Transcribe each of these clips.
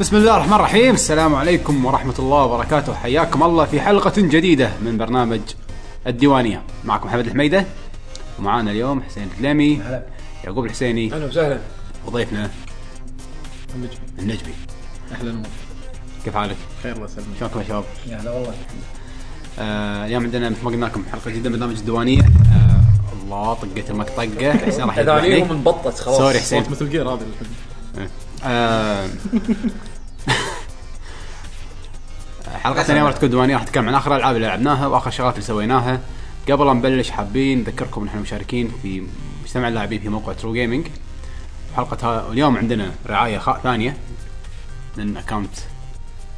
بسم الله الرحمن الرحيم السلام عليكم ورحمة الله وبركاته حياكم الله في حلقة جديدة من برنامج الديوانية معكم محمد الحميدة ومعانا اليوم حسين الدليمي هلا. يعقوب الحسيني اهلا وسهلا وضيفنا النجم. النجبي اهلا كيف حالك؟ خير الله يسلمك شلونكم يا شباب؟ يا هلا والله آه اليوم عندنا مثل ما قلنا لكم حلقة جديدة من برنامج الديوانية آه الله طقت المقطقة حسين راح يذبحني. تذانيهم انبطت خلاص سوري حسين صوت مثل جير هذا الحين آه، حلقتنا اليوم راح تكون ديوانيه راح نتكلم عن اخر الالعاب اللي لعبناها واخر شغلات اللي سويناها قبل لا نبلش حابين نذكركم ان احنا مشاركين في مجتمع اللاعبين في موقع ترو جيمنج حلقة ها... اليوم عندنا رعاية خ... ثانية من اكونت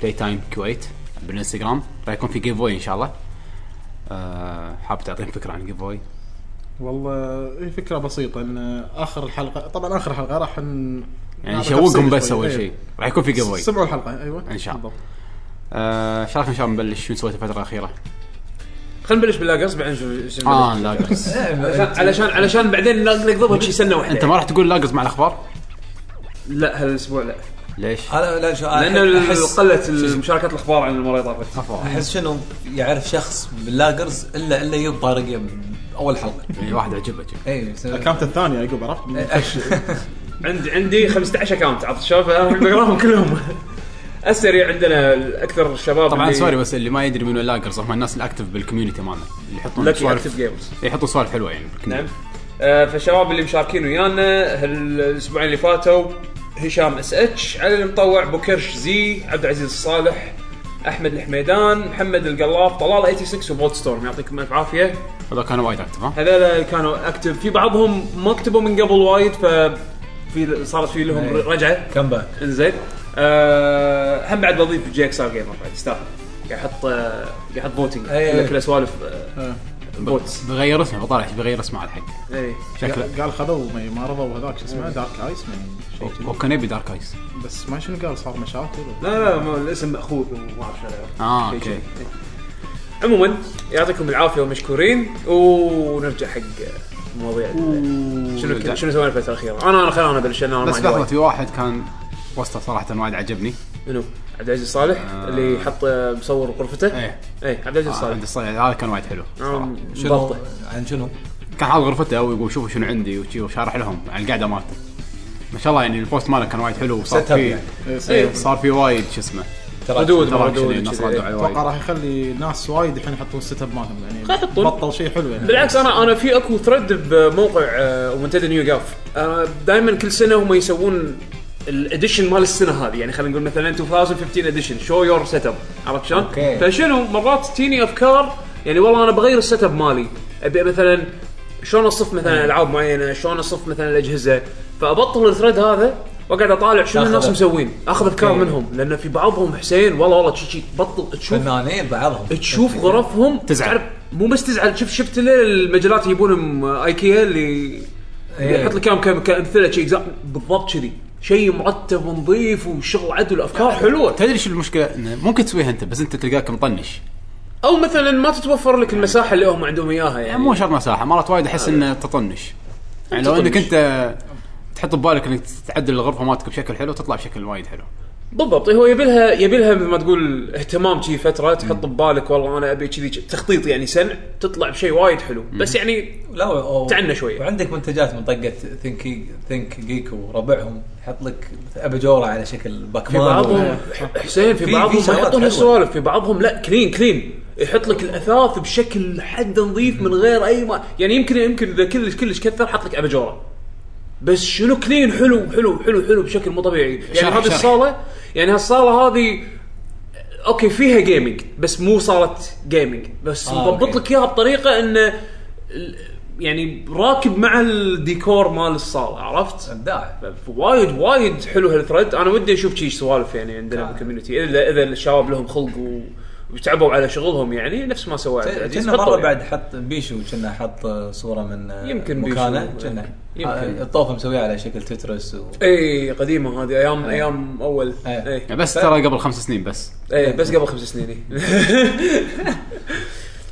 بلاي تايم كويت بالانستغرام راح يكون في جيف ان شاء الله آه، حاب تعطيهم فكرة عن جيف والله إيه، هي فكره بسيطه ان اخر الحلقه طبعا اخر حلقه راح ن... يعني نعطي نشوقهم تفصيل بس آه، شوي. اول إيه. شيء راح يكون في جيف سمعوا الحلقه ايوه إن شاء الله. بالضبط. آه، شاركنا ان شاء الله نبلش شو سويت الفترة الأخيرة خلينا نبلش باللاجرز بعدين نشوف شو اه لاجرز علشان علشان علشان بعدين نقلبها شي سنه واحده انت ما راح تقول لاقز مع الاخبار؟ لا هالاسبوع لا ليش؟ انا لا شو لان احس قلت مشاركه الاخبار عن المره اللي طافت احس شنو يعرف شخص باللاجرز الا الا يب بارقه باول حلقه يعني واحد عجبه جدا اي الاكونت الثاني يعقوب عرفت؟ إيه. عندي عندي 15 اكونت عرفت شلون أنا بقراهم كلهم السريع عندنا اكثر الشباب طبعا اللي- سوري بس اللي ما يدري منو اللاجرز هم الناس الاكتف بالكوميونتي مالنا اللي يحطون لكي سوالف اكتف جيمز يحطون سوالف حلوه يعني نعم آه، فالشباب اللي مشاركين ويانا هالاسبوعين اللي فاتوا هشام اس اتش علي المطوع بوكرش زي عبد العزيز الصالح احمد الحميدان محمد القلاف طلال 86 وبولد ستورم يعطيكم الف عافيه هذا كانوا وايد اكتف ها هذول كانوا اكتف في بعضهم ما كتبوا من قبل وايد ف في صارت في لهم أي. رجعه كم باك انزين أه هم بعد بضيف جي اكس ار جيمر بعد يستاهل قاعد يحط آه، قاعد يحط فوتنج أي، أي. كل سوالف آه، فوتس بغير اسمه بطلع بغير اسمه على الحق اي شكله قال خذوا ما- ما رضوا هذاك شو اسمه دارك ايس من شيء كذي. وكان يبي دارك ايس بس ما شنو قال صار مشاكل لا لا ما الاسم ماخوذ وما اعرف شنو اه شيء اوكي كذي. عموما يعطيكم العافيه ومشكورين ونرجع حق المواضيع شنو كنا- شنو سوينا الفتره الاخيره؟ انا انا خلينا ابلش لأن انا ما بس عندي لحظه وايد. في واحد كان وسطه صراحه وايد عجبني منو؟ عبد العزيز صالح اللي حط آه، مصور غرفته؟ ايه اي عبد العزيز آه، عند صالح الصيد هذا كان وايد حلو آه، شنو مبطئ عن شنو؟ كان حاط غرفته ويقول شوفوا شنو عندي وشي وشارح لهم عن القعده مالته ما شاء الله يعني البوست ماله كان وايد حلو وصار Setup فيه يعني. إيه، صار فيه وايد شو اسمه ردود ما تراكشن، ردود الناس كذي. ردوا عليه اتوقع وايد راح يخلي ناس وايد الحين يحطون السيت اب مالهم يعني يحطون. بطل شيء حلو يعني بالعكس انا انا في اكو ثريد بموقع آه، منتدى نيو جاف دائما كل سنه هم يسوون الاديشن مال السنه هذه يعني خلينا نقول مثلا 2015 اديشن شو يور سيت اب عرفت شلون؟ أوكي. فشنو مرات تجيني افكار يعني والله انا بغير السيت اب مالي ابي مثلا شلون اصف مثلا العاب معينه شلون اصف مثلا الاجهزه فابطل الثريد هذا واقعد اطالع شنو تاخذه. الناس مسوين اخذ افكار أوكي. منهم لان في بعضهم حسين والله والله شي- شي تبطل تشوف فنانين بعضهم إيه. تشوف غرفهم تزعل. تعرف مو بس تزعل شوف شفت اللي المجلات يجيبونهم ايكيا اللي اللي إيه. يحط لك كم كم كامثله شيء exa- بالضبط كذي شيء مرتب ونظيف وشغل عدل وافكار حلوه تدري شو المشكله انه ممكن تسويها انت بس انت تلقاك مطنش او مثلا ما تتوفر لك المساحه اللي هم عندهم اياها يعني يعني مو شرط مساحه مرات وايد احس انه تطنش يعني لو انك تطنش. انت تحط ببالك انك تعدل الغرفه مالتك بشكل حلو تطلع بشكل وايد حلو بالضبط هو يبي لها يبي لها مثل ما تقول اهتمام شي فتره تحط ببالك والله انا ابي كذي تخطيط يعني سنع تطلع بشيء وايد حلو بس يعني لا و- و- تعنى شوية. وعندك منتجات من طقه ثينك ثينك جيك وربعهم يحط لك اباجوره على شكل في باكمان بعضهم حسين في آه. في- بعضهم في ما شغلات يحطون حلوة. هالسوالف في بعضهم لا كلين كلين يحط لك الاثاث بشكل حد نظيف من غير اي ما يعني يمكن يمكن اذا كلش كلش كثر حط لك اباجوره بس شنو كلين حلو حلو حلو حلو بشكل مو طبيعي يعني شرح- هذه شرح. الصاله يعني هالصاله هذه اوكي فيها جيمنج بس مو صاله جيمنج بس آه، مضبط أوكي. لك اياها بطريقه انه ال- يعني راكب مع الديكور مال الصاله عرفت؟ ابداع وايد وايد حلو هالثريد انا ودي اشوف شي سوالف يعني عندنا آه. بالكوميونتي اذا اذا الشباب لهم خلق و... وتعبوا على شغلهم يعني نفس ما سوى عبد العزيز. إيه، كنا حطوا مره يعني. بعد حط بيشو كنا حط صوره من آه، يمكن بيشو. مكانه كنا يمكن. إيه. آه، الطوفه مسويها على شكل تترس و... اي قديمه هذه ايام آه. ايام اول إيه. اي يعني بس ترى قبل خمس سنين بس اي بس قبل خمس سنين إي.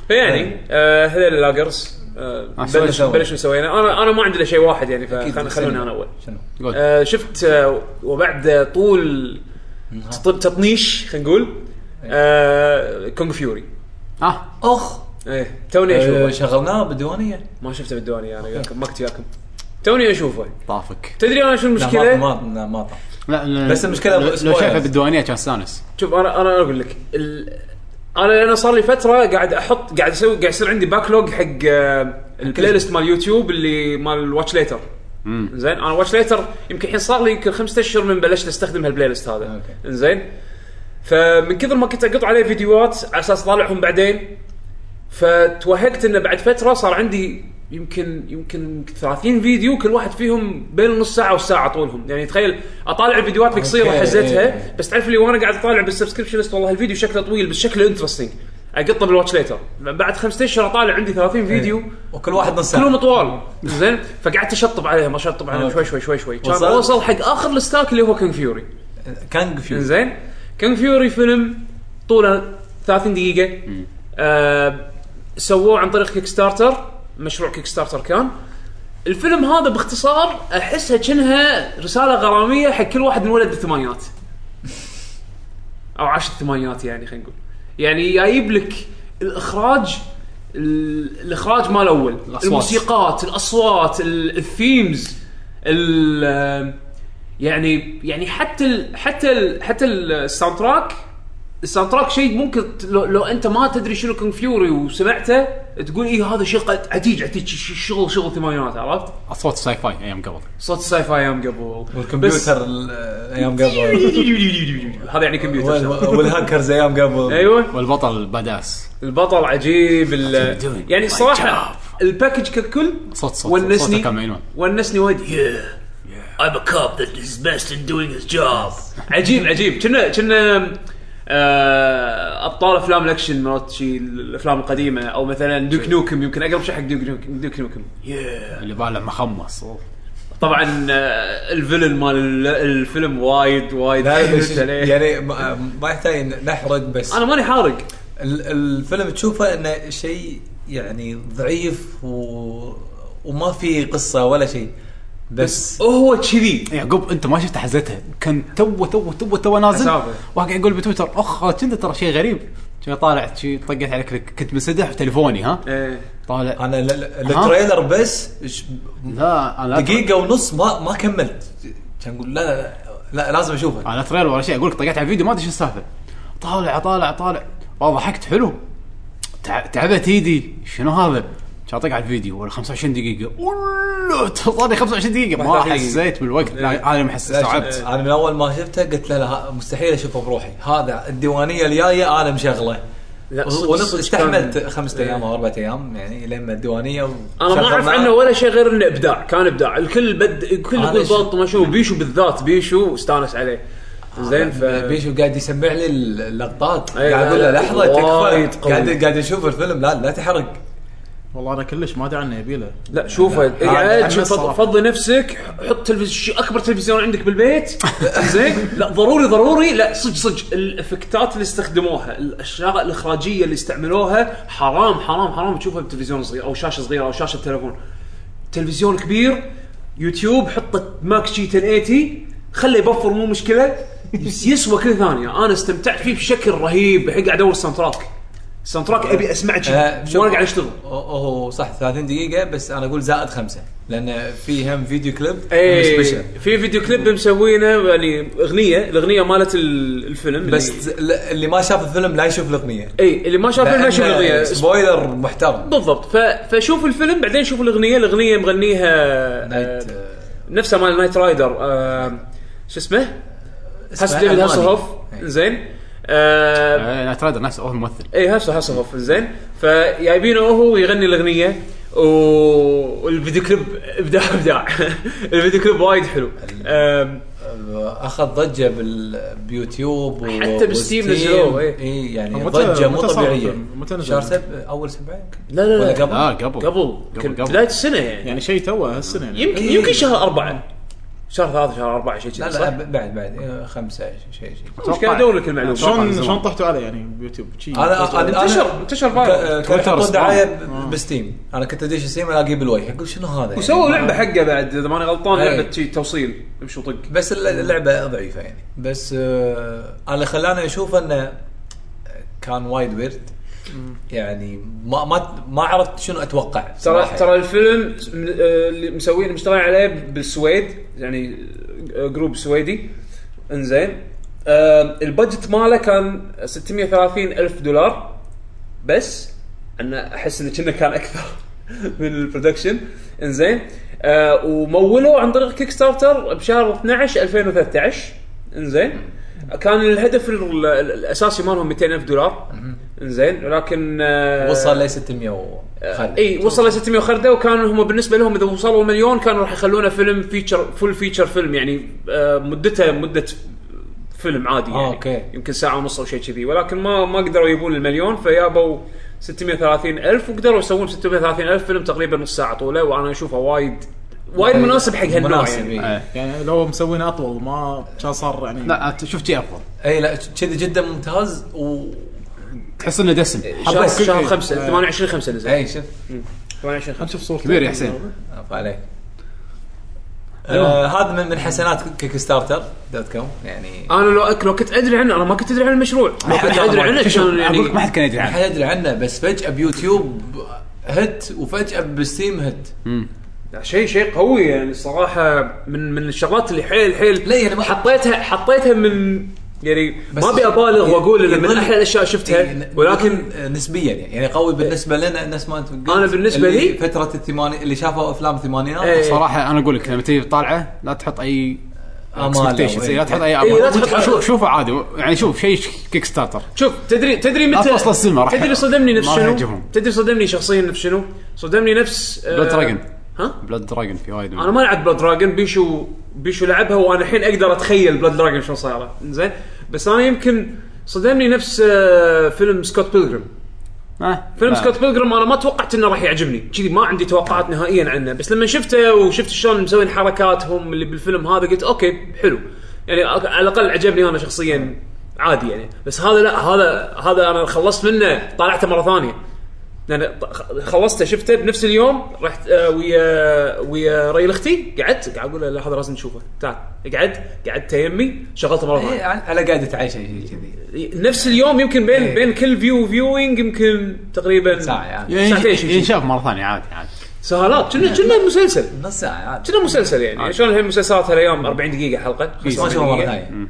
فيعني آه، هذول اللاجرز آه، آه، سوي بلش سوي. بلش من سوينا انا انا ما عندي الا شيء واحد يعني أكيد آه، فخلنا خلوني انا اول شنو قول آه، شفت آه، وبعد طول تط- تطنيش خلينا نقول إيه. آه كونغ فيوري اه اخ ايه توني آه، اشوفه شغلناه بالديوانيه ما شفته بالديوانيه انا وياكم ما كنت وياكم توني اشوفه طافك تدري انا شو لا المشكله؟ ما ما لا، ما طاح. لا لا- بس المشكلة لو- لو بالسبويلرز. شايفه بالديوانيه كان استانس شوف انا انا اقول لك ال... انا انا صار لي فتره قاعد احط قاعد اسوي قاعد يصير عندي باكلوج حق آه، البلاي ليست مال يوتيوب اللي مال واتش ليتر امم زين انا واتش ليتر يمكن الحين صار لي يمكن خمسة اشهر من بلشت استخدم هالبلاي ليست هذا أوكي. زين فمن كثر ما كنت اقط عليه فيديوهات على اساس اطالعهم بعدين فتوهقت انه بعد فتره صار عندي يمكن يمكن 30 فيديو كل واحد فيهم بين نص ساعه والساعه طولهم يعني تخيل اطالع الفيديوهات القصيره أوكي، حزتها إيه. بس تعرف اللي وانا قاعد اطالع بالسبسكربشن ليست والله الفيديو شكله طويل بس شكله انترستنج اقطه بالواتش ليتر بعد خمسة اشهر اطالع عندي 30 فيديو إيه. وكل واحد نص ساعه كلهم طوال زين فقعدت اشطب عليهم اشطب عليهم شوي شوي شوي شوي كان وصل- وصل حق اخر الستاك اللي هو كينج فيوري كانج فيوري زين كينج فيوري فيلم طوله 30 دقيقه آه سووه عن طريق كيك ستارتر مشروع كيك ستارتر كان الفيلم هذا باختصار احسها كأنها رساله غراميه حق كل واحد انولد بالثمانينات او عاش الثمانينات يعني خلينا نقول يعني جايب لك الاخراج ال- الاخراج مال اول الأصوات. الموسيقات الاصوات ال- الثيمز ال- يعني يعني حتى ال حتى ال حتى ال- الساوند تراك الساوند تراك شيء ممكن ت- لو, لو انت ما تدري شنو كونغ فيوري وسمعته تقول اي هذا شيء قد- عتيج عتيج ش- ش- شغل شغل ثمانينات عرفت؟ اصوات الساي فاي ايام قبل صوت الساي فاي ايام قبل بس- والكمبيوتر ال- ايام قبل هذا يعني وال- كمبيوتر والهاكرز ايام قبل ايوه والبطل باداس البطل عجيب ال... doing يعني my صراحه الباكج ككل صوت صوت ونسني صوته كان مجنون ونسني وايد I'm a cop that is best in doing his job عجيب عجيب كنا كنا آه، ابطال افلام الاكشن مرات شي الافلام القديمه او مثلا دوك نوكم يمكن اقرب شيء حق دوك نوكم دوك نوكم اللي بالع مخمص أوه. طبعا آه، الفيلن مال ال- الفيلم وايد وايد لا، لا، حلو بس- عليه. يعني ما ما يحتاج نحرق بس انا ماني حارق ال- الفيلم تشوفه انه شيء يعني ضعيف و... وما في قصه ولا شيء بس هو كذي يعقوب انت ما شفت حزتها كان تو تو تو تو نازل أسافر. واقع يقول بتويتر اخ كنت ترى شيء غريب شي طالع شي طقت عليك لك- كنت منسدح في تليفوني ها إيه. طالع انا ال- ال- ها؟ التريلر بس ش- لا انا لا دقيقه ونص ما ما كملت كان اقول لا لا لازم اشوفه على تريلر ولا شيء اقول لك طقيت على الفيديو ما ادري شو السالفه طالع طالع طالع والله ضحكت حلو تع- تعبت ايدي شنو هذا؟ كان طق على الفيديو ولا 25 دقيقه والله صار لي 25 دقيقه ما 31 دقيقة. حسيت بالوقت لا انا ما حسيت استوعبت انا من اول ما شفته قلت له لا ها- مستحيل اشوفه بروحي هذا الديوانيه الجايه انا مشغله لا، صدق- ونص صدق استحملت كان- خمسة ايام او اربعة ايام يعني لما الديوانيه انا ما اعرف عنه ولا شيء غير انه ابداع كان ابداع الكل بد الكل أنا يقول شو- ضبط ما شو بيشو بالذات بيشو استانس عليه زين ف بيشو قاعد يسمع لي اللقطات أي، قاعد لا، اقول له لا، لحظه وايد تكفى قوي. قاعد قاعد اشوف الفيلم لا لا تحرق والله انا كلش ما ادري عنه يبيله لا شوفه لا، اقعد أنا شوف، إيه، يعني الصراحة. فضي نفسك حط تلفزيون اكبر تلفزيون عندك بالبيت زين لا ضروري ضروري لا صدق صدق الافكتات اللي استخدموها الاشياء الاخراجيه اللي استعملوها حرام حرام حرام تشوفها بتلفزيون صغير او شاشه صغيره او شاشه تلفون تلفزيون كبير يوتيوب حطه ماك شي 1080 خله يبفر مو مشكله بس يسوى كل ثانيه انا استمتعت فيه بشكل رهيب الحين قاعد ادور ساوند تراك ساوند تراك ابي اسمعه آه، شي وانا قاعد اشتغل هو صح 30 دقيقه بس انا اقول زائد خمسه لان في هم فيديو كليب ايه سبيشل في فيديو كليب مسوينه يعني اغنيه الاغنيه مالت ال- الفيلم بس اللي ل- اللي ما شاف الفيلم لا يشوف الاغنيه اي اللي ما إيه. شاف الفيلم ما يشوف لأن الاغنيه سبويلر محترم بالضبط ف... فشوف الفيلم بعدين شوف الاغنيه الاغنيه مغنيها نايت- آه، نفسها مال نايت رايدر آه، شو اسمه؟ هاس اسمه ديفيد ألماني. هاسلهوف إيه. زين آه، آه، نايت رايدر نفسه هو الممثل اي هسه هسه هوف زين فجايبينه هو يغني الاغنيه و- والفيديو كليب ابداع ابداع الفيديو كليب وايد حلو آم، اخذ ضجه بال... بيوتيوب و... حتى بالستيم نزلوه، إيه. اي يعني متى- ضجه مو متى صار طبيعيه الفيلم؟ متى نزل؟ شهر سب... اول سبعه يمكن لا لا آه، ولا لا قبل لا آه، قبل قبل يمكن قبل بدايه السنه يعني يعني شيء توه هالسنه يعني يمكن إيه. يمكن شهر أربعة شهر ثلاثة شهر أربعة شيء لا كذي لا صح؟ ب- بعد بعد إيه، خمسه شيء شيء شيء مش قاعد ادور لك المعلومه شلون- شلون زمان. شلون طحتوا عليه يعني بيوتيوب شي انا أنا- انتشر انتشر فايرل ك- كان تويتر يحطون سبام. دعايه بستيم انا كنت ادش ستيم الاقيه بالوجه اقول شنو هذا يعني؟ وسووا لعبه حقه بعد اذا ماني غلطان إيه. لعبه شي توصيل امشي وطق بس الل- اللعبه ضعيفه يعني بس آه انا اللي خلاني اشوف انه كان وايد ويرد يعني ما ما ما عرفت شنو اتوقع ترى صراحة. ترى الفيلم من- آه، اللي مسوين مشتغلين عليه بالسويد يعني آه، جروب سويدي انزين آه، البادجت ماله كان 630 الف دولار بس انا احس انه كنا كان اكثر من البرودكشن انزين آه، ومولوا عن طريق كيك ستارتر بشهر 12 2013 انزين كان الهدف ال- ال- الاساسي مالهم 200 الف دولار انزين ولكن آه، وصل ل 600 و اي وصل ل 600 خرده وكانوا هم بالنسبه لهم اذا وصلوا مليون كانوا راح يخلونه فيلم فيتشر فول فيتشر فيلم يعني آه، مدته مده فيلم عادي يعني آه، أوكي. يمكن ساعه ونص او شيء كذي ولكن ما ما قدروا يبون المليون فيابوا 630 الف وقدروا يسوون 630 الف فيلم تقريبا نص ساعه طوله وانا اشوفه وايد وايد مناسب حق هالنوع يعني مناسب، يعني إي. إيه. يعني لو مسوين اطول ما كان صار يعني لا أنت شوف شي افضل اي لا كذي جدا ممتاز و تحس انه إيه. دسم شهر حبس. شهر آه. 5 28 5 نزل اي شوف 28 5 خلينا نشوف صورته كبير يا حسين. عفا عليك آه، هذا من من حسنات كيك ستارتر دوت كوم يعني انا لو أك... لو كنت ادري عنه انا ما كنت ادري عن المشروع ما كنت ادري عنه شوف، كان يعني اقول لك ما حد كان يدري ما عنه حد يدري عنه بس فجاه بيوتيوب هت وفجاه بستيم هت شيء شيء قوي يعني الصراحه من من الشغلات اللي حيل حيل لا يعني ما- حطيتها حطيتها من يعني بس ما ابي ابالغ واقول انه من يظل- إيه، يعني احلى الاشياء إي، شفتها ن- ولكن إيه. نسبيا يعني يعني قوي بالنسبه لنا الناس ما انت أنا بالنسبة اللي لي- إيه. فتره الثماني اللي شافوا افلام إي. الثمانينات صراحه انا اقول لك لما تجي طالعه لا تحط اي أمال expectations. أو إيه، لا تحط اي إيه، لا تحط- امال شوف- شوفه عادي يعني شوف شيء كيك ستارتر شوف تدري تدري متى توصل السينما، راح- تدري صدمني نفس ما راح شنو يعجبهم. تدري صدمني شخصيا نفس شنو صدمني نفس آه، Blood Dragon. ها بلاد دراجون في وايد انا ما لعبت بلاد دراجون بيشو بيشو لعبها وانا الحين اقدر اتخيل بلاد دراجون شو صايره زين بس انا يمكن صدمني نفس آه، فيلم سكوت بيلجريم ما فيلم سكوت بيلجرام انا ما توقعت انه راح يعجبني كذي ما عندي توقعات نهائيا عنه بس لما شفته وشفت شلون مسوين حركاتهم اللي بالفيلم هذا قلت اوكي حلو يعني أك- على الاقل عجبني انا شخصيا عادي يعني بس هذا لا هذا هذا انا خلصت منه طالعته مره ثانيه لان ط- خ- خلصته شفته بنفس اليوم رحت آه، ويا ويا ريل اختي قعدت قاعد اقول له لحظه لازم نشوفه تعال قعدت قعدت يمي شغلته مره ثانيه إي، إيه، على على قاعده عايشه شيء كذي نفس اليوم يمكن بين إيه. بين كل فيو فيوينج يمكن تقريبا ساعه يعني يعني ساعتين شي- شي. ينشاف مره ثانيه عادي عادي سهالات كنا كنا مسلسل نص ساعه عادي كنا مسلسل يعني شلون الحين مسلسلات هالايام 40 دقيقه حلقه إيه، بس ما 45 اشوفها مره دقيقة. ثانيه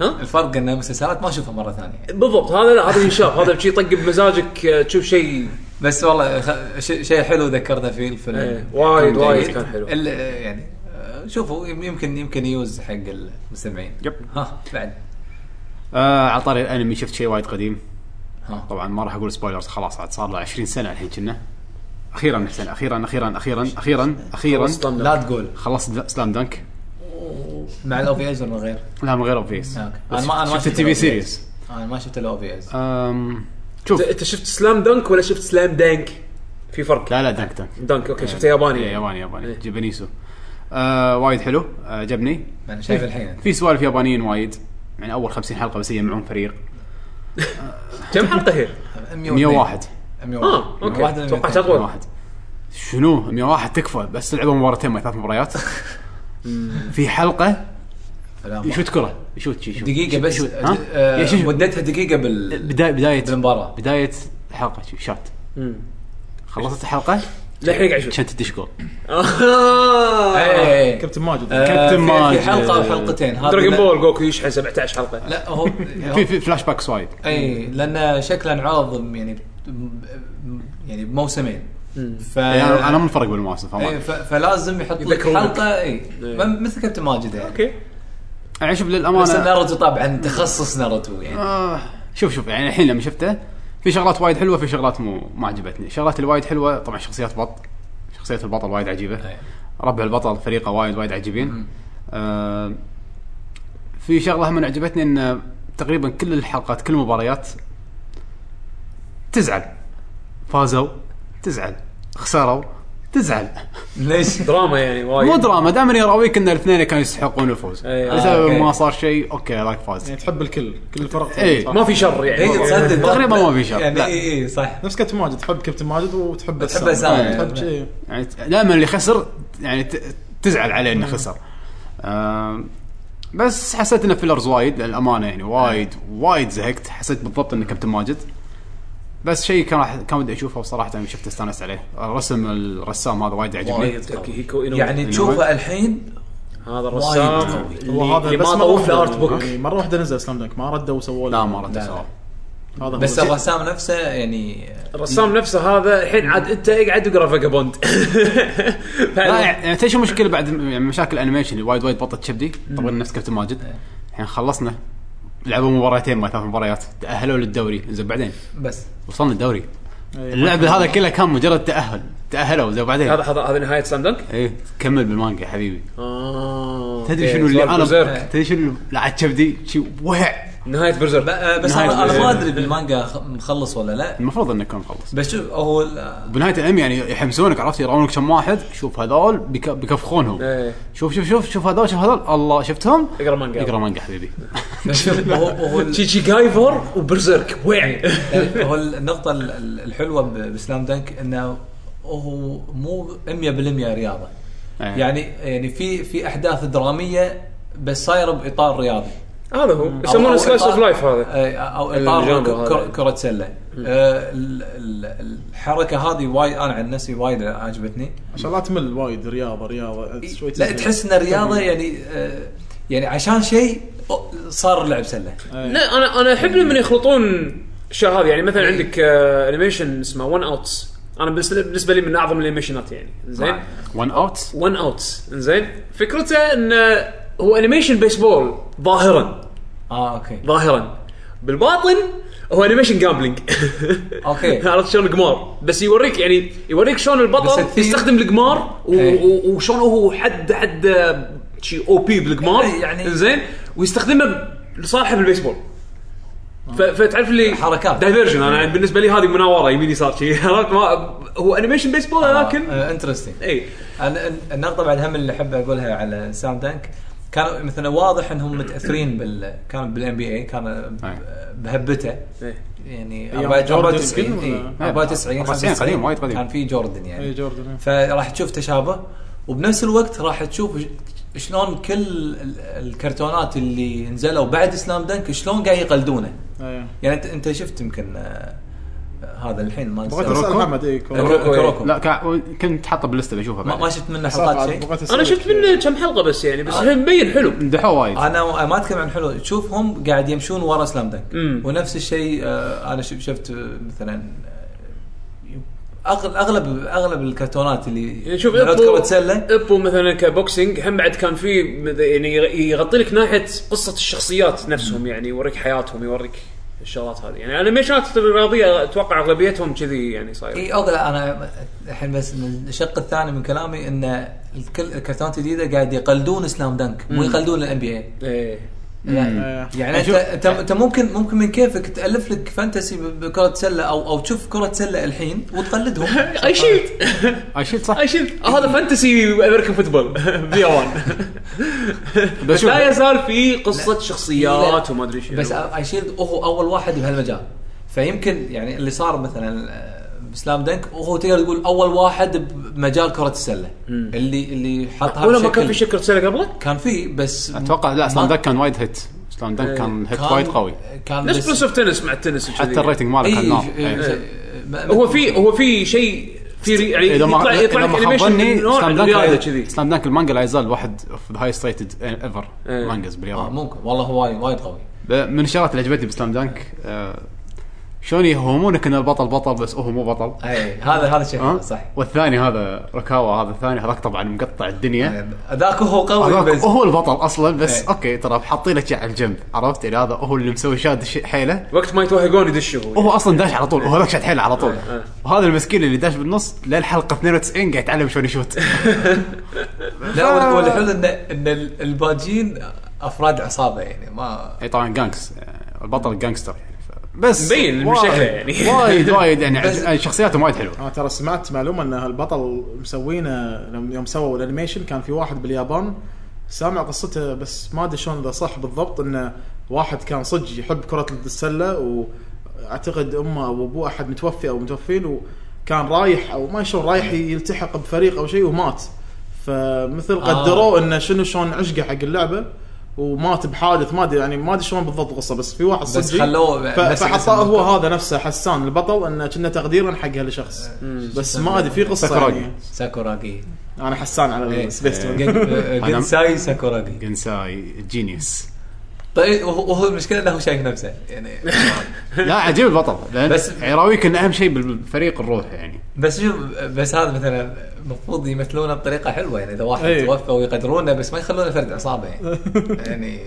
ها؟ الفرق ان مسلسلات ما اشوفها مره ثانيه بالضبط هذا لا هذا ينشاف هذا شي طق بمزاجك آه، تشوف شيء بس والله خ... ش... شيء حلو ذكرنا فيه الفيلم إيه، وايد- كان وايد جيد. كان حلو. ال... يعني آه، شوفوا يم- يمكن يمكن يوز حق المستمعين يب. ها بعد آه على طاري الانمي شفت شيء وايد قديم ها طبعا ما راح اقول سبويلرز خلاص عاد صار له 20 سنه الحين كنا اخيرا احسن اخيرا اخيرا اخيرا اخيرا اخيرا اصلا لا تقول خلصت سلام دانك مع الاو في از ولا من غير؟ لا من غير اوبفيس أوكي. بس أنا ما- أنا ما شفت شفت التي في ال OVAs. سيريس انا ما شفت الاو في از أم، شوف انت أنت شفت سلام دنك ولا شفت سلام دانك في فرق لا لا دانك دانك دنك اوكي شفته ياباني إيه، يعني. ياباني ياباني إيه. جبنيسو آه وايد حلو آه، عجبني انا إيه. شايف الحين في سوالف يابانيين وايد يعني اول 50 حلقه بس يجمعون فريق كم حلقه هي؟ 101 اه 101 اوكي واحد من توقعت 200. اطول 101 شنو 101 تكفى بس تلعبوا مباراتين ما ثلاث مباريات في حلقه فلا ما- يشوت كره يشوت شي يشوت دقيقة بس يشوت. ها؟ آه، يا شو- مدتها دقيقة بال بدايه بدايه بالمباراة بدايه الحلقه شو شات خلصت الحلقه للحين قاعد اشوف كان تدش جول آه. إيه. كابتن ماجد آه، كابتن في- ماجد. في حلقة أو حلقتين هذا دراجون لا- بول جوكو يشحن 17 حلقه لا هو إيه. في في فلاش باكس وايد اي لان شكله انعرض يعني يعني بموسمين ف يعني انا أنا ما نفرق بالمواسم فما إيه، ف- فلازم يحط لك يذكرونك. حلقه اي إيه. مثل كابتن ماجد يعني اوكي يعني شوف بس للامانه ناروتو طبعا تخصص ناروتو يعني آه، شوف شوف يعني الحين لما شفته في شغلات وايد حلوه في شغلات مو ما عجبتني الشغلات الوايد حلوه طبعا شخصيات بط شخصيات البطل وايد عجيبه إيه. ربع البطل فريقه وايد وايد عجيبين آه، في شغله هم عجبتني ان تقريبا كل الحلقات كل المباريات تزعل فازوا تزعل خسروا تزعل ليش؟ دراما يعني طيب. وايد مو دراما دائما يراويك ان الاثنين كانوا يستحقون الفوز إي، آه، لسبب إيه، أوكي. ما صار شيء اوكي رايك فاز يعني تحب الكل كل الفرق إيه. صح؟ ما في شر يعني اي ما في- تصدق تقريباً ما في شر. يعني لا. اي اي صح نفس كابتن ماجد تحب كابتن ماجد وتحب وتحب أسامة. تحب شيء يعني ت- دائما اللي خسر يعني ت- تزعل عليه انه خسر آم، بس حسيت انه فيلرز وايد للامانه يعني وايد وايد زهقت حسيت بالضبط انه كابتن ماجد بس شيء كان راح كان ودي اشوفه وصراحه يعني شفته استانست عليه رسم الرسام هذا وايد عجبني وايد. وايد إيه، تركي هيكو إينو. يعني تشوفه الحين هذا وايد الرسام قوي. هو اللي هذا اللي بس ما مرة طوف له واحدة- ارت بوك يعني مره واحده نزل سلام دانك ما ردوا وسووا له لا ما رد لا. سوالف هذا هو بس الجد. الرسام نفسه يعني الرسام نفسه هذا الحين عاد انت اقعد اقرا فاجابوند لا يعني تدري شو المشكله بعد يعني مشاكل الانيميشن اللي وايد وايد بطت كبدي طبعا نفس كابتن إيه. ماجد الحين خلصنا لعبوا مباراتين ما ثلاث مباريات تاهلوا للدوري زين بعدين بس وصلنا الدوري إيه. اللعبه هذا كلها كان مجرد تاهل تاهلوا زين بعدين هذا هذا هذا نهايه سلام دنك ايه كمل بالمانجا حبيبي آه، اه تدري أوكي. شنو اللي سؤال برزيرك. انا تدري شنو اللي لعب كبدي شي وهع نهايه برزر ب- آه، بس نهاية انا أنا ما الأسبوع. ادري بالمانجا خ- مخلص ولا لا المفروض انه يكون مخلص بس شوف هو ال- بنهايه الانمي يعني يحمسونك عرفت يراونك كم واحد شوف هذول بيك- بيكفخونهم ايه شوف شوف شوف شوف هذول شوف هذول الله شفتهم اقرا مانجا اقرا مانجا حبيبي بس شوف هو هو ال- إيه. تشيتشي جايفر وبرزيرك وعي يعني هو النقطة ال- ال- الحلوة ب- بسلام دانك انه هو مو 100% رياضة آه. إيه. يعني يعني في في احداث درامية بس صايره باطار رياضي هذا هو أو- يسمونه أو سلايس اوف إطار- لايف هذا أي- او اطار الجانب ك- هذا. كر- كرة سلة آه، ال- ال- الحركة هذه وايد انا عن نفسي وايد عجبتني عشان لا تمل وايد رياضه رياضه شوي إيه، لا تزهق. تحس ان الرياضه Mm. يعني آه، يعني عشان شيء أو- صار لعب سله لا انا انا احب لما يخلطون الاشياء هذه يعني إيه. مثلا عندك آه، انيميشن اسمه ون اوتس انا بالنسبة- بالنسبه لي من اعظم الانيميشنات يعني زين وان اوت ون اوت زين فكرته انه هو انيميشن بيسبول ظاهرا اه اوكي ظاهرا بالباطن هو انيميشن جامبلينج أوكي. عرفت شلون القمار بس يوريك يعني يوريك شلون بس البطل الثيم- يستخدم القمار و- إيه. و- وشلون هو حد حد آه، شي او بي بالقمار إيه، يعني- زين ويستخدمه لصالحه بالبيسبول ف- فتعرف اللي آه. حركات. دايفرجن انا بالنسبه لي هذه مناوره يمين يسار شي عرفت ما- هو انيميشن بيسبول آه. لكن إيه. انترستنج اي النقطه بعد هم اللي احب اقولها على سام دانك كانوا مثلا واضح انهم متاثرين بال كانوا بالان بي اي كانوا ب- أي. بهبته إيه. يعني أيام 94 جوردن إيه، ولا- 94 94 أيوة، قديم، وايد 95. قديم. كان في جوردن يعني اي إيه، جوردن فراح تشوف تشابه وبنفس الوقت راح تشوف ش- شلون كل ال- الكرتونات اللي نزلوا بعد سلام دنك شلون قاعد يقلدونه إيه. يعني انت انت شفت يمكن آه، هذا الحين ما بغيت إيه، نسيت. اسال كروكو؟ حمد اي كروكو. كروكو كروكو. لا كا- كنت حاطه باللسته بشوفها ما, بعد ما شفت منه حلقات شيء بغيت أسألك. انا شفت منه كم حلقه بس يعني بس مبين حلو مدحوه وايد آه، انا ما اتكلم عن حلو تشوفهم قاعد يمشون ورا سلام دنك مم. ونفس الشيء آه، انا شف- شفت آه، مثلا آه، أغل- اغلب اغلب الكرتونات اللي إيه، شوف مرات ابو كره سله ابو مثلا كبوكسينج هم بعد كان في مث- يعني يغ- يغطي لك ناحيه قصه الشخصيات نفسهم يعني يوريك حياتهم يوريك الشغلات هذه يعني الانيميشنات الرياضيه اتوقع اغلبيتهم كذي يعني صاير اي اوكي انا الحين بس من الشق الثاني من كلامي ان الكل الكرتونات الجديده قاعد يقلدون سلام دنك مو يقلدون الان بي اي ايه إيه. يعني انت أشوف- انت أنت ممكن ممكن من كيفك تالف لك فانتسي ب- بكره سله او او تشوف كره سله الحين وتقلدهم اي شيلد اي شيء صح اي شيلد هذا فانتسي امريكان فوتبول في 1 بس بشوف لا يزال في قصه شخصيات وما ادري شنو بس اي شيلد هو اول واحد بهالمجال فيمكن يعني اللي صار مثلا آه، بسلام دنك وهو تقدر تقول اول واحد بمجال كره السله اللي اللي حط ولا ما كان في هالشكل. شكر سنه قبله كان في بس اتوقع لا ما- سلام دانك كان وايد هيت سلام إيه. دانك كان هيت كان- وايد قوي كان نفس بلس اوف تنس مع التنس حتى الريتنج ماله كان نار إيه. هو في هو في شيء في ري- يعني اذا إيه، ما يطلع يطلع اذا لك ما animation خاب من ظني نوع سلام دانك الرياضه لا- كذي سلام دانك المانجا لا يزال واحد اوف ذا هايست ريتد ايفر إيه. مانجاز باليابان آه، ممكن والله هو وايد وايد قوي ب- من الشغلات اللي عجبتني بسلام دانك آه، شلون يهمونك ان البطل بطل بس هو مو بطل اي إيه، هذا هذا شيء ها؟ حلو، صح والثاني هذا ركاوا هذا الثاني هذاك طبعا مقطع إيه. الدنيا هذاك هو قوي هذاك بس هو البطل اصلا بس إيه. اوكي ترى حاطين لك على الجنب عرفت يعني هذا هو اللي مسوي شاد ش- حيله وقت ما يتوهقون يدش هو وهو اصلا داش على طول وهذاك شاد حيله على طول إيه، إيه. وهذا المسكين اللي داش بالنص للحلقه 92 قاعد يتعلم شلون يشوت لا وال- آه. والحلو ان ان ال- الباجين افراد عصابه يعني ما اي طبعا جانكس آه، البطل جانكستر يعني ف- بس مبين من وايد- شكله يعني. وايد وايد يعني بس- عج- شخصياتهم وايد حلوه انا آه، ترى سمعت معلومه ان هالبطل مسوينه لما- يوم سووا الانيميشن كان في واحد باليابان سامع قصته بس ما ادري شلون اذا صح بالضبط انه واحد كان صدق يحب كره السله واعتقد امه او ابوه احد متوفي او متوفين وكان رايح او ما شلون رايح يلتحق بفريق او شيء ومات فمثل آه. قدروه انه شنو شلون عشقه حق اللعبه ومات بحادث ما ادري يعني ما ادري شلون بالضبط القصه بس في واحد بس صدقي خلوه ف- بس فحطاه هو اسمه. هذا نفسه حسان البطل انه كنا تقديرا حق هالشخص بس ما ادري في قصه ساكوراجي. يعني ساكوراجي انا حسان على إيه. السبيس تون. أنا- جنساي ساكوراجي جنساي جينيوس طيب وهو وهو المشكله انه هو شايف نفسه يعني لا عجيب البطل لان بس- بس يراويك ان اهم شيء بالفريق الروح يعني بس شوف بس هذا مثلا المفروض يمثلونه بطريقه حلوه يعني اذا واحد إيه. توفى ويقدرونه بس ما يخلونه فرد عصابه يعني يعني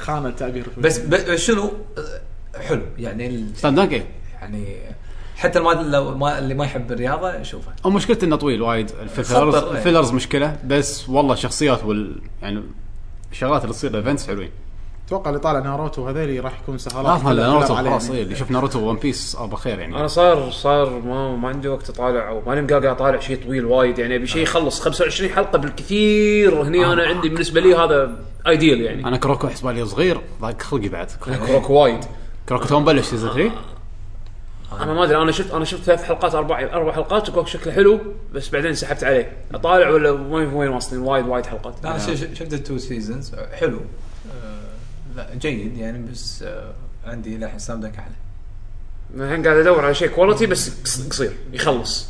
خان التعبير بس بس شنو حلو يعني ال- سلام دانك إيه. يعني حتى ما لو ما اللي ما يحب الرياضه شوفه او مشكلته انه طويل وايد الفيلرز خطر، إيه. الفيلرز مشكله بس والله شخصيات وال يعني الشغلات اللي تصير ايفنتس حلوين اتوقع اللي طالع ناروتو هذيلي راح يكون سهالات لا كلام آه، ناروتو عليه. خلاص إيه، اللي شفنا ناروتو وون بيس ابا خير يعني انا صار صار ما ما عندي وقت اطالع او ماني مقاقع اطالع شيء طويل وايد يعني ابي شيء آه. يخلص 25 حلقه بالكثير هني انا عندي بالنسبه لي هذا ايديل يعني انا كروكو احس بالي صغير ضاق خلقي بعد كروك وايد كروكو تو بلش سيزون 3 آه. انا ما ادري انا شفت انا شفت ثلاث حلقات اربع اربع حلقات كروك شكله حلو بس بعدين سحبت عليه اطالع ولا وين وين واصلين وايد وايد حلقات آه. انا ش- ش- شفت التو سيزونز حلو آه، لا جيد يعني بس آه، عندي الى الحين سلام دنك احلى الحين قاعد ادور على شيء كواليتي بس قص- قصير يخلص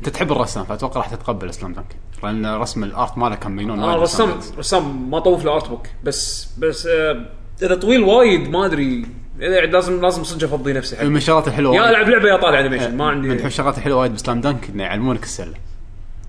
انت تحب الرسام فاتوقع راح تتقبل سلام دانك لان رسم الارت ماله كان مجنون انا وايد آه، رسام رسام رسام ما طوف له ارت بوك بس بس آه، اذا طويل وايد ما ادري إذا يعني لازم لازم صدق افضي نفسي حق من الشغلات الحلوه يا وايد- العب لعبه يا طالع انيميشن ما أه، من الحين عندي الشغلات الحلوه وايد بسلام دانك انه يعلمونك السله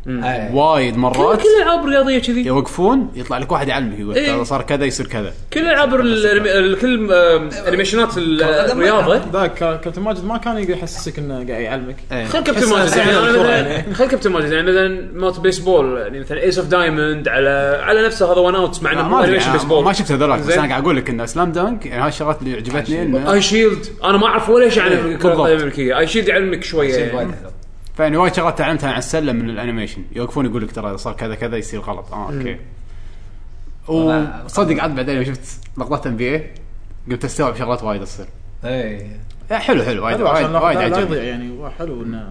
آه، وايد كل مرات كل الالعاب الرياضيه كذي يوقفون يطلع لك واحد يعلمك يقول إيه. ترى صار كذا يصير كذا كل الالعاب الريم- ال- كل آم، انيميشنات ال- هذا ما- الرياضه ذاك كابتن ماجد ما كان يقدر يحسسك انه قاعد يعلمك إيه. خل كابتن بس ماجد أنا يعني أنا أنا مثلا يعني. خل كابتن ماجد يعني مثلا مالت بيسبول يعني مثلا ايس اوف دايموند على على نفسه هذا وان اوت مع انه لا، مو ما أدري، انيميشن أنا بيسبول ما شفت هذول بس زين. انا قاعد اقول لك ان سلام دانك يعني هاي الشغلات اللي عجبتني انه اي شيلد انا ما اعرف ولا شيء عن الكره إيه، بالضبط. الامريكيه اي شيلد يعلمك شويه شيء يعني. وايد حلو فيعني وايد شغلات تعلمتها عن السله من الانيميشن يوقفون يقول لك ترى اذا صار كذا كذا يصير غلط اه اوكي والله- وصدق عاد بعدين لما شفت لقطات ام بي اي قمت استوعب شغلات وايد تصير اي لا، إيه، حلو حلو وايد حلو وايد عشان لا- وايد لا- لا يضيع عجبني يعني وا- حلو انه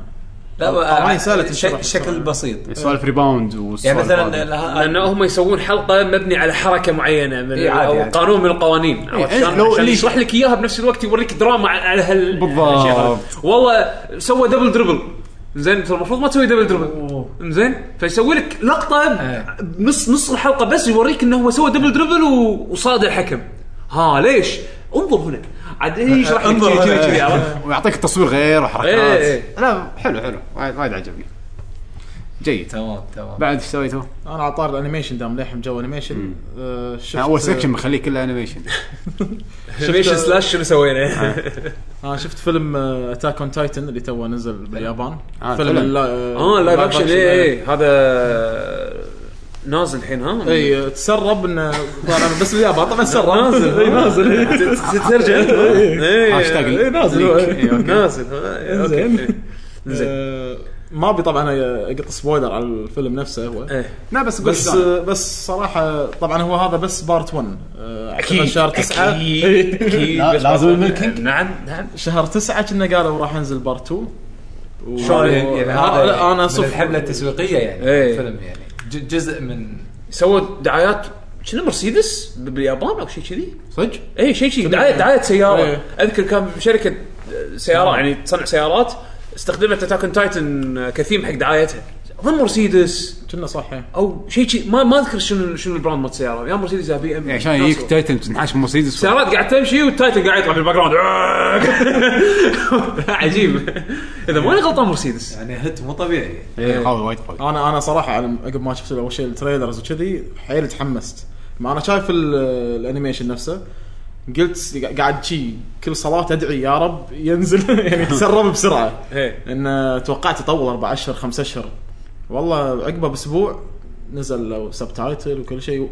لا طبعاً آه، سهلة شك- الشرح. شكل بسيط سوالف ريباوند يعني وسوالف مثلا هذه. لا- لان هم يسوون حلقه مبني على حركه معينه من إي عادي، او عادي. قانون من القوانين عرفت إيه، شلون؟ لو عشان اللي- يشرح لك اياها بنفس الوقت يوريك دراما على- على هال بالضبط. الأشياء هذه. والله سوى دبل دربل زين المفروض ما تسوي دبل دربل زين فيسوي لك لقطه إيه. بنص نص الحلقه بس يوريك انه هو سوى دبل دربل و- وصاد الحكم ها ليش انظر هنا عاد إيه، يشرح لك انظر كذي- كذي هنا. كذي، عرفت ويعطيك تصوير غير إيه، وحركات إيه. لا حلو حلو وايد وايد عجبني جيد تمام تمام بعد ايش سويتوا؟ انا على طار الانيميشن دام للحين جو انيميشن آه، شفت اول سكشن مخليه كله انيميشن انيميشن سلاش شنو سوينا انا آه، شفت فيلم اتاك اون تايتن اللي توه نزل باليابان آه، فيلم فيلم. اللا- اه اللايف لايف اكشن آه. اي إيه. هذا نازل الحين ها اي إيه، تسرب انه طبعا بس إيه، باليابان طبعا تسرب نازل اي نازل إي. ترجع هاشتاج هاشتاج إيه، نازل. نازل ها، أوكي. إنزين. إنزين. آه، ما ابي طبعا اقط سبويلر على الفيلم نفسه هو إيه. لا بس قول بس شلون. آه، بس صراحه طبعا هو هذا بس بارت 1 آه، أعتقد شهر 9 اكيد اكيد لا، بس لازم بس- الميلكينج. نعم نعم شهر 9 كنا قالوا راح ينزل بارت 2 و- شلون يعني آه، هذا لا، انا من صف الحمله التسويقيه يعني إيه. الفيلم يعني ج- جزء من سووا دعايات شنو مرسيدس باليابان او شيء كذي صدق؟ اي شيء شيء دعايه دعايه سياره إيه. اذكر كان شركه سيارات يعني تصنع سيارات استخدمت اتاك تايتن كثيم حق دعايتها اظن مرسيدس كنا صح إيه. او شيء شيء ما ما اذكر شنو شنو البراند مال السياره يا مرسيدس يا بي ام يعني عشان يجيك تايتن تنحاش من مرسيدس سيارات قاعد تمشي والتايتن قاعد يطلع في الباك جراوند عجيب اذا ماني غلطان مرسيدس يعني هت مو طبيعي إيه، قوي وايد قوي انا انا صراحه على- عقب ما شفت اول شيء التريلرز وكذي حيل تحمست ما انا شايف ال- الانيميشن نفسه قلت قاعد شي كل صلاه ادعي يا رب ينزل يعني يتسرب بسرعه إيه. ان توقعت يطول اربع اشهر خمس اشهر والله عقبه باسبوع نزل لو سب تايتل وكل شيء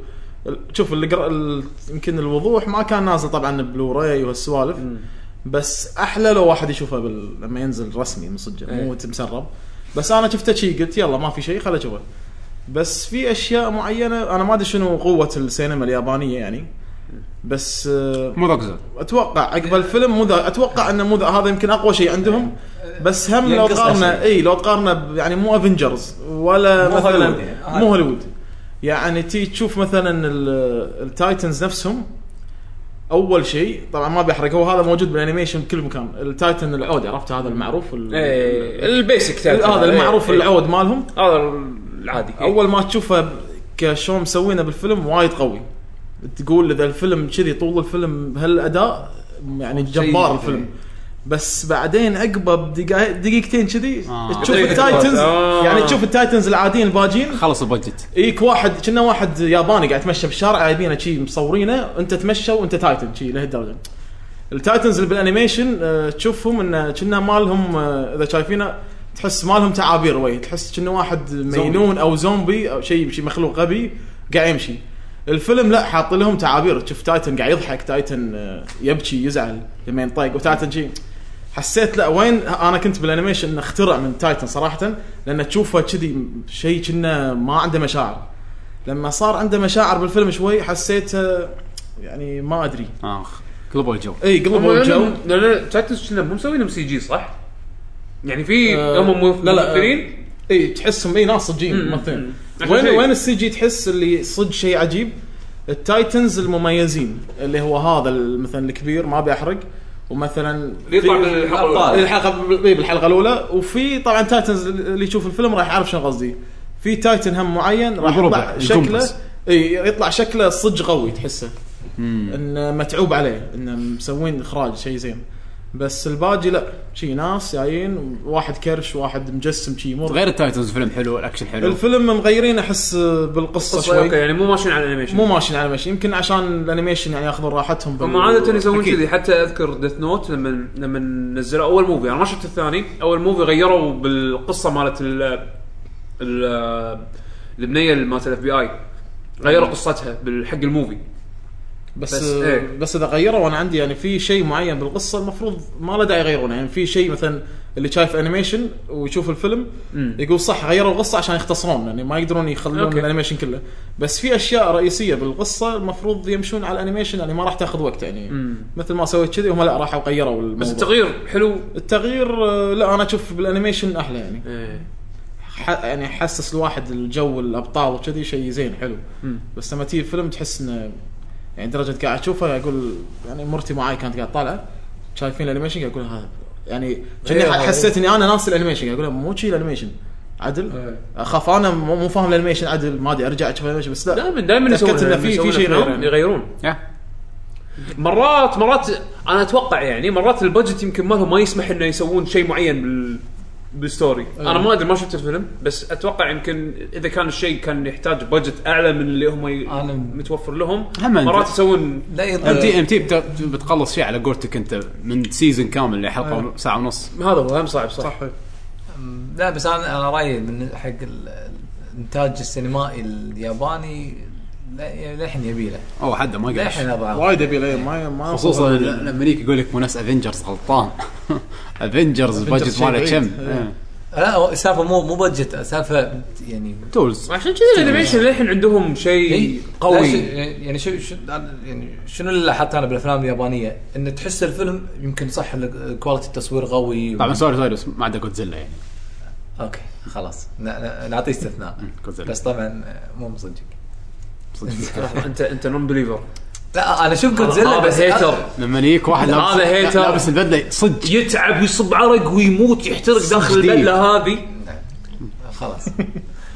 ال- شوف اللي قر... ال... يمكن الوضوح ما كان نازل طبعا بلوراي وهالسوالف بس احلى لو واحد يشوفه بال... لما ينزل رسمي من صدق إيه. مو وأنت مسرب بس انا شفته شي قلت يلا ما في شيء خل اشوفه بس في اشياء معينه انا ما ادري شنو قوه السينما اليابانيه يعني بس آه، مو ذاك زود اتوقع عقب الفيلم مو ذا اتوقع انه مو ذا هذا يمكن اقوى شيء عندهم بس هم لو ينقصنا قارنا شيء. اي لو قارنا ب- يعني مو افنجرز ولا مو مثلا هوليوود يعني. مو هوليوود يعني تي تشوف مثلا ال- التايتنز نفسهم اول شيء طبعا ما بيحرق هو هذا موجود بالانيميشن بكل مكان التايتن العود عرفت هذا المعروف ال- ايه البيسك تاعته. هذا إيه، المعروف إيه. العود مالهم هذا العادي إيه. اول ما تشوفه ب- كشو مسوينه بالفيلم وايد قوي تقول اذا الفيلم كذي طول الفيم بهالاداء يعني جبار الفيلم بس بعدين عقبه بدقايق- دقيقتين كذي آه. تشوف دقيقة التايتنز آه. يعني تشوف التايتنز العاديين الباجين خلص البادجت يجيك واحد كنا واحد ياباني قاعد يتمشى بالشارع جايبينه شي مصورينه انت تمشى وانت تايتن شي لهالدرجه التايتنز اللي بالانيميشن آه، تشوفهم انه كنا مالهم آه، اذا شايفينه تحس مالهم تعابير وي تحس كنا واحد مجنون او زومبي او شيء شيء مخلوق غبي قاعد يمشي الفيلم لا حاط لهم تعابير تشوف تايتن قاعد يضحك تايتن آه، يبكي يزعل لما ينطق وتايتن شي حسيت لا وين انا كنت بالانيميشن انه اخترع من تايتن صراحه لان تشوفه كذي شيء كنا ما عنده مشاعر لما صار عنده مشاعر بالفيلم شوي حسيت آه، يعني ما ادري اخ قلبوا الجو اي أمم قلبوا الجو لا لا تايتنز كنا مو مسوينهم سي جي صح؟ يعني في آه، هم ممث- لا، لا، آه. ممثلين اي تحسهم اي ناس صجين مم، ممثلين عشان وين شيء. وين السي جي تحس اللي صج شيء عجيب التايتنز المميزين اللي هو هذا ال- مثلا الكبير ما بيحرق ومثلا اللي يطلع في- بالحلقة الأبطال. الأولى. الحلقه بال- إي، بالحلقه الاولى وفي طبعا تايتنز اللي يشوف الفيلم راح يعرف شنو قصدي في تايتن هم معين راح القربة، يطلع القنبس. شكله اي يطلع شكله صج قوي تحسه مم. انه متعوب عليه انه مسوين اخراج شيء زين بس الباقي لا شي ناس جايين واحد كرش واحد مجسم شي مر غير التايتلز فيلم حلو الاكشن حلو الفيلم مغيرين احس بالقصه قصة اوكي شوي يعني مو ماشيين على الانيميشن مو ماشيين على ماشي يمكن عشان الانيميشن يعني ياخذون راحتهم بال- هم عادة يسوون أكيد. كذي حتى اذكر ديث نوت لما لما نزلوا اول موفي انا ما شفت الثاني اول موفي غيروا بالقصه مالت ال ال البنيه اللي مالت الاف بي اي غيروا قصتها بالحق الموفي بس بس بس, إيه. بس اذا غيروا انا عندي يعني في شيء معين بالقصه المفروض ما له داعي يغيرونه يعني في شيء مثلا اللي شايف انيميشن ويشوف الفيلم مم. يقول صح غيروا القصه عشان يختصرون يعني ما يقدرون يخلون أوكي. الانيميشن كله بس في اشياء رئيسيه بالقصه المفروض يمشون على الانيميشن يعني ما راح تاخذ وقت يعني مم. مثل ما سويت كذي هم لا راحوا غيروا الموضوع بس التغيير حلو التغيير آه، لا انا اشوف بالانيميشن احلى يعني إيه. ح... يعني حسس الواحد الجو الابطال وكذي شيء زين حلو مم. بس لما تيجي الفيلم تحس انه يعني درجه قاعد اشوفه اقول يعني مرتي معاي كانت قاعد طالعه شايفين الانيميشن قاعد اقول هذا يعني إيه، إيه. كأني حسيت اني انا ناسي الانيميشن قاعد اقول مو شي الانيميشن عدل اخاف انا مو مو فاهم الانيميشن عدل ما ادري ارجع اشوف الانيميشن بس لا دائما دائما تأكدت يسوون إنه لما في- في يسوون شيء أفلام غير يعني. يغيرون يا. مرات مرات انا اتوقع يعني مرات البادجت يمكن مالهم ما يسمح انه يسوون شيء معين بال بالستوري انا ما ادري ما شفت الفيلم بس اتوقع يمكن اذا كان الشيء كان يحتاج بادجت اعلى من اللي هم ي... أنا- متوفر لهم هم أنت. مرات يسوون لا ام يطلع تي ام تي بتخلص شيء على قولتك انت من سيزون كامل لحلقه ساعه ونص هذا هو هم صعب صح, صح لا بس انا انا رايي من حق ال- الانتاج السينمائي الياباني لا- يعني للحين يبي له او حدا ما للحين قاعد ابغى وايد ابي له ما ما خصوصا لما يجيك يقول لك مو ناس افنجرز غلطان افنجرز البادجت شيء ماله بعيد. كم إيه. إيه. لا هو السالفه مو مو بادجت سالفه يعني تولز عشان كذا الانيميشن للحين عندهم إيه، شيء لا، شو- إيه، قوي يعني شو شو يعني شنو اللي لاحظت انا بالافلام اليابانيه ان تحس الفيلم يمكن صح ال- كواليتي التصوير قوي و... طبعا سوري سوري بس ما عدا جودزيلا يعني اوكي خلاص ن- ن- نعطي استثناء جودزيلا بس طبعا آه، مو مصدق صدق. انت انت نون بليفر لا انا اشوف جودزيلا هذا بس هيتر لما يجيك واحد لابس هذا هيتر. لابس البدله صدق يتعب ويصب عرق ويموت يحترق داخل صدق. البله هذه آه، خلاص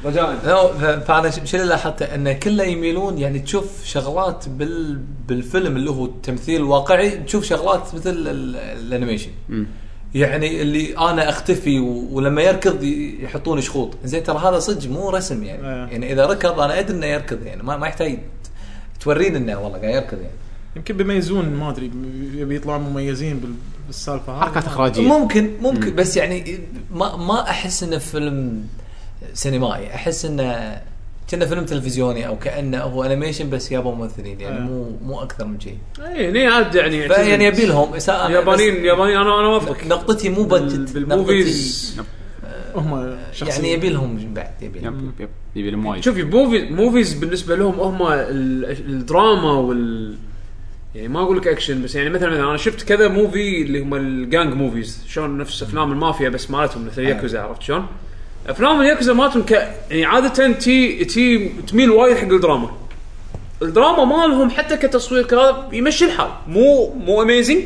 رجاء لا ف- فانا ش- شنو اللي لاحظته انه كله يميلون يعني تشوف شغلات بال بالفيلم اللي هو تمثيل واقعي تشوف شغلات مثل ال- الانيميشن مم. يعني اللي انا اختفي و- ولما يركض ي- يحطون شخوط زين ترى هذا صدق مو رسم يعني إيه. يعني اذا ركض انا ادري انه يركض يعني ما, ما يحتاج تورين انه والله قاعد يركض يعني يمكن بيميزون ما ادري يبي يطلعون مميزين بال- بالسالفه هذه حركات اخراجيه ممكن ممكن بس يعني ما ما احس انه فيلم سينمائي احس انه كنا فيلم تلفزيوني او كانه هو انيميشن بس يابا ممثلين يعني آه. مو مو اكثر من شيء اي هني عاد يعني فيعني يبي لهم اساءه اليابانيين اليابانيين انا انا اوافقك نقطتي مو بال- بادجت بالموفيز هم نقطتي يعني شخصيا يبي لهم بعد يبي لهم يب يب يب يبي لهم وايد شوف موفي موفيز بالنسبه لهم هم ال- الدراما وال يعني ما اقول لك اكشن بس يعني مثلا مثلا انا شفت كذا موفي اللي هم الجانج موفيز شلون نفس افلام المافيا بس مالتهم مثل ياكوزا عرفت شلون؟ افلام الياكوزا مالتهم ك... يعني عاده تي تي تميل وايد حق الدراما الدراما مالهم حتى كتصوير كذا يمشي الحال مو مو اميزنج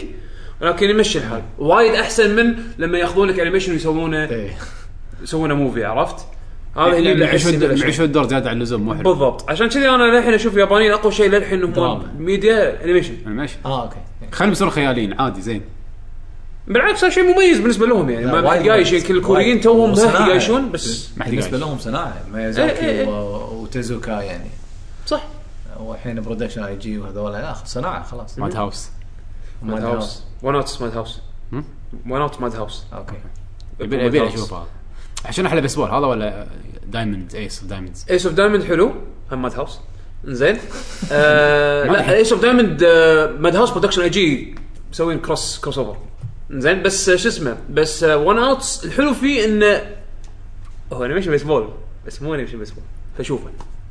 ولكن يمشي الحال وايد احسن من لما ياخذون لك انيميشن ويسوونه إيه. يسوونه موفي عرفت؟ يعني هذا هني اللي يعيشون أحس بالأشياء. يعيشون الدور زياده عن اللزوم مو حلو بالضبط عشان كذي انا للحين اشوف اليابانيين اقوى شيء للحين دراما. هم ميديا انيميشن أنا ماشي اه اوكي إيه. خلينا نصير خياليين عادي زين بالعكس هذا شيء مميز بالنسبه لهم يعني ما لا، بعد وايد جاي مميز. شيء كل الكوريين وايد. توهم وصناعة. ها يعيشون بس ما حد بالنسبه يقايش. لهم صناعه إيه، إيه، ميازاكي إيه. و- وتيزوكا يعني صح والحين برودكشن اي جي وهذول لا صناعه آه، خلاص ماد هاوس ماد هاوس وان اوت ماد هاوس هم؟ وان اوت ماد هاوس اوكي يبي يبي لي اشوف هذا عشان احلى بيسبول هذا ولا دايموند ايس اوف دايموندز ايس اوف دايموند حلو هم ماد هاوس زين آه ما لا أدري. ايس اوف دايموند ماد هاوس برودكشن اي جي مسوين كروس كروس اوفر زين بس آه، شو اسمه بس وان اوتس الحلو فيه انه هو انيميشن بيسبول بس مو انيميشن بيسبول فشوفه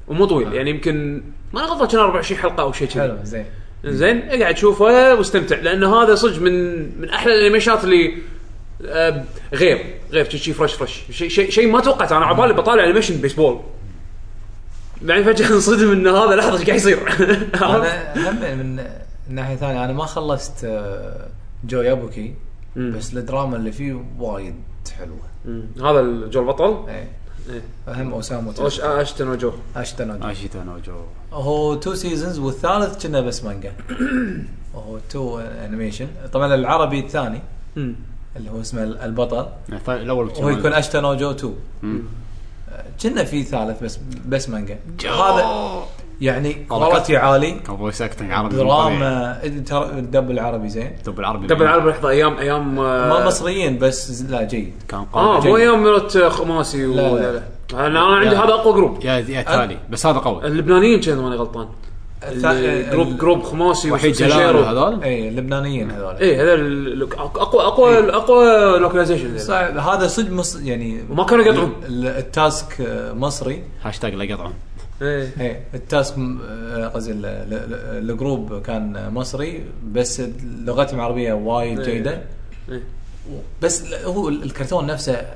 ومو طويل يعني يمكن ما أنا غلطان كان 24 حلقه او شيء كذي حلو زين زين اقعد شوفه واستمتع لانه هذا صدق من من احلى الانيميشنات اللي آه، غير غير شيء فرش فرش شيء شيء شي ما توقعت انا على بالي بطالع انيميشن بيسبول بعدين فجاه انصدم ان هذا لحظه ايش قاعد يصير انا هم من ناحيه ثانيه انا ما خلصت آه، جو يابوكي مم. بس الدراما اللي فيه وايد حلوه مم. هذا الجو البطل ايه إيه. هم اوسامو أوش- اشتن وجو اشتن اشيتا نوجو هو تو سيزونز والثالث كنا بس مانجا وهو تو انيميشن طبعا العربي الثاني مم. اللي هو اسمه البطل يعني الثاني- الاول وهو يكون بتشوفه. اشتن وجو 2 مم. آه، كنا في ثالث بس بس مانجا هذا يعني كواليتي عالي كفويس اكتنج عربي دراما إيه، ترى الدب العربي زين دب العربي دبل العرب لحظه ايام ايام ما آه مصريين بس لا جيد كان قوي اه جيد. مو ايام مرات خماسي لا، و- لا. لا، لا. انا أنا عندي لا. هذا اقوى جروب يا يا تالي بس هذا أه. قوي اللبنانيين كان ماني غلطان الثا- جروب جروب خماسي وحيد جلال وسجيرو. هذول اي اللبنانيين إيه، هذول ايه هذا ال- ال- اقوى اقوى إيه. اقوى لوكلايزيشن هذا صدق مص... يعني وما كانوا يقطعون. ال- التاسك آه، مصري هاشتاج لا يقطعون ايه اي التاسك م- آه، قصدي ال- ال- ال- الجروب كان مصري بس لغتهم عربيه وايد إيه. جيده إيه. بس ال- هو ال- الكرتون نفسه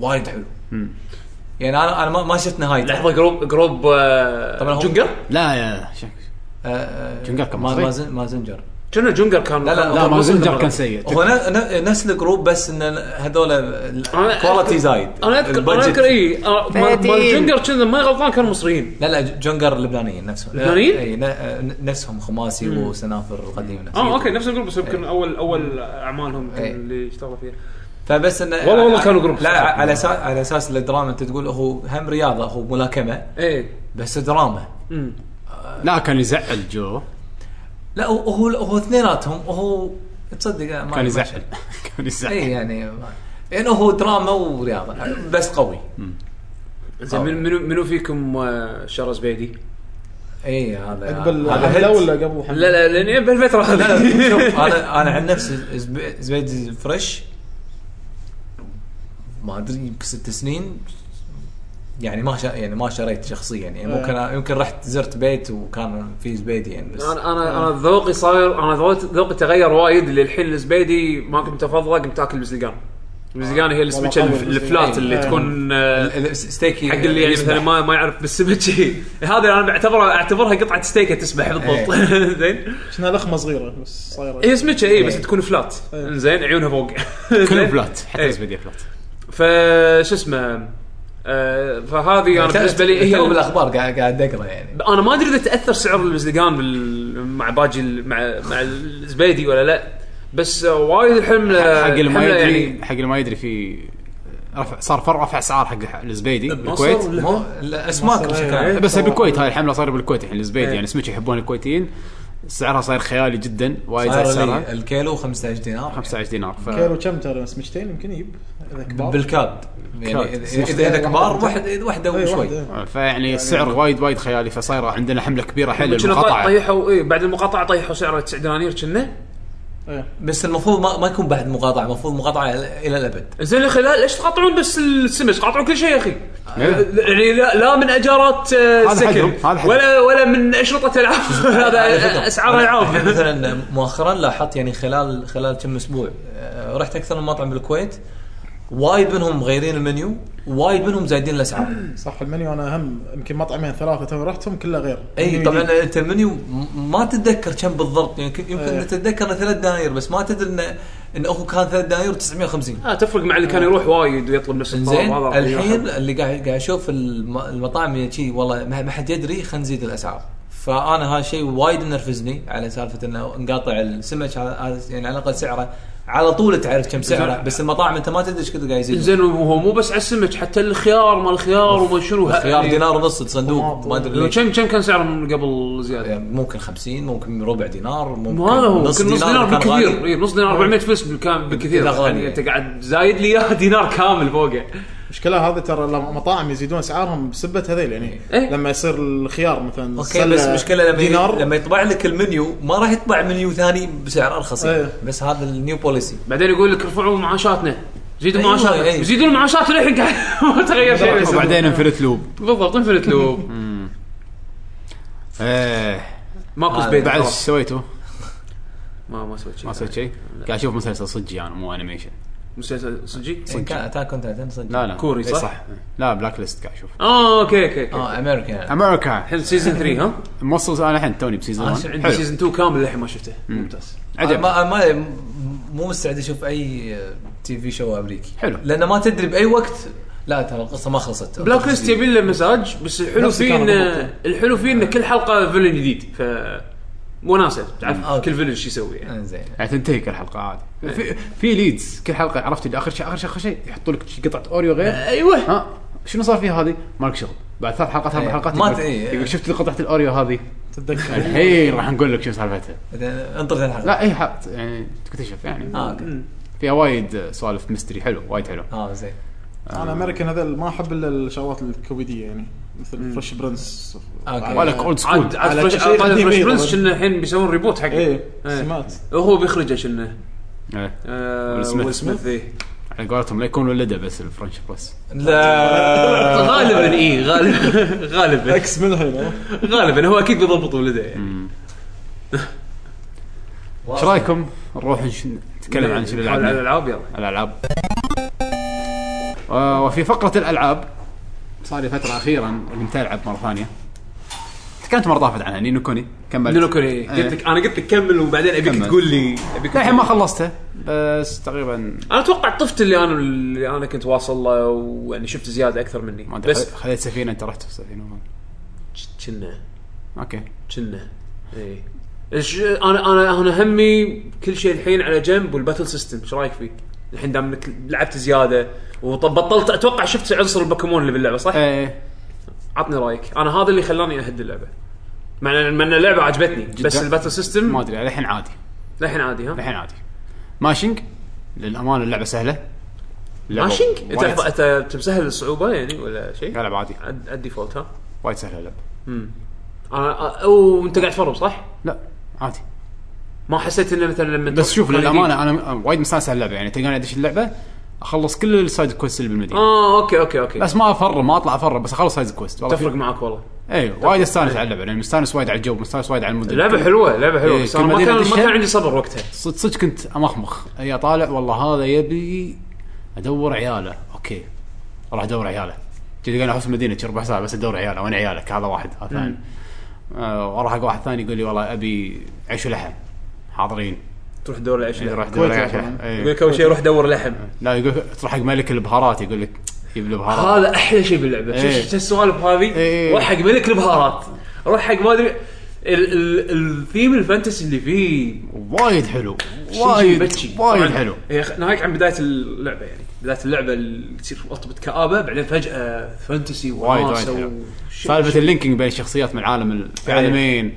وايد حلو مم. يعني انا انا ما- ما شفت نهايته لحظه جروب جروب آه، طبعاً هو- جونجر لا يا شك آه، آه، جنجر كان ما- مصري؟ ما زن- ما زنجر كنا جونجر كان لا، لا، لا ما مسلم زنجر مرة. كان سيء هو ن- ن- نفس الجروب بس ان هذول أنا أذكر- إيه كواليتي زايد انا اذكر انا البادجت. اذكر اي آه، مال جونجر كنا ما غلطان كانوا مصريين لا لا ج- جونجر لبنانيين نفسهم لبنانيين؟ اي ن- آه، ن- نفسهم خماسي وسنافر القديم نفسهم اه اوكي نفس الجروب بس يمكن اول اول اعمالهم يمكن إيه. اللي اشتغلوا فيها فبس انه والله- والله كانوا جروب لا صح. على اساس على اساس الدراما انت تقول هو هم رياضه هو ملاكمه ايه بس دراما أمم. لا كان يزعل جو لا هو هو, هو اثنيناتهم وهو تصدق ما- ما كان يزعل كان اي يزعل يعني يعني هو دراما ورياضه بس قوي زين أوه. من- منو منو فيكم آه، شارع زبيدي؟ اي إيه، هذا قبل هذا حمله هيت. ولا قبل حمله؟ لا لا لان بالفتره لا لا شوف هذه انا انا عن نفسي زب- زبيدي فريش ما ادري بست سنين يعني ما شا يعني ما شريت شخصيا يعني ممكن يمكن رحت زرت بيت وكان في زبيدي يعني بس انا انا انا ذوقي صاير انا ذوقي- ذوقي تغير وايد للحين الزبيدي ما كنت افضله قمت اكل بزلقان البزلقان هي السمكه والله الف- قوي الفلات البزلقان. اللي إيه. تكون آه، ال- ال- ستيكي حق اللي يعني مثلا ما ما يعرف بالسمك هذا انا بعتبره اعتبرها قطعه ستيكه تسبح بالضبط زين شفنا لخمه صغيره بس صايره هي سمكه اي بس إيه. تكون فلات إيه. زين عيونها فوق كلهم فلات إيه. حتى زبيدي فلات فش اسمه آه، يعني فهذه انا بالنسبه لي إيه. هي هي بالاخبار إيه، قاعد قاعد اقرا يعني انا ما ادري اذا تاثر سعر البزلقان بال... مع باجي ال... مع مع الزبيدي ولا لا بس آه، وايد الحمله حق اللي ما الحملة يعني يدري حق اللي ما يدري في رفع صار فرع رفع اسعار حق الزبيدي بالكويت مصر ولا- مو الاسماك مصر، بشكل إيه. عام بس طبعاً. بالكويت هاي الحمله صارت بالكويت الحين الزبيدي إيه. يعني سمك يحبون الكويتيين سعرها صاير خيالي جدا وايد زاد صار سعرها لي الكيلو 15 دينار 25 دينار ف كيلو كم ترى بس مجتين يمكن يجيب اذا كبار بالكاد يعني كاد. اذا إذا- اذا كبار واحدة. واحد واحده إي، وشوي واحدة. فيعني السعر وايد وايد خيالي فصايره عندنا حمله كبيره حيل كنا للمقاطعه طيحوا اي بعد المقاطعه طيحوا سعره 9 دنانير كنا إيه. بس المفروض ما, ما يكون بعد مقاطعه المفروض مقاطعه الى الابد زين يا اخي لا ليش تقاطعون بس السمس قاطعوا كل شيء يا اخي إيه. يعني لا, لا من اجارات آه، هذا حقهم، سكن هذا حقهم. ولا ولا من اشرطه العاب هذا اسعار إحنا العاب مثلا مؤخرا لاحظت يعني خلال خلال كم اسبوع آه، رحت اكثر من مطعم بالكويت وايد منهم مغيرين المنيو وايد منهم زايدين الاسعار صح المنيو انا هم يمكن مطعمين ثلاثه تو رحتهم كله غير إيه، اي منيو طبعا جديد. انت المنيو م- ما تتذكر كم بالضبط يعني يمكن إيه. يمكن تتذكر ثلاث دنانير بس ما تدري انه ان اخو كان ثلاث دنانير 950 آه تفرق مع اللي كان يروح وايد ويطلب نفس الطلب زين هذا الحين اللي قاعد قاعد اشوف الم- المطاعم اللي شي والله ما ما حد يدري خلينا نزيد الاسعار فانا هذا الشيء وايد نرفزني على سالفه انه نقاطع السمك هذا- هذا يعني على الاقل سعره على طول تعرف كم سعره بس المطاعم انت ما تدري ايش قد قاعد يزيد زين وهو مو بس على السمك حتى الخيار مال الخيار وما شنو يعني خيار دينار ونص صندوق ما ادري ليش كم كم كان سعره من قبل زياده؟ يعني ممكن 50 ممكن ربع دينار ممكن ما هذا هو يمكن نص نص دينار دينار كان بالكثير غالي. إيه، نص دينار 400 فلس بالكام- بالكثير إذا غالي. يعني انت قاعد زايد لي اياه دينار كامل فوقه المشكله هذه ترى لما مطاعم يزيدون اسعارهم بسبه هذيل يعني إيه. لما يصير الخيار مثلا اوكي سلة بس مشكله لما دينار دينار لما يطبع لك المنيو ما راح يطبع منيو ثاني بسعر ارخص إيه. بس هذا النيو بوليسي بعدين يقول لك رفعوا معاشاتنا زيدوا أيوة، معاشاتنا أيوة. يزيدون معاشات للحين قاعد ما تغير شيء وبعدين انفلت لوب بالضبط طيب انفلت لوب ايه ماكو ما- سبيد بعد ايش خلاص. سويتوا؟ ما ما سويت شيء ما سويت شيء؟ قاعد اشوف مسلسل صجي انا مو انيميشن مسلسل صجي إيه، كان اتاك كنت تايتن صدق لا لا كوري، إيه، صح؟ لا بلاك ليست قاعد اشوف اه اوكي اوكي أوكي. اه امريكا امريكا الحين سيزون 3 ها موصل انا الحين توني بسيزون آه، 1 عندي حلو. عندي سيزون 2 كامل للحين ما شفته ممتاز عجب عجب ما ما مو مستعد اشوف اي تي في شو امريكي حلو. لان ما تدري باي وقت لا ترى القصه ما خلصت بلاك ليست يبي له مساج بس الحلو نفس فيه كان انه بالضبط. الحلو فيه انه كل حلقه فيلن جديد ف وناسه آه، تعرف أوكي. كل فيلن شو يسوي يعني زين يعني تنتهي كل حلقه عادي في في ليدز كل حلقه عرفت اللي اخر شيء اخر شيء اخر شيء يحطوا لك شي قطعه اوريو غير ايوه ها شنو صار فيها هذه؟ مالك شغل بعد ثلاث حلقات اربع إيه. حلقات ما يقول- ت- إيه. يقول شفت قطعه الاوريو هذه تتذكر الحين راح نقول لك شو سالفتها إذا انطر ثلاث حلقات لا اي حط يعني تكتشف يعني اه اوكي فيها وايد سوالف ميستري حلو وايد حلو اه زين انا امريكان هذيل ما احب الا الشغلات الكوميديه يعني مثل فريش برنس أوكي. على- ولا اولد سكول آه، عاد عاد على فريش شيء قديم فريش إيه، برنس طبعاً. كنا الحين بيسوون ريبوت حقه ايه إيه. سمعت هو بيخرجه كنا إيه. آه، ويل سميث. ويل سميث إيه. على قولتهم لا يكون ولده بس الفرنش بريس لا آه. غالبا اي غالبا غالبا اكس من هنا غالبا هو اكيد بيضبط ولده يعني ايش رايكم نروح نش- نتكلم عن شنو على لعبنا الالعاب يلا الالعاب آه، وفي فقره الالعاب صار لي فتره اخيرا قمت العب مره ثانيه تكلمت مره طافت عنها نينو كوني كملت نينو كوني إيه. قلت لك انا قلت لك كمل وبعدين ابيك كمل. تقول لي ابيك للحين ما تقول لي. خلصتها بس تقريبا انا اتوقع طفت اللي انا اللي انا كنت واصل له ويعني شفت زياده اكثر مني ما ادري بس خ- خذيت سفينه انت رحت في السفينه كنا اوكي كنا اي إيش- انا انا انا همي كل شيء الحين على جنب والباتل سيستم ايش رايك فيه؟ الحين دام إنك لعبت زياده وبطلت اتوقع شفت عنصر البوكيمون اللي باللعبه صح؟ ايه عطني رايك انا هذا اللي خلاني اهد اللعبه مع ان مع إن اللعبه عجبتني جداً. بس الباتل ما سيستم ادري للحين عادي للحين عادي ها للحين عادي ماشينج للامانه اللعبه سهله اللعبة ماشينج انت وايد- لحظة، انت تمسهل الصعوبه يعني ولا شيء؟ لعبة عادي عد عد ديفولت ها وايد سهله اللعبه انا او انت قاعد تفرم صح؟ لا عادي ما حسيت انه مثلا لما بس تروح شوف مكان جديد- للامانه انا وايد مستانس على اللعبه يعني تلقاني ادش اللعبه اخلص كل السايد كويست اللي بالمدينه اه اوكي اوكي اوكي بس ما افر ما اطلع افر بس اخلص سايد كويست والله تفرق في- معك والله اي وايد استانس على اللعبه لان مستانس وايد على الجو مستانس وايد على المدن لعبه حلوه لعبه حلوه إيه، بس كل انا ما مدينة كان ما تشتغل. كان عندي صبر وقتها صدق صدق كنت امخمخ اي طالع والله هذا يبي ادور عياله اوكي راح ادور عياله جيت قاعد احوس المدينه شي ربع ساعه بس ادور عياله وين عيالك هذا واحد هذا ثاني آه، وراح اقول واحد ثاني يقول لي والله ابي عيش ولحم حاضرين تروح دور العيش إيه، راح لحم ادور كويت عيش طبعاً. لحم يقول إيه. لك اول شيء روح دور لحم لا يقول تروح حق ملك البهارات يقول لك جيب لي بهارات هذا احلى شيء باللعبه شو آه. إيه. شو السوالف هذه إيه. روح حق ملك البهارات روح حق ما ادري ال- ال- الثيم الفانتسي اللي فيه وايد حلو شيء وايد بتشي. وايد طبعاً، حلو إيه، خ- ناهيك عن بدايه اللعبه يعني بدايه اللعبه اللي تصير وطبة كآبه بعدين فجاه فانتسي وايد وايد وناسة حلو. وش- إيه. سالفه اللينكينج بين الشخصيات من العالم ال- في عالمين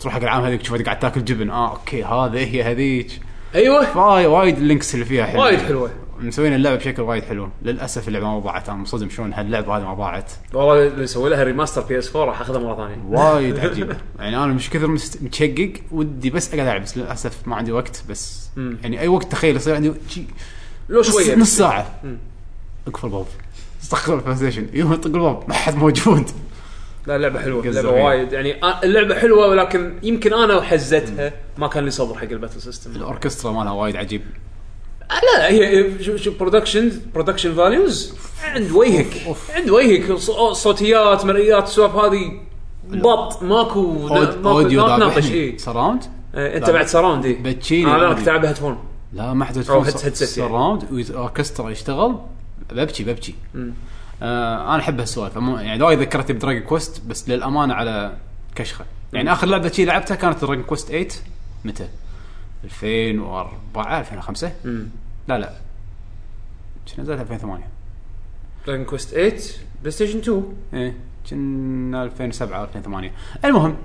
تروح حق العام هذيك تشوف قاعد تاكل جبن اه اوكي هذه هي هذيك ايوه فاي وايد اللينكس اللي فيها حلوه وايد حلوه مسوين اللعبه بشكل وايد حلو للاسف اللعبه ما باعت انا منصدم شلون هاللعبه هذه ما باعت والله اللي يسوي لها ريماستر بي اس 4 راح اخذها مره ثانيه وايد عجيبه يعني انا مش كثر مست- متشقق ودي بس اقعد العب بس للاسف ما عندي وقت بس مم. يعني اي وقت تخيل يصير عندي شي لو نص, شويه نص ساعه مم. اقفل الباب استغفر البلاي ستيشن يوم اطق الباب ما حد موجود لا لعبه حلوه قزة لعبه فيها. وايد يعني آه، اللعبه حلوه ولكن يمكن انا وحزتها ما كان لي صبر حق الباتل سيستم آه، الاوركسترا مالها وايد عجيب لا لا هي هي- شو شو برودكشن برودكشن فاليوز عند وجهك عند وجهك ص- آه، صوتيات مرئيات سوالف هذه بط ماكو أود- ماكو اوديو ما إيه. تناقش اي ذابحني سراوند انت لا، آه، بعد سراوند اي بتشيلي انا عادي. كنت العبها هيدفون لا ما حد أو هيد- headset يعني. سراوند واوركسترا يشتغل ببكي ببكي مم. آه انا احب هالسوالف عموماً، يعني وايد ذكرتني بدراجون كويست بس للامانه على كشخه يعني اخر لعبه شي لعبتها كانت دراجون كويست 8 متى؟ 2004 2005 مم. لا لا شي نزلت 2008 دراجون كويست 8 بلاي ستيشن 2 ايه كنا 2007 2008 المهم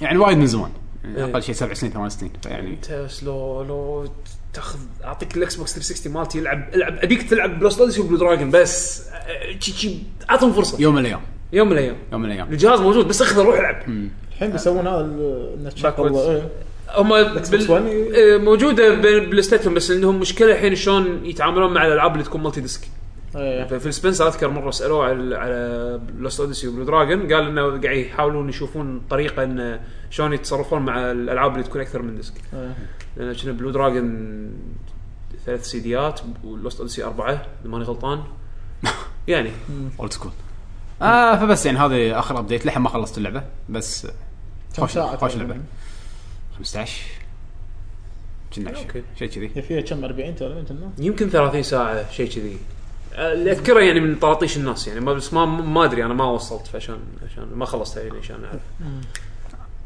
يعني وايد من زمان يعني إيه. اقل شيء سبع سنين ثمان سنين يعني فيعني انت لو لو تاخذ اعطيك الاكس بوكس 360 مالتي العب العب ابيك تلعب بلوست اوديسي وبلو دراجون بس أه، شي شي اعطهم فرصه يوم, يوم من الايام من الايام يوم من الايام الجهاز موجود بس اخذه روح العب الحين بيسوون هذا ال- انه Backwards. تشغل إيه. هم Xbox One ي- بال... آه، موجوده بين بلايستيشن بس عندهم مشكله الحين شلون يتعاملون مع الالعاب اللي تكون مالتي ديسك إيه. ففي سبنسر اذكر مره سالوه على على لوست اوديسي وبلو دراجون قال انه قاعد يحاولون يشوفون طريقه انه شلون يتصرفون مع الالعاب اللي تكون اكثر من ديسك إيه. لان كنا بلو دراجون ثلاث سيديات ولوست اوديسي اربعه اذا ماني غلطان يعني اولد سكول آه فبس يعني هذه اخر ابديت لحين ما خلصت اللعبه بس كم خوش ساعة خوش تقريباً؟ لعبه 15 كنا أوكي. عشرين شيء كذي هي فيها كم 40 تقريبا كنا؟ يمكن 30 ساعه شيء كذي آه، اللي اذكره يعني من طراطيش الناس يعني ما بس ما ما ادري انا ما وصلت فعشان عشان ما خلصتها يعني عشان اعرف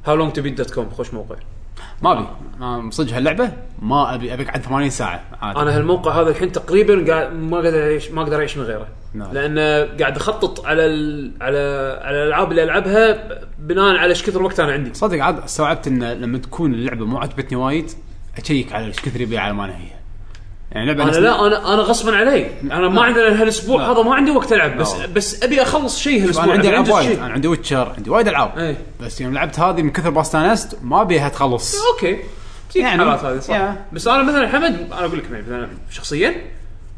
هاو لونج تو بيت دوت كوم خوش موقع ما ابي أنا صدق هاللعبه ما ابي ابي اقعد 80 ساعه عادي انا هالموقع هذا الحين تقريبا قاعد ما اقدر اعيش ما اقدر اعيش من غيره نعم. لان قاعد اخطط على ال على على الالعاب اللي العبها بناء على ايش كثر وقت انا عندي صدق عاد استوعبت ان لما تكون اللعبه مو عجبتني وايد اشيك على ايش كثر يبيع على ما أنا هي يعني لعبه انا نفس- لا انا انا غصبا علي انا نعم. ما عندي أنا هالاسبوع لا. هذا ما عندي وقت العب بس لا. بس ابي اخلص شيء هالاسبوع انا نعم. عندي أبي العاب أنجز وايد شيء. انا عندي ويتشر عندي وايد العاب إيه. بس يوم لعبت هذه من كثر ما استانست ما ابيها تخلص اوكي تجيك يعني. حالات هذه صح Yeah. بس انا مثلا حمد انا اقول لك مثلا شخصيا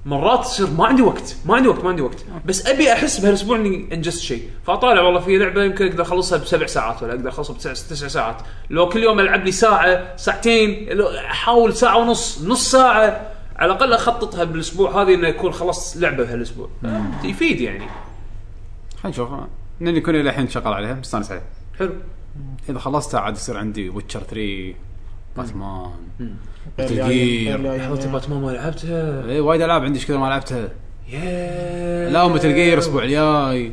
مرات تصير ما عندي وقت ما عندي وقت ما عندي وقت بس ابي احس بهالاسبوع اني انجزت شيء فاطالع والله في لعبه يمكن اقدر اخلصها بسبع ساعات ولا اقدر اخلصها بتسع تسع ساعات لو كل يوم العب لي ساعه ساعتين لو احاول ساعه ونص نص ساعه على الاقل اخططها بالاسبوع هذه انه يكون خلصت لعبه بهالاسبوع يفيد يعني خلينا نشوف لان يكون الى الحين شغال عليها مستانس عليها حلو اذا خلصتها عاد يصير عندي ويتشر 3 باتمان غير Metal العين- Gear. غير العين. لحظه باتمان ما لعبتها اي وايد العاب عندي إيش كثر ما لعبتها ياه لا ومتل جير الاسبوع الجاي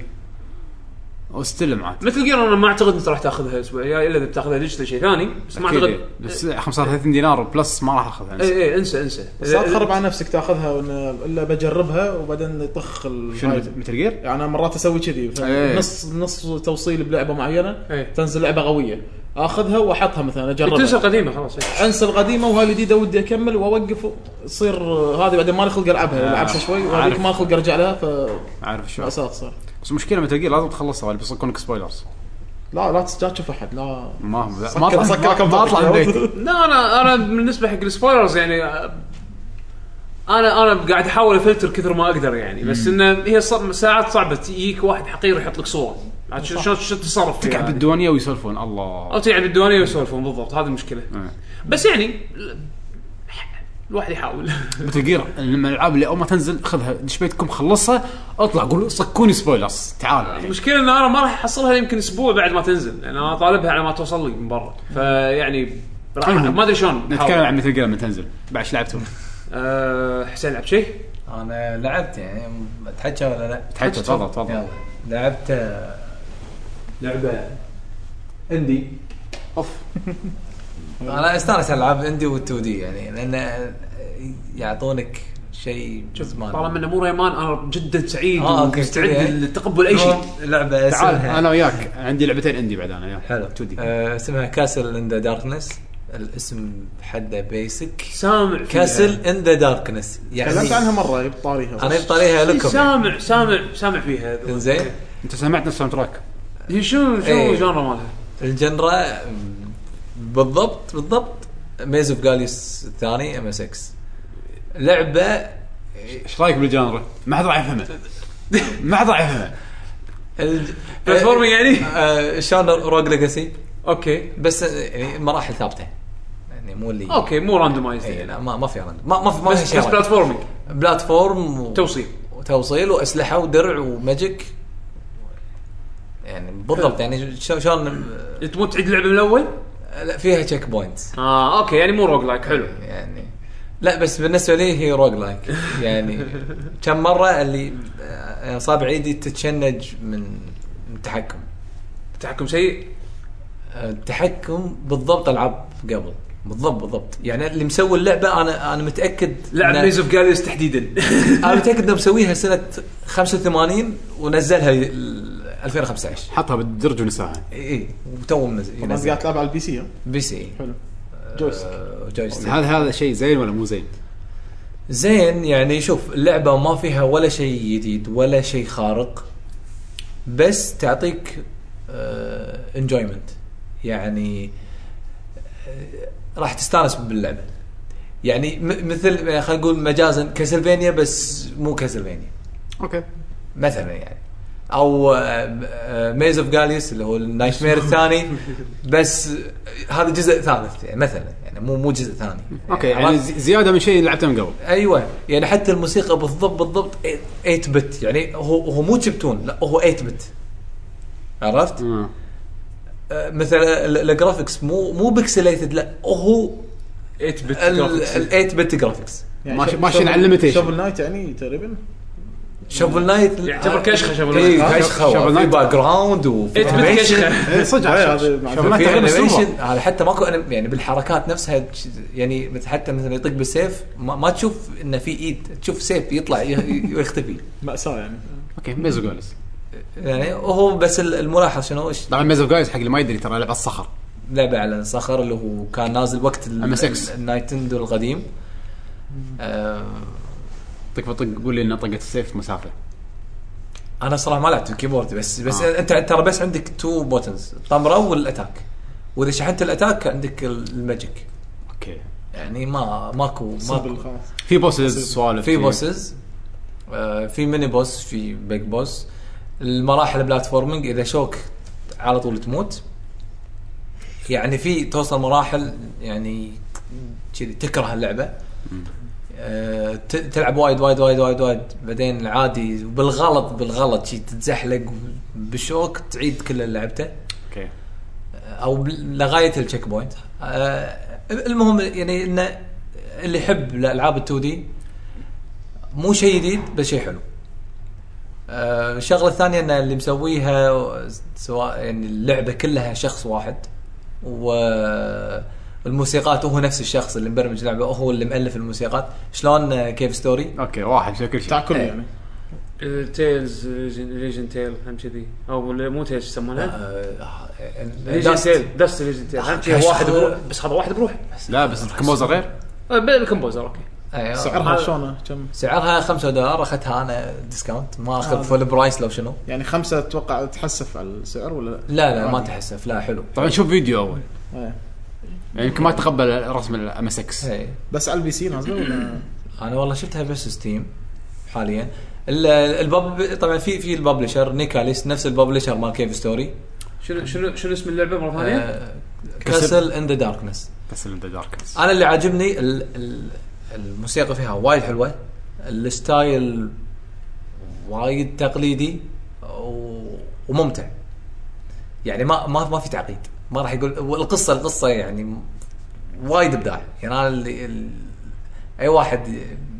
واستلم عاد مثل جير انا ما اعتقد انت راح تاخذها الاسبوع الجاي الا اذا بتاخذها ديجيتال شيء ثاني بس ما إيه، أكيد اعتقد إيه. بس 35 دينار بلس ما راح يعني. اي اخذها اي انسى انسى بس لا تخرب على نفسك تاخذها وإن- الا بجربها وبعدين يطخ شنو الهايد. متل جير؟ يعني انا مرات اسوي كذي إيه. نص نص توصيل بلعبه معينه إيه. تنزل لعبه قويه اخذها واحطها مثلا تنسى اجربها القديمه خلاص إيه. انسى القديمه وهاي الجديده ودي اكمل واوقف تصير هذه بعدين ما لي خلق العبها آه، لعبتها شوي عارف. وهذيك ما خلق ارجع لها فما عارف شو صار صار بس المشكله متل جير لازم تخلصها اللي بيصكونك سبويلرز لا لا تس- لا تشوف احد لا ما ما سكر- اطلع سكر ما- كم ما اطلع من ضغط. بيتي لا انا انا بالنسبه حق السبويلرز يعني آه، انا انا قاعد احاول افلتر كثر ما اقدر يعني بس انه هي ص- ساعات صعبه يجيك واحد حقير يحط لك صوره عاد شو- شلون شلون تتصرف فيها تقعد يعني. بالديوانيه ويسولفون الله او تلعب بالديوانيه ويسولفون بالضبط هذه المشكله آه. إيه. بس يعني ال- الواحد يحاول متل جير لما الالعاب اللي اول ما تنزل خذها دش بيتكم خلصها اطلع قول صكوني سبويلرز تعال يعني. المشكله ان انا ما راح احصلها يمكن اسبوع بعد ما تنزل لان انا طالبها على ما توصل لي من برا فيعني راح المهم. ما ادري شلون نتكلم بحاول. عن متل جير لما تنزل بعد ايش لعبتهم؟ أه حسين لعب شيء انا لعبت يعني اتحكى ولا لا؟ تحكي تفضل تفضل يلا لعبت آه، لعبه اندي اوف انا استانس العاب اندي وال2 دي يعني لان آه، يعطونك شيء شوف زمان طالما انه مو ريمان انا جدا سعيد آه، أوكي. ومستعد أوكي. لتقبل اي شيء لعبه تعال اسمها انا وياك عندي لعبتين اندي بعد انا يلا. حلو 2D. آه، اسمها كاسل ان ذا داركنس الاسم بحده بيسك سامع فيها. كاسل ان ذا داركنس تكلمت عنها يعني مره يبي طاريها انا بطاريها لكم سامع سامع سامع فيها زين انت سمعت الساوند تراك هي شنو شنو إيه. الجنرا مالها؟ الجنرا م، بالضبط بالضبط ميز اوف جاليوس الثاني ام اس 6 لعبه ايش رايك بالجانرا؟ ما حد راح يفهمه ما حد راح يفهمه الج- بلاتفورمينج يعني؟ آه، شلون روج ليجاسي اوكي بس آه، يعني مراحل ثابته يعني مو اللي اوكي مو راندمايز اي يعني. إيه، لا ما ما في رند ما ما في ما في بس شيء بس رند. بلاتفورمينج بلاتفورم و... توصيل وتوصيل واسلحه ودرع وماجيك يعني بالضبط يعني شلون- شلون تموت تعيد اللعبه من الاول؟ آه، لا، فيها تشيك بوينتس اه اوكي يعني مو روج لايك حلو يعني لا بس بالنسبه لي هي روج لايك يعني كم مره اللي آه، اصابع ايدي تتشنج من من التحكم تحكم سيء آه، التحكم بالضبط العاب قبل بالضبط بالضبط يعني اللي مسوي اللعبه انا انا متاكد لعب إنه- ميز اوف جاليوس تحديدا انا متاكد انه مسويها سنه 85 ونزلها ال- 2015 حطها بالدرج ونساها اي وتو منزل- الناس ينزل قاعد تلعب على البي سي ها؟ بي سي حلو جويستيك إيه. آه، جويستيك. هذا هذا شيء زين ولا مو زين؟ زين يعني شوف اللعبه ما فيها ولا شيء جديد ولا شيء خارق بس تعطيك انجويمنت يعني آه، راح تستانس باللعبه يعني م- مثل آه، خلينا نقول مجازا كاسلفينيا بس مو كاسلفينيا اوكي مثلا يعني آه، او ميز اوف جاليوس اللي هو النايت مير الثاني بس آه، هذا جزء ثالث يعني مثلا يعني مو مو جزء ثاني اوكي يعني عرفت؟ زي- زياده من شيء لعبته من قبل ايوه يعني حتى الموسيقى بالضبط بالضبط 8 بت يعني هو هو مو شيبتون لا هو 8 بت عرفت؟ آه. آه، مثلا ال- الجرافيكس مو مو بيكسليتد لا هو 8 بت ال 8 بت جرافيكس يعني ماشي- ماشيين على limitation. شوفل نايت يعني تقريبا شوفل يعني نايت يعتبر كشخة Shovel Knight. اي كشخه Shovel إيه، في Knight. باك جراوند وفي 8 بت كشخه اي صدق هذا مع شوفل نايت. تقريباً في animation. silver. هذا حتى ماكو أنا- يعني بالحركات نفسها تش- يعني مثل- حتى مثلا يطق بالسيف ما, ما تشوف انه في ايد تشوف سيف يطلع ي- ويختفي مأساة يعني اوكي ميزو جايز يعني وهو بس ال- الملاحظ شنو ايش طبعا ميزو جايز حق اللي ما يدري ترى لعبه الصخر لعبه على صخر اللي هو كان نازل وقت ال- MSX. ال- النايتندو القديم آه، طق فطق قول لي انها طقت السيف مسافه انا صراحه ما لعبت بالكيبورد بس بس آه. آه. انت ترى بس عندك تو بوتنز الطمره والاتاك واذا شحنت الاتاك عندك ال- الماجيك اوكي يعني ما ماكو ماكو سبل خلاص في بوسز سوالف في بوسز آه، في ميني بوس في بيج بوس المراحل بلاتفورمينج اذا شوك على طول تموت يعني في توصل مراحل يعني كذي تكره اللعبه آه، ت- تلعب وايد وايد وايد وايد وايد بعدين عادي بالغلط بالغلط شي تتزحلق بشوك تعيد كل اللي لعبته اوكي او بل- لغايه التشيك بوينت آه، المهم يعني انه اللي يحب الالعاب ال2 دي مو شيء جديد بس شيء حلو آه، الشغله الثانيه ان اللي مسويها سواء يعني اللعبه كلها شخص واحد والموسيقات هو نفس الشخص اللي مبرمج اللعبه هو اللي مؤلف الموسيقات شلون آه، كيف ستوري اوكي واحد شكل كل بتاع شيء كل يعني Uh, تيلز ليجن تيل هم كذي او لا، مو تيلز يسمونها آه، ليجن داست. تيل دست ليجن تيل هم آه، كذي واحد كشخة. بروح بس هذا واحد بروح آه، لا بس الكمبوزر غير بالكمبوزر اوكي أيوة. سعرها هذا- شلونه كم سعرها 5 دولار اخذتها انا ديسكاونت ما اخذ فول برايس لو شنو يعني خمسة اتوقع تحسف على السعر ولا لا؟ لا لا ما عادي. تحسف لا حلو طبعا شوف فيديو اول إيه. يعني يمكن ما تقبل رسم الام اس اكس اي بس على البي سي نازله ولا انا إيه. والله شفتها بس ستيم حاليا ال- البب طبعا في في الببلشر نيكاليس نفس الببلشر مال كيف ستوري شنو شنو شنو اسم اللعبه مره ثانيه؟ آه، كاسل ان ذا داركنس بس ان ذا داركنس انا اللي عاجبني ال- ال- الموسيقى فيها وايد حلوه الستايل وايد تقليدي و- وممتع يعني ما ما ما في تعقيد ما راح يقول والقصه القصه يعني وايد ابداع يعني انا اللي ال- اي واحد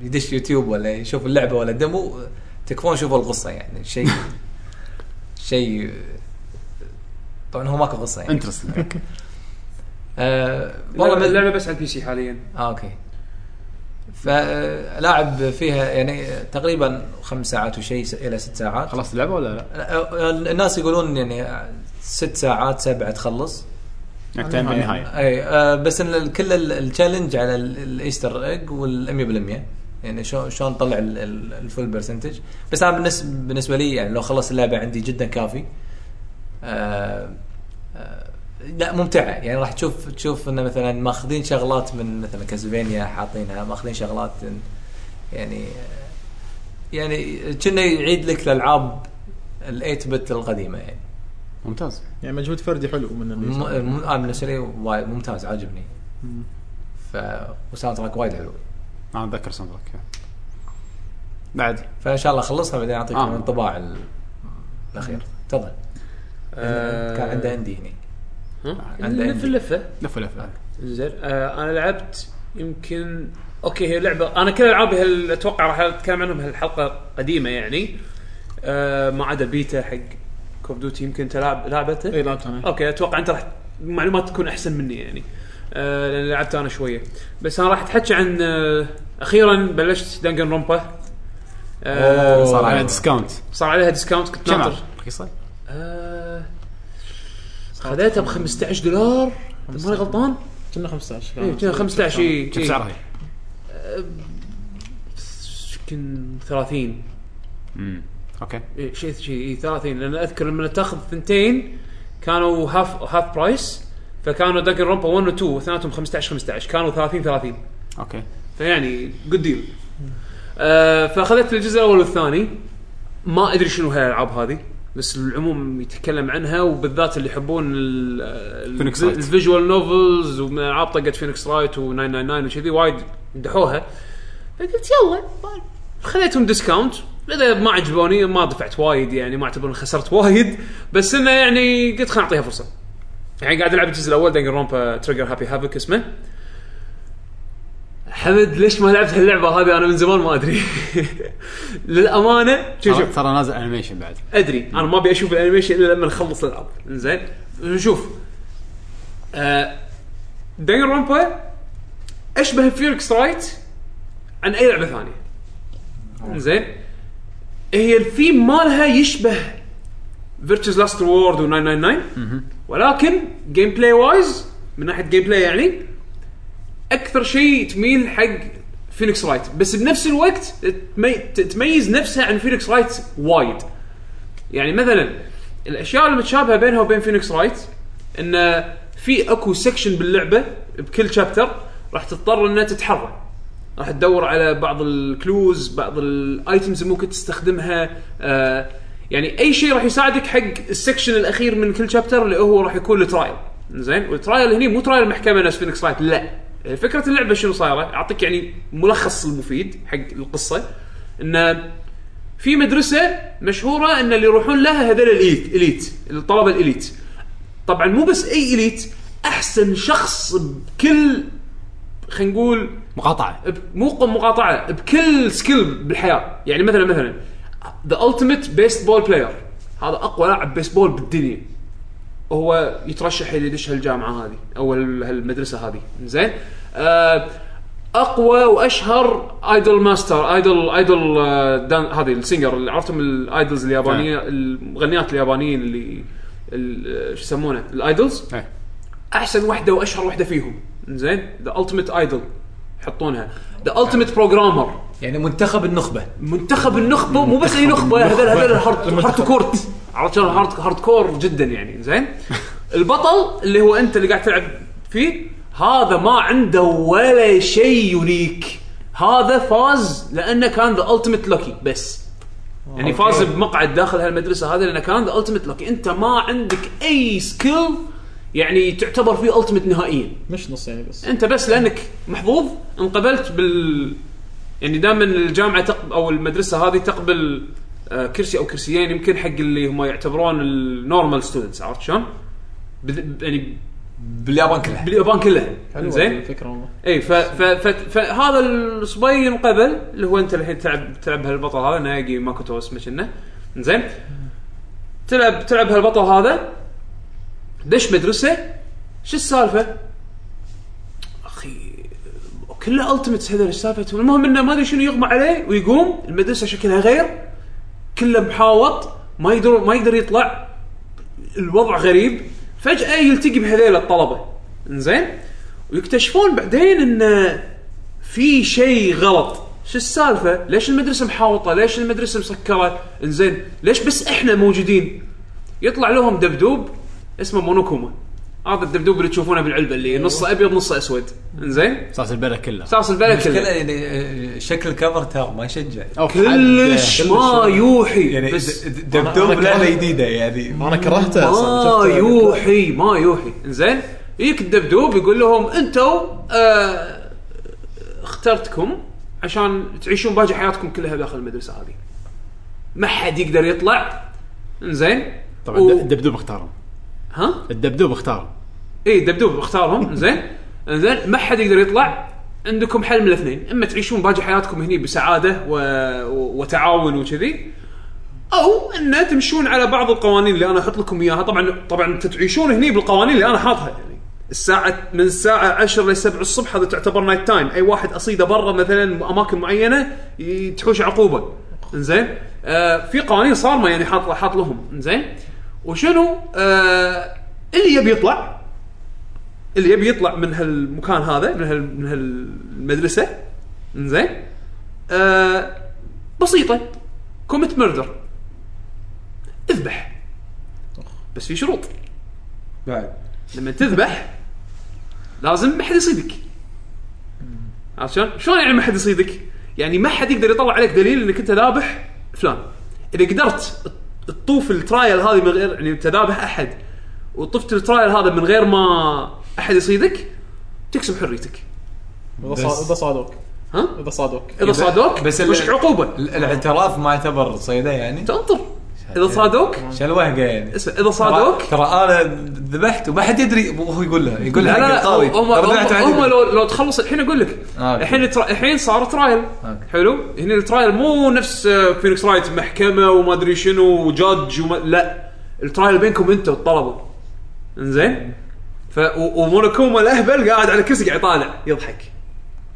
يدش يوتيوب ولا يشوف اللعبه ولا الدمو تكفون شوفوا القصه يعني شيء شيء طبعا هو ماكو قصه يعني انترستنج آه والله والله اللعبه بس على البي سي حاليا آه اوكي فلاعب فيها يعني تقريبا خمس ساعات وشيء س- الى ست ساعات خلصت اللعبه ولا لا؟ الناس يقولون يعني ست ساعات سبعه تخلص انك تعمل النهايه اي آه، بس ان ال- كل ال- التشالنج على ال- الايستر ايج وال 100% يعني شلون شلون طلع ال- ال- الفول برسنتج بس انا بالنسبه بالنسبه لي يعني لو خلص اللعبه عندي جدا كافي آه، آه، لا ممتعه يعني راح تشوف تشوف انه مثلا ماخذين شغلات من مثلا كاسلفينيا حاطينها ماخذين شغلات إن- يعني يعني كنا يعيد لك الالعاب الايت بت القديمه يعني ممتاز يعني مجهود فردي حلو من م- اليسار. م- انا بالنسبه لي وايد ممتاز عاجبني مم. ف والساوند تراك وايد حلو انا اتذكر ساوند تراك. بعد فان شاء الله اخلصها بعدين اعطيكم آه. الانطباع ال- الاخير تفضل آه، آه. كان عنده عندي هنا آه، عنده عندي في عندي. اللفه لف لف زين آه انا لعبت يمكن اوكي هي لعبه انا كل العابي هال... اتوقع راح اتكلم عنهم هالحلقه قديمه يعني آه ما عدا بيتا حق كوف دوتي يمكن انت لعب لعبته اي لعبت انا اوكي اتوقع انت راح معلومات تكون احسن مني يعني آه لان لعبت انا شويه بس انا راح اتحكي عن آه اخيرا بلشت دنجن رومبا آه أوه. صار على ديسكاونت صار عليها ديسكاونت كنت كم ناطر رخيصه؟ آه خذيتها ب 15 دولار إذا ماني غلطان كنا 15 اي إيه، كنا إيه، 15 اي كم سعرها؟ هي؟ يمكن 30 امم اوكي إيه، شيء شيء إيه، 30 لان اذكر لما تاخذ ثنتين كانوا هاف هاف برايس فكانوا دقن رومبا 1 و 2 واثنيناتهم 15 15 كانوا 30 30 اوكي فيعني جود ديل آه فاخذت الجزء الاول والثاني ما ادري شنو هالالعاب هذه بس العموم يتكلم عنها وبالذات اللي يحبون ال- ال- Phoenix Wright. الفيجوال نوفلز والعاب طقت فينيكس رايت و999 وكذي وايد مدحوها فقلت يلا خليتهم ديسكاونت اذا ما عجبوني ما دفعت وايد يعني ما اعتبر إني خسرت وايد بس انه يعني قلت خليني اعطيها فرصه يعني قاعد العب الجزء الاول دنجن رومبا تريجر هابي هافك اسمه حمد ليش ما لعبت هاللعبه هذه انا من زمان ما ادري للامانه شوف شوف ترى- ترى نازل انيميشن بعد ادري انا ما ابي اشوف الانيميشن الا لما نخلص الالعاب زين نشوف آه داين رومبا اشبه فيركس رايت عن اي لعبه ثانيه زين هي الثيم مالها يشبه فيرتشز لاست وورد و999 ولكن جيم بلاي وايز من ناحيه جيم بلاي يعني اكثر شيء تميل حق فينيكس رايت بس بنفس الوقت تمي- تميز نفسها عن فينيكس رايت وايد يعني مثلا الاشياء المتشابهه بينها وبين فينيكس رايت ان في اكو سكشن باللعبه بكل شابتر راح تضطر انها تتحرك راح تدور على بعض الكلوز بعض الايتمز اللي ممكن تستخدمها آه يعني اي شيء راح يساعدك حق السكشن الاخير من كل شابتر اللي هو راح يكون الترايل زين والترايل هني مو ترايل محكمه نفس فينيكس رايت لا فكره اللعبه شنو صايره اعطيك يعني ملخص المفيد حق القصه انه في مدرسه مشهوره ان اللي يروحون لها هذول الاليت اليت الطلبه الاليت طبعا مو بس اي اليت احسن شخص بكل خلينا نقول مقاطعه ب- مو قم مقاطعه بكل سكيل بالحياه يعني مثلا مثلا ذا التيميت بيست بول بلاير هذا اقوى لاعب بيسبول بالدنيا هو يترشح اللي يدش هالجامعه هذه او هال- هالمدرسه هذه زين آه اقوى واشهر ايدول ماستر ايدول ايدول آه، دان هذه السينجر اللي عرفتم الايدولز اليابانيه المغنيات اليابانيين اللي ال- آه، شو يسمونه الايدولز إيه. احسن وحده واشهر وحده فيهم زين ذا التيميت ايدول يحطونها ذا التيميت بروجرامر يعني منتخب النخبه منتخب النخبه مو بس اي نخبه هذول هذول هارد هارد كورت عرفت شلون هارد هارد كور جدا يعني زين البطل اللي هو انت اللي قاعد تلعب فيه هذا ما عنده ولا شيء يونيك هذا فاز لانه كان ذا التيميت لوكي بس يعني فاز بمقعد داخل هالمدرسه هذا لانه كان ذا التيميت لوكي انت ما عندك اي سكيل يعني تعتبر فيه التيميت نهائيا مش نص يعني بس انت بس لانك محظوظ انقبلت بال يعني دائما الجامعه تقب... او المدرسه هذه تقبل آه، كرسي او كرسيين يمكن حق اللي هم يعتبرون النورمال ستودنتس عرفت شلون؟ بذ- يعني باليابان كلها باليابان كلها حلو زين الفكره والله اي إيه، ف ف ف فهذا الصبي انقبل اللي هو انت الحين تلعب تلعب هالبطل هذا ناجي ماكوتو اسمه كنا زين تلعب تلعب هالبطل هذا دش مدرسه شو السالفه؟ اخي اوكي كله التمت هذول سالفتهم المهم انه ما ادري شنو يغمى عليه ويقوم المدرسه شكلها غير كله محاوط ما يقدر ما يقدر يطلع الوضع غريب فجاه يلتقي بهذيل الطلبه انزين ويكتشفون بعدين ان في شيء غلط شو السالفه ليش المدرسه محاوطه ليش المدرسه مسكره انزين ليش بس احنا موجودين يطلع لهم دبدوب اسمه مونوكوما هذا الدبدوب اللي تشوفونه بالعلبه اللي أيوه. نصه ابيض نصه اسود انزين اساس البلد كله ساس البلد المشكله كله يعني آه، شكل الكفر ترى ما يشجع أوف، حد- كلش ما يوحي يعني بس د- د- دبدوب أنا- أنا لعبه كمان- جديده يعني انا كرهته ما شفته- آه، يوحي ما يوحي زين يجيك الدبدوب يقول لهم انتم آه اخترتكم عشان تعيشون باقي حياتكم كلها داخل المدرسه هذه ما حد يقدر يطلع زين طبعا و- الدبدوب اختارهم ها الدبدوب اختارهم اي دبدوب إيه، اختارهم زين زين ما حد يقدر يطلع عندكم حل من الاثنين اما تعيشون باقي حياتكم هني بسعاده و... و... وتعاون وكذي او ان تمشون على بعض القوانين اللي انا احط لكم اياها طبعا طبعا انت تعيشون هني بالقوانين اللي انا حاطها يعني الساعة من الساعة 10 ل 7 الصبح هذا تعتبر نايت تايم، اي واحد اصيده برا مثلا اماكن معينة ي- تحوش عقوبة. زين؟ آه في قوانين صارمة يعني حاط حاط لهم، زين؟ وشنو؟ آه اللي يبي يطلع اللي يبي يطلع من هالمكان هذا من هال من هالمدرسه زين آه بسيطه كوميت ميردر اذبح بس في شروط بعد لما تذبح لازم ما حد يصيدك عرفت شلون؟ شلون يعني ما حد يصيدك؟ يعني ما حد يقدر يطلع عليك دليل انك انت ذابح فلان. اذا قدرت تطوف الترايل هذه من غير يعني انت ذابح احد وطفت الترايل هذا من غير ما احد يصيدك تكسب حريتك. اذا صا- إذا صادوك ها؟ اذا صادوك اذا صادوك بس بس ال- وش عقوبه؟ ال- الاعتراف ما يعتبر صيده يعني تنطر. إيه. اذا صادوك شلوهقه يعني اسمع اذا صادوك ترى انا ذبحت وما حد يدري وهو يقول لها يقول لا لها لا حق لا الطاوي هم ترى ذبحت هم, وما هم حد لو, لو تخلص الحين اقول لك آه، أوكي. الحين الترا- الحين صار ترايل أوكي. حلو هنا الترايل مو نفس آه، فينيكس رايت محكمه وما ادري شنو وجادج وما لا الترايل بينكم انت والطلبه انزين ف و- ومونوكوما الاهبل قاعد على كرسي قاعد يطالع يضحك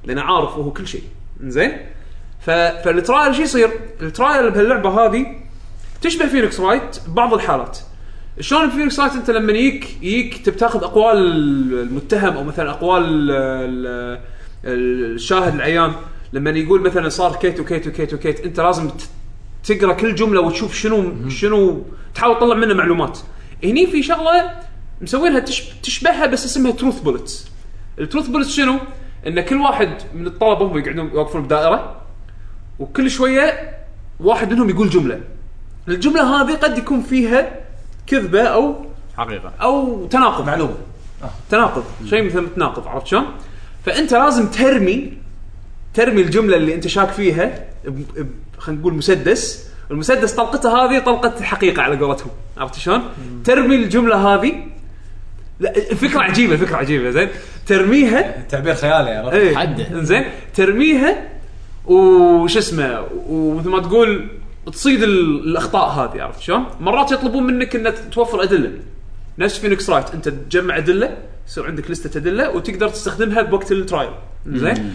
لانه عارف وهو كل شيء انزين ف... فالترايل شو يصير؟ الترايل بهاللعبه هذه تشبه فينيكس رايت ببعض الحالات شلون فينيكس رايت انت لما يجيك يجيك تبي تاخذ اقوال المتهم او مثلا اقوال ال- ال- الشاهد العيان لما يقول مثلا صار كيت وكيت وكيت وكيت انت لازم ت- تقرا كل جمله وتشوف شنو شنو تحاول تطلع منها معلومات هني في شغله مسوينها تشب- تشبهها بس اسمها تروث بولتس التروث بولتس شنو؟ ان كل واحد من الطلبه هم يقعدون يوقفون بدائره وكل شويه واحد منهم يقول جمله الجمله هذه قد يكون فيها كذبه او حقيقه او تناقض معلومه تناقض شيء مثل متناقض عرفت شلون؟ فانت لازم ترمي ترمي الجمله اللي انت شاك فيها ب- ب- خلينا نقول مسدس المسدس طلقته هذه طلقه الحقيقه على قولتهم عرفت شلون؟ ترمي الجمله هذه لا الفكره عجيبه الفكره عجيبه زين ترميها تعبير خيالي عرفت ايه حده. زين ترميها وش اسمه ومثل ما تقول تصيد ال- الاخطاء هذه عرفت شلون؟ مرات يطلبون منك ان توفر ادله نفس فينيكس رايت انت تجمع ادله يصير عندك لسته ادله وتقدر تستخدمها بوقت الترايل زين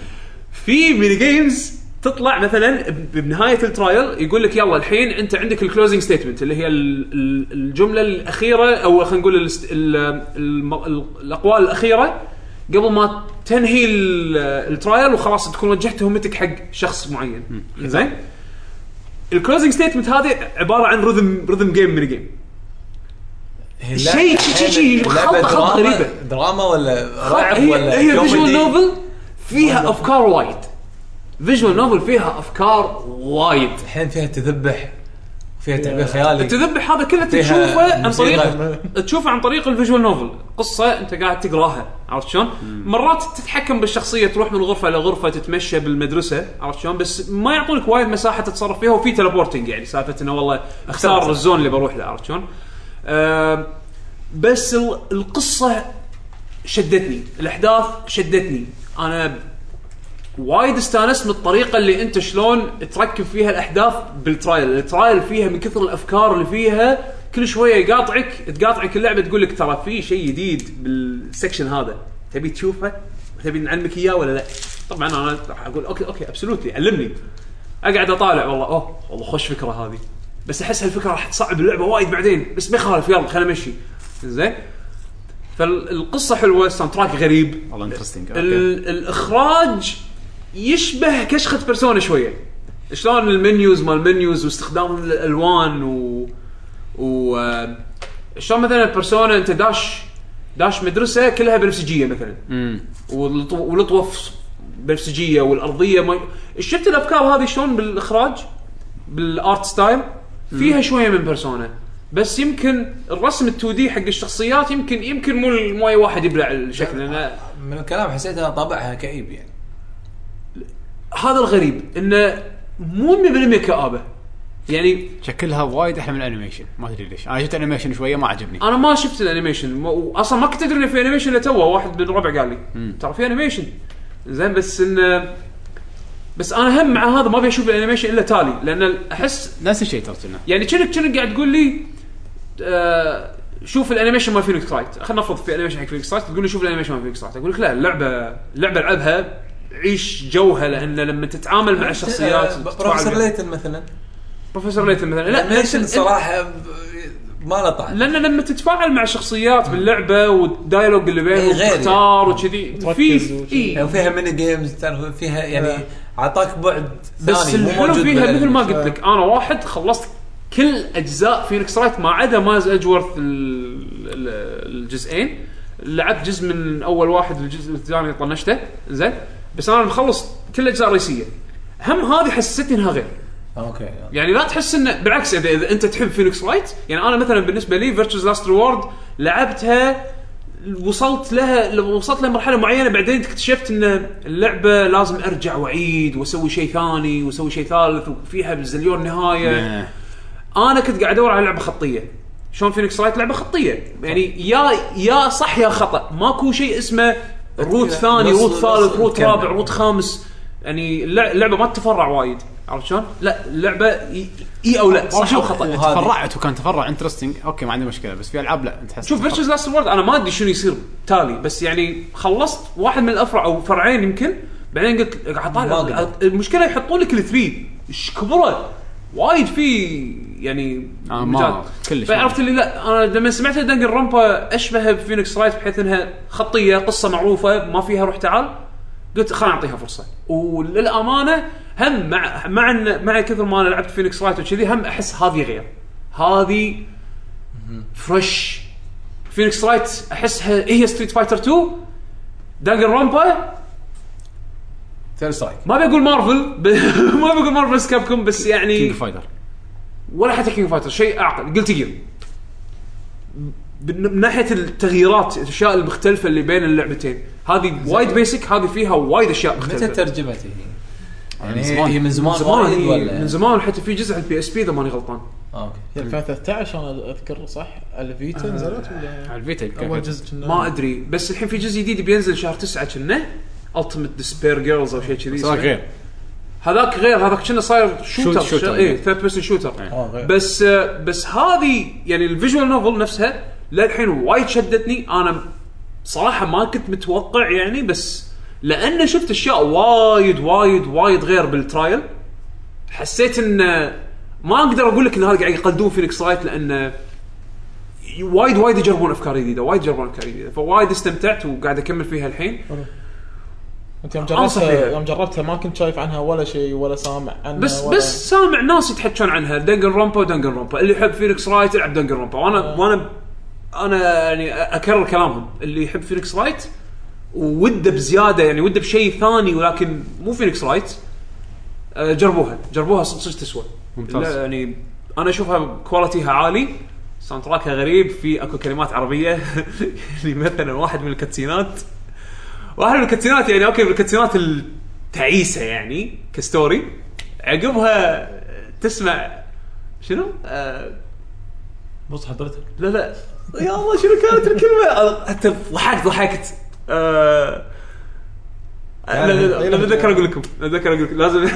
في ميني جيمز تطلع مثلا ب- بنهايه الترايل يقول لك يلا الحين انت عندك الكلوزنج ستيتمنت اللي هي ال- ال- الجمله الاخيره او خلينا نقول الاست- ال- الم- ال- الاقوال الاخيره قبل ما تنهي ال- الترايل وخلاص تكون وجهت تهمتك حق شخص معين زين الكلوزنج ستيتمنت هذه عباره عن رذم رذم جيم ميني جيم هي شيء- لعبة- شيء- شيء- لعبة خلطة- خلطة دراما- غريبة. دراما ولا رعب ولا هي هي فيجوال كوميدي؟ نوفل فيها افكار وايد فيجوال نوفل فيها افكار وايد الحين فيها تذبح فيها تعبير خيالي التذبح هذا كله فيها تشوفه عن موسيقى. طريق تشوفه عن طريق الفيجوال نوفل قصه انت قاعد تقراها عرفت شلون؟ مرات تتحكم بالشخصيه تروح من غرفه لغرفه تتمشى بالمدرسه عرفت شلون؟ بس ما يعطونك وايد مساحه تتصرف فيها وفي تلبورتنج يعني سالفه انه والله اختار الزون اللي بروح له عرفت شلون؟ آه، بس ال- القصه شدتني الاحداث شدتني انا وايد استانست من الطريقه اللي انت شلون تركب فيها الاحداث بالترايل، الترايل فيها من كثر الافكار اللي فيها كل شويه يقاطعك تقاطعك اللعبه تقول لك ترى في شيء جديد بالسكشن هذا، تبي تشوفه؟ تبي نعلمك اياه ولا لا؟ طبعا انا راح اقول اوكي اوكي ابسولوتلي علمني اقعد اطالع والله اوه والله خوش فكره هذه بس احس هالفكره راح تصعب اللعبه وايد بعدين بس ما يخالف يلا خلينا نمشي زين فالقصه حلوه الساوند تراك غريب والله انترستنج ال- الاخراج يشبه كشخه بيرسونا شويه شلون المنيوز مال المنيوز واستخدام الالوان و و آه، شلون مثلا بيرسونا انت داش داش مدرسه كلها بنفسجيه مثلا والطو- والطوف بنفسجيه والارضيه ما شفت الافكار هذه شلون بالاخراج بالارت ستايل فيها شويه من بيرسونا بس يمكن الرسم ال2 دي حق الشخصيات يمكن يمكن مو مو اي واحد يبلع الشكل لأن من الكلام حسيت ان طابعها كئيب يعني هذا الغريب انه مو 100% كابه يعني شكلها وايد احلى من الانيميشن ما ادري ليش انا شفت انيميشن شويه ما عجبني انا ما شفت الانيميشن ما- واصلا ما كنت ادري انه في انيميشن الا توه واحد من ربع قال لي ترى في انيميشن زين بس انه بس انا هم مع هذا ما ابي اشوف الانيميشن الا تالي لان احس نفس الشيء ترى كنا. يعني كأنك كأنك قاعد تقول لي آه شوف الانيميشن مال فينيكس رايت خلينا نفرض في انيميشن حق فينيكس رايت تقول لي شوف الانيميشن مال فينيكس رايت اقول لك لا اللعبه اللعبه العبها عيش جوها لان لما تتعامل مع الشخصيات آه، وتتفاعل بروفيسور وياها. ليتن مثلا بروفيسور ليتن مثلا لا الانيميشن أنت- صراحه ب- ما له طعم لان لما تتفاعل مع شخصيات باللعبه والدايلوج اللي إيه، بينهم غير تختار وكذي في تركز وشي. إيه. يعني فيها ميني جيمز تعرف فيها يعني اعطاك بعد بس ثاني مو الحلو موجود فيها مثل ما بالانمي. قلت لك انا واحد خلصت كل اجزاء فينيكس رايت ما عدا ماز اجورث ال- ال- الجزئين لعبت جزء من اول واحد الجزء الثاني طنشته زين بس انا مخلص كل الاجزاء الرئيسيه هم هذه حسيت انها غير اوكي يعني لا تحس انه بالعكس اذا, إذا انت تحب فينيكس رايت يعني انا مثلا بالنسبه لي فيرتشوز لاست ريورد لعبتها وصلت لها وصلت لمرحله معينه بعدين اكتشفت ان اللعبه لازم ارجع واعيد واسوي شيء ثاني واسوي شيء ثالث وفيها بزليون نهايه إيه. انا كنت قاعد ادور على لعبه خطيه شلون فينيكس رايت لعبه خطيه يعني يا يا صح يا خطا ماكو شيء اسمه روت نص- ثاني روت نص- ثالث روت كمل. رابع روت خامس يعني اللع- اللعبه ما تتفرع وايد عرفت شلون؟ لا اللعبه اي, إي او لا صح او خطا وهذه. تفرعت وكان تفرع انترستنج اوكي ما عندي مشكله بس في العاب لا تحس شوف فيرتشوز لاست وورد انا ما ادري شنو يصير تالي بس يعني خلصت واحد من الافرع او فرعين يمكن بعدين قلت قاعد ما اطالع أقدر. المشكله يحطون لك الثري ايش كبره وايد في يعني آه، ما- مجال. كلش ما. فعرفت اللي لا انا لما سمعت دنجن رامبا اشبه بفينيكس رايت بحيث انها خطيه قصه معروفه ما فيها روح تعال قلت خلينا نعطيها فرصه وللامانه هم مع مع إن- مع كثر ما انا لعبت فينيكس رايت وكذي هم احس هذه غير هذه فريش فينيكس رايت احسها إيه هي ستريت فايتر 2 دنجن رامبا ثيرد سترايك ما بقول مارفل ب- ما بقول مارفل سكاب كوم بس يعني كينج فايتر ولا حتى كينج فايتر شيء اعقل قلت جير من من ناحيه التغييرات الاشياء المختلفه اللي بين اللعبتين هذه وايد بيسك هذه فيها وايد اشياء متى مختلفه ترجمت هي؟ يعني من هي زمان. هي من زمان من زمان وايد هي- ولا من زمان حتى في جزء على البي اس بي اذا ماني غلطان آه، اوكي يعني 2013 انا اذكر صح الفيتا نزلت ولا على الفيتا اول جزء كنا- ما ادري بس الحين في جزء جديد بينزل شهر 9 كنا التيمت ديسبير جيرلز او شيء كذي سواء غير هذاك غير هذاك كنا صاير شوتر شوت- شوتر، اي إيه. ثيرد بيرسون شوتر آه، غير. بس بس هذه يعني الفيجوال نوفل نفسها للحين وايد شدتني انا صراحه ما كنت متوقع يعني بس لان شفت اشياء وايد وايد وايد غير بالترايل حسيت ان ما اقدر اقول لك ان هذا قاعد يقلدون فينيكس رايت لان وايد وايد يجربون افكار جديده وايد يجربون افكار جديده فوايد استمتعت وقاعد اكمل فيها الحين انت يوم أنصح فيها. جربتها يوم جربتها ما كنت شايف عنها ولا شيء ولا سامع عنها بس ولا بس سامع ناس يتحكون عنها دنجن رومبا ودنجن رومبا اللي يحب فينيكس رايت يلعب دنجن رومبا وانا وانا انا يعني اكرر كلامهم اللي يحب فينيكس رايت وده بزياده يعني وده بشيء ثاني ولكن مو فينيكس رايت آه، جربوها جربوها صدق صدق تسوى ممتاز. لا، يعني انا اشوفها كواليتيها عالي ساوند تراكها غريب في اكو كلمات عربيه يعني مثلا واحد من الكاتسينات واحد من الكاتسينات يعني اوكي من الكاتسينات التعيسه يعني كستوري عقبها تسمع شنو؟ آه بص حضرتك لا لا يا الله شنو كانت الكلمه أنا حتى ضحكت ضحكت آه لا لا لا لما اتذكر اقول لكم لما اتذكر اقول لكم لازم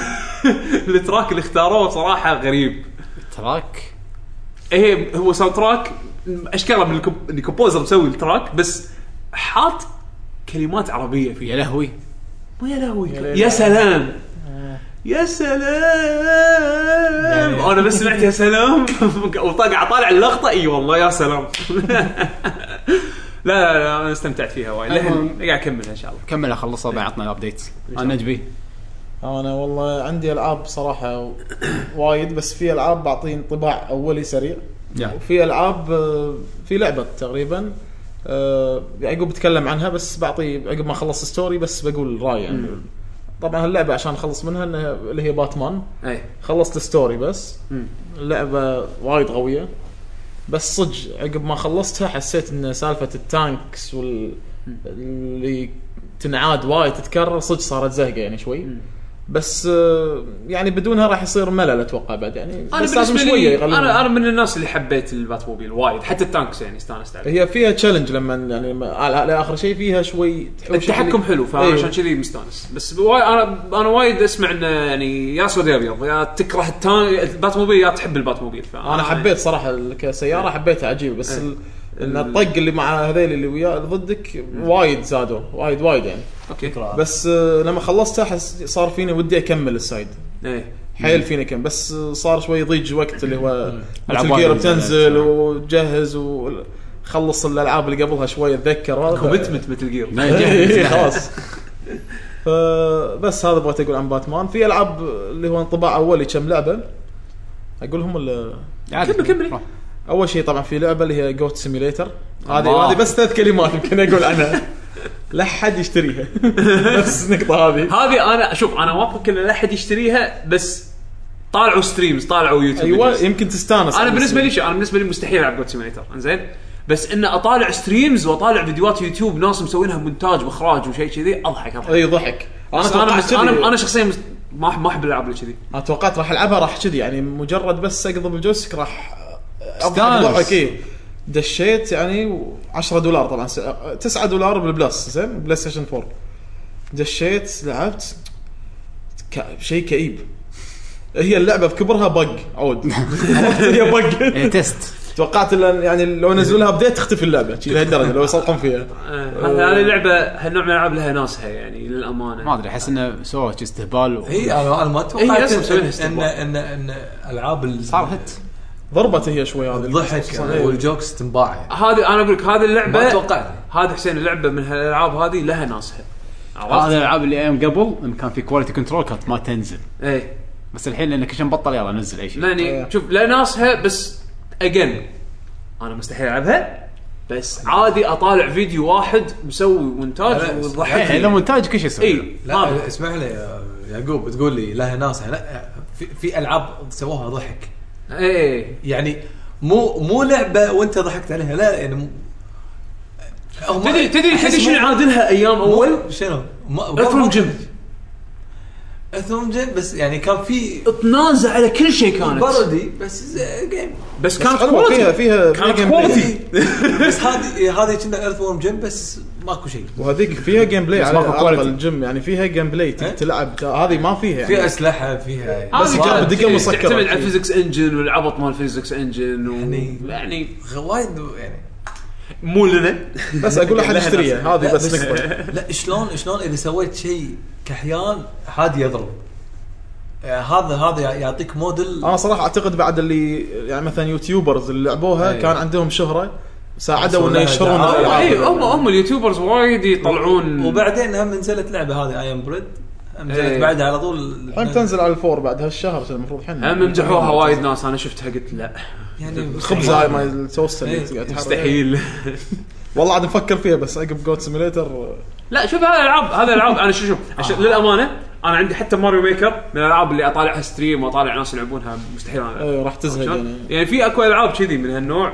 التراك اللي اختاروه صراحه غريب تراك ايه هو ساوند تراك اشكاله من الكم- الكومبوزر مسوي التراك بس حاط كلمات عربيه فيه يا لهوي يا لهوي يا ليل. يا سلام يا سلام انا بس سمعت يا سلام وطقع طالع اللقطه اي أيوة والله يا سلام لا لا لا انا استمتعت فيها وايد للحين أيوة. قاعد اكملها ان شاء الله كمل اخلصها بعد عطنا الابديتس شاء انا نجبي انا والله عندي العاب صراحه و- وايد بس في العاب بعطيه انطباع اولي سريع يلا. وفي العاب آه، في لعبه تقريبا آه، يعقوب بتكلم عنها بس بعطيه عقب ما اخلص ستوري بس بقول راي يعني طبعا هاللعبه عشان اخلص منها إنها- اللي هي باتمان اي خلصت ستوري بس مم. اللعبه وايد قويه بس صدق عقب ما خلصتها حسيت ان سالفه التانكس وال اللي تنعاد وايد تتكرر صدق صارت زهقه يعني شوي مم. بس آه، يعني بدونها راح يصير ملل اتوقع بعد يعني انا بس لازم بالنسبه شوية لي يغلون. انا انا من الناس اللي حبيت الباتموبيل وايد حتى التانكس يعني استانست عليه هي فيها تشالنج لما يعني لما- على- على اخر شيء فيها شوي تحوش التحكم اللي- حلو أيوه. فعشان كذي مستانس بس وايد انا انا وايد اسمع انه يعني يا اسود يا ابيض يا تكره التان الباتموبيل يا تحب الباتموبيل فانا انا حبيت صراحه ال- كسياره حبيتها عجيب بس آه. إيه. ال- ان الطق اللي مع هذيل اللي وياه اللي ضدك إيه. وايد زادوا وايد وايد يعني اوكي بس آه، لما خلصتها حس صار فيني ودي اكمل السايد ايه حيل فيني كم بس آه، صار شوي يضيج وقت اللي هو ألعاب مثل وايد جير يعني. بتنزل وتجهز وخلص الالعاب اللي قبلها شوي اتذكر كوميتمنت مثل جير إيه، خلاص فبس هذا بغيت اقول عن باتمان في العاب اللي هو انطباع اولي كم لعبه اقولهم ولا عادي. كمل- كمل. روح. اول شيء طبعا في لعبه اللي هي جوت سيميليتر هذه الله. هذه بس ثلاث كلمات يمكن اقول عنها لا حد يشتريها نفس النقطه هذه هذه انا شوف انا واثق ان لا احد يشتريها بس طالعوا ستريمز طالعوا يوتيوب ايوه فيديوز. يمكن تستانس انا بالنسبه لي شو انا بالنسبه لي مستحيل العب جود سيميليتر انزين بس ان اطالع ستريمز واطالع فيديوهات يوتيوب ناس مسوينها مونتاج واخراج وشيء كذي اضحك اضحك اي ضحك انا بس انا توقعت مس- انا أيوة، كذي. انا شخصيا مس- ما ما احب الالعاب اللي كذي انا توقعت راح العبها راح كذي يعني مجرد بس اقضب الجويستيك راح استانس. ضحك اي دشيت يعني 10 دولار طبعا 9 دولار بالبلس زين بلاي ستيشن 4 دشيت لعبت ك... شيء كئيب هي اللعبه بكبرها بق عود عرفت؟ هي بق إيه، تيست توقعت إلا- يعني لو نزلوا لها ابديت تختفي اللعبه شي لهالدرجه لو يسلطون فيها آه، هذه هذه لعبه هالنوع من الالعاب لها ناسها يعني للامانه ما ادري احس انه سووا شي استهبال و- هي انا أنا ما هي توقعت أصلاً مسوينها إن- ان استقبال. ان ان العاب ال- صار هت ضربت هي شوي هذه إيه. الضحك والجوكس تنباع يعني. هذه انا اقول لك هذه اللعبه ما توقعت هذه حسين اللعبه من هالالعاب هذه لها ناسها هذا عرفت؟ الالعاب اللي ايام قبل إن كان في كواليتي كنترول كانت ما تنزل ايه بس الحين لان كل شيء مبطل يلا نزل اي شيء يعني إيه. طيب. شوف لها ناسها بس اجين انا مستحيل العبها بس عادي اطالع فيديو واحد مسوي لا، مونتاج بس- إيه، وضحكني لو مونتاج كل شيء يصير اي لا اسمع لي يا يعقوب تقول لي لها ناس لا في, في العاب سووها ضحك اي يعني مو مو لعبه وانت ضحكت عليها لا يعني م- هم- تدري تدري أحس تدري مو- شنو عادلها ايام اول؟ مو- شنو؟ اثرم جيم اثرم جيم بس يعني كان في تنازع على كل شيء كانت بارودي بس زي- جيم بس كانت كانت حلوه فيها فيها كواليتي كانت فيها gameplay. quality. إيه. بس هذه هذه كنا ايرث وورم جيم بس ماكو شيء وهذيك فيها جيم بلاي بس على ماكو على quality. الجيم يعني فيها جيم بلاي إيه؟ تلعب تا- هذه ما فيها في يعني اسلحه فيها بس هذه كانت كانت بدقة إيه، مسكرة. تعتمد على إيه. الفيزكس انجن والعبط مال الفيزكس انجن و... يعني يعني- يعني غ- وايد يعني مو لنا بس اقول احد لها يشتريها هذه لا، بس نقطه لا شلون شلون اذا سويت شيء كحيان هذا يضرب آه، هذا هذا يعطيك موديل انا صراحه اعتقد بعد اللي يعني مثلا يوتيوبرز اللي لعبوها أيوة. كان عندهم شهره ساعدوا وصلوا انه لها يشهرون دعاية. هم الألعاب. اي إيه، هم هم اليوتيوبرز وايد يطلعون وبعدين هم نزلت لعبه هذه ايام بريد إيه. نزلت بعدها على طول الحين تنزل على الفور بعد هالشهر شو المفروض الحين هم مدحوها وايد ناس انا شفتها قلت لا يعني الخبز هاي مال التوست اللي إيه. قاعد تحرق. مستحيل طيب. والله عاد نفكر فيها بس عقب جود سيميليتر لا شوف هذا العاب هذا العاب انا شو شوف عشان للامانه انا عندي حتى ماريو ميكر من الالعاب اللي اطالعها ستريم واطالع ناس يلعبونها مستحيل انا ألعبها. إيه، راح تزهق شلون؟ يعني يعني في اكو العاب كذي من هالنوع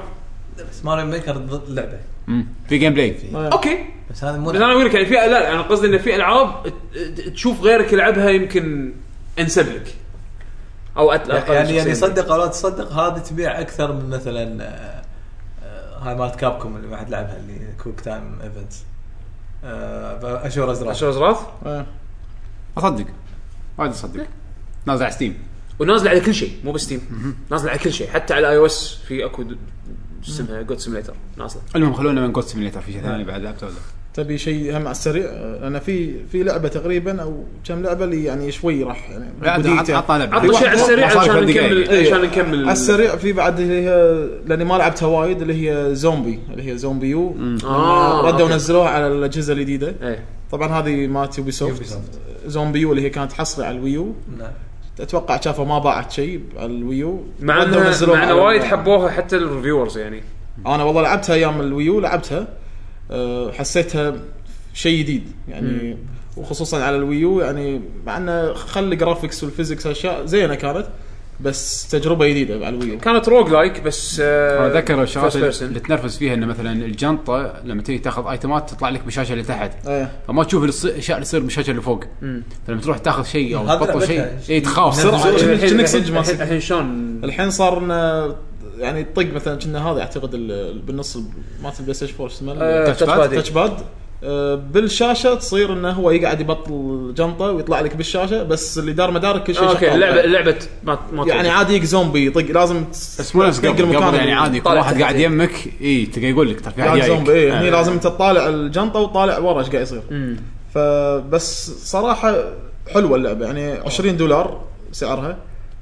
بس ماريو ميكر ضد لعبه مم. في جيم بلاي اوكي بس هذا مو بس انا اقول لك يعني في لا انا قصدي ان في العاب ت- ت- تشوف غيرك يلعبها يمكن انسب لك او أت- اقل يعني يعني شخصياً. صدق او لا تصدق هذه تبيع اكثر من مثلا آه، آه، هاي مالت كابكوم اللي ما حد لعبها اللي كويك تايم آه، ايفنتس اشور ازرق عشان زراث إيه. اصدق وايد إيه. اصدق نازل على ستيم ونازل على كل شيء مو بستيم نازل على كل شيء حتى على اي او اس في اكو د- اسمها جود سيميليتر نازله المهم خلونا من جوست سيميليتر في شيء ثاني بعد لعبته ولا تبي شيء هم على السريع آه، لان في في لعبه تقريبا او كم لعبه اللي يعني شوي راح يعني بعد عط- بديتها. عطنا لعبه عطنا شيء على السريع مصاري عشان ثلاث دقايق. نكمل إيه. عشان نكمل على السريع في بعد اللي هي لاني ما لعبتها وايد اللي هي زومبي اللي هي زومبي يو آه، ردوا أوكي. ونزلوها على الاجهزه الجديده ايه طبعا هذه مالت يوبي سوفت زومبي يو اللي هي كانت حصري على الويو نعم. اتوقع شافوا ما باعت شيء على الويو مع ردوا انها ونزلوها مع انها على- وايد حبوها حتى الريفيورز يعني انا والله لعبتها ايام الويو لعبتها أه، حسيتها شيء جديد يعني وخصوصا على الويو يعني مع انه خلي الجرافكس والفيزكس اشياء زينه كانت بس تجربه جديده على الويو كانت روج لايك بس آه، اتذكر first الشغلات person. اللي تنرفز فيها انه مثلا الجنطه لما تيجي تاخذ ايتمات تطلع لك بالشاشه اللي تحت ايه فما تشوف الص- الاشياء اللي تصير بالشاشه اللي فوق مم. فلما تروح تاخذ شيء او هذا تبطل شيء لعبتها. اي تخاف صرت- صرت- صرت- الحين- كأنك الحين- صدق ما صدق. الحين شلون الحين صار إنه يعني طق مثلا كنا هذا اعتقد ال- بالنص مالت البلاي ستيشن 4 شو اسمه آه، تاتش باد؟ بادي. تاتش باد آه، بالشاشه تصير انه هو يقعد يبطل جنطه ويطلع لك بالشاشه بس اللي دار مدارك كل شيء اوكي شغال. اللعبه لعبه ما ما يعني توقف. عادي يجيك زومبي يطق لازم تس- بس مو نفس تنقل قبل مكان قبل يعني ال- عادي كل طالع واحد قاعد تحت. يمك اي تلقى يقول لك ترى في يعني قاعد واحد زومبي ايه هني آه. لازم تطالع الجنطه وطالع ورا ايش قاعد يصير مم. فبس صراحه حلوه اللعبه يعني 20 دولار سعرها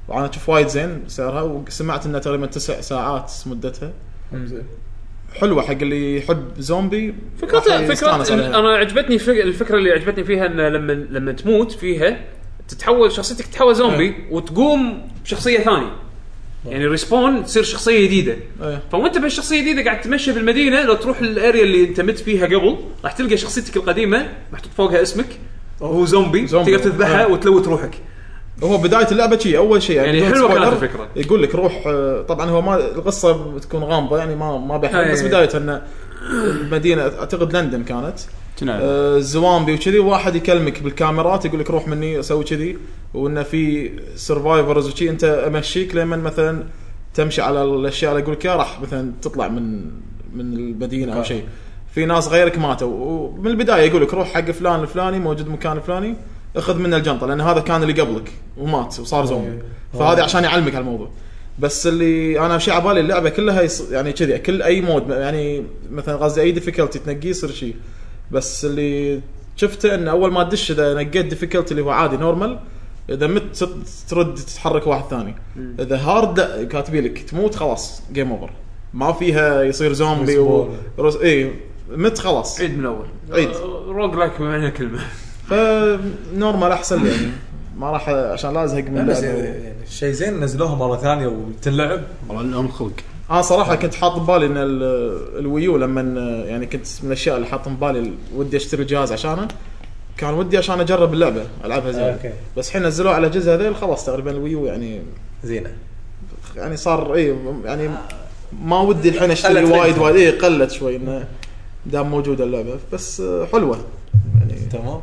وانا اشوف وايد زين سعرها وسمعت انها تقريبا تسع ساعات مدتها حلوه حق اللي يحب زومبي راح فكرة يستانس فكرة عليها. انا عجبتني فك- الفكرة اللي عجبتني فيها ان لما لما تموت فيها تتحول شخصيتك تتحول زومبي وتقوم بشخصية ثانية يعني ريسبون تصير شخصية جديدة ايه. فوانت بالشخصية الجديدة قاعد تمشي بالمدينة لو تروح للاريا اللي انت مت فيها قبل راح تلقى شخصيتك القديمة محطوط فوقها اسمك وهو زومبي, زومبي. تقدر تذبحه ايه. وتلوت روحك هو بدايه اللعبه شيء اول شيء يعني بدون حلوة كانت سبويلر، الفكرة. يقول لك روح آه، طبعا هو ما القصه بتكون غامضه يعني ما ما بحرق أي. بس بدايه ان المدينه اعتقد لندن كانت كنا- آه، الزوامبي وكذي واحد يكلمك بالكاميرات يقول لك روح مني اسوي كذي وانه في سرفايفرز وشي انت امشيك لما مثلا تمشي على الاشياء اللي اقول لك إياها، راح مثلا تطلع من من المدينه او شيء في ناس غيرك ماتوا ومن البدايه يقول لك روح حق فلان الفلاني موجود مكان الفلاني اخذ منه الجنطه لان هذا كان اللي قبلك ومات وصار زومبي فهذا عشان يعلمك على الموضوع بس اللي انا شيء على بالي اللعبه كلها يص... يعني كذي كل اي مود يعني مثلا قصدي اي ديفيكولتي تنقيه يصير شيء بس اللي شفته ان اول ما تدش اذا نقيت ديفيكولتي اللي هو عادي نورمال اذا مت ت- ترد تتحرك واحد ثاني اذا هارد كاتبي لك تموت خلاص جيم اوفر ما فيها يصير زومبي و... رز... اي مت خلاص إيه. عيد من الاول عيد. روج لايك بمعنى الكلمة فنورمال احسن لي يعني ما راح عشان لا ازهق من بس اللعبه يعني شيء زين نزلوها مره ثانيه وتنلعب والله لهم خلق انا صراحه آه، كنت حاط ببالي ان ال- الويو لما يعني كنت من الاشياء اللي حاط ببالي ال- ودي اشتري جهاز عشانه كان ودي عشان اجرب اللعبه العبها زين أوكي. بس الحين نزلوها على جزء هذيل خلاص تقريبا الويو يعني زينه يعني صار اي يعني ما ودي الحين اشتري قلت وايد منها. وايد اي قلت شوي انه دام موجوده اللعبه بس آه، حلوه يعني تمام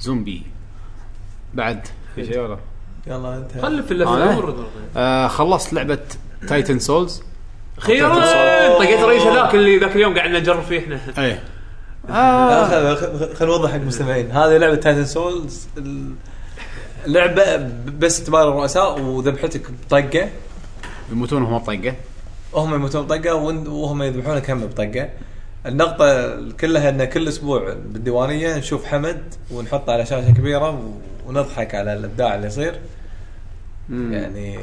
زومبي بعد في شيء ولا يلا انت خلف أنا؟ اللفة آه خلصت لعبه تايتن سولز اخيرا طقيت الرئيس هذاك اللي ذاك اليوم قعدنا نجرب فيه احنا ايه آه، خل- خل- خل نوضح حق المستمعين هذه لعبه تايتن سولز ال- لعبه ب- بس تباري الرؤساء وذبحتك بطقه يموتون وهم طقه وهم يموتون بطقه وإن- وهم يذبحونك هم بطقه النقطة كلها ان كل اسبوع بالديوانية نشوف حمد ونحطه على شاشة كبيرة و- ونضحك على الابداع اللي يصير يعني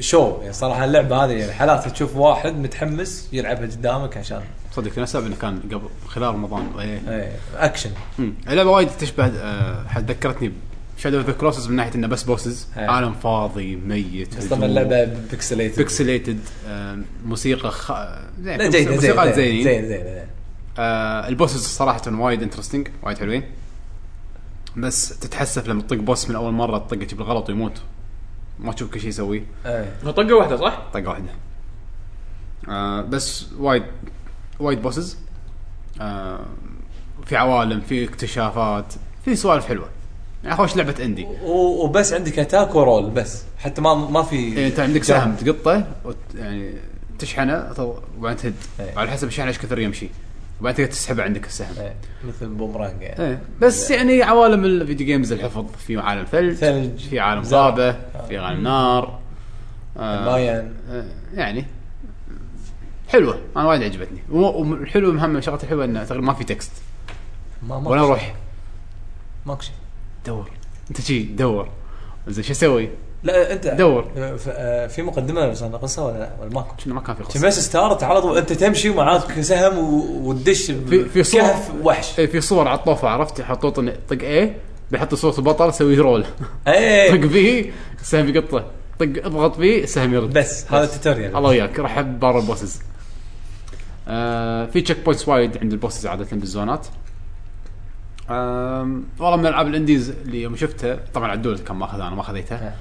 شو يعني صراحة اللعبة هذه يعني حالات تشوف واحد متحمس يلعبها قدامك عشان صدق انا سبب انه كان قبل خلال رمضان ايه ايه اكشن مم. اللعبه وايد تشبه آه، حد ذكرتني بشادو اوف ذا كروسز من ناحيه انه بس بوسز إيه. عالم فاضي ميت بس طبعا اللعبة بيكسليتد بيكسليتد موسيقى خ... زين لا جيدة موسيقى زين زينين زين زين زين آه البوسز صراحه وايد انترستنج وايد حلوين بس تتحسف لما تطق بوس من اول مره تطقه بالغلط ويموت ما تشوف كل شيء يسويه ايه طقه واحده صح؟ طقه واحده طيب، آه بس وايد وايد بوسز آه في عوالم في اكتشافات في سوالف حلوه يعني خوش لعبه اندي و- وبس عندك اتاك ورول بس حتى ما ما في يعني انت عندك سهم تقطه وت... يعني تشحنه تو- وبعدين تهد إيه. على حسب الشحن ايش كثر يمشي وبعدين تقدر تسحبه عندك السهم إيه، مثل بومرانج يعني ايه بس يعني عوالم الفيديو جيمز الحفظ في عالم ثلج ثلج. في عالم زرع. غابه في عالم نار آه مايان آه يعني حلوه انا وايد عجبتني و- والحلو مهمه شغلته الحلوه انه تقريبا ما في تكست ما ماكو ولا شيء. روح ماكو شيء دور انت شي دور زين شو اسوي؟ لا انت دور. ف- آه، في مقدمه مثلا قصه ولا لا ولا ماكو كنا ما كان في كان قصه بس ستارت على طول انت تمشي ومعاك سهم و- وتدش في- في صور. كهف وحش اي إيه، في صور على الطوفه عرفت يحطوا طن- طق اي بيحط صوره البطل يسوي رول إيه، طق اي بي السهم يقطه طق اضغط بي السهم يرد بس هذا التوتوريال الله وياك راح بار البوسز آه في تشيك بوينتس وايد عند البوسز عاده بالزونات آم، والله من الالعاب الانديز اللي يوم شفتها طبعا عدول كان ماخذها انا ما خذيتها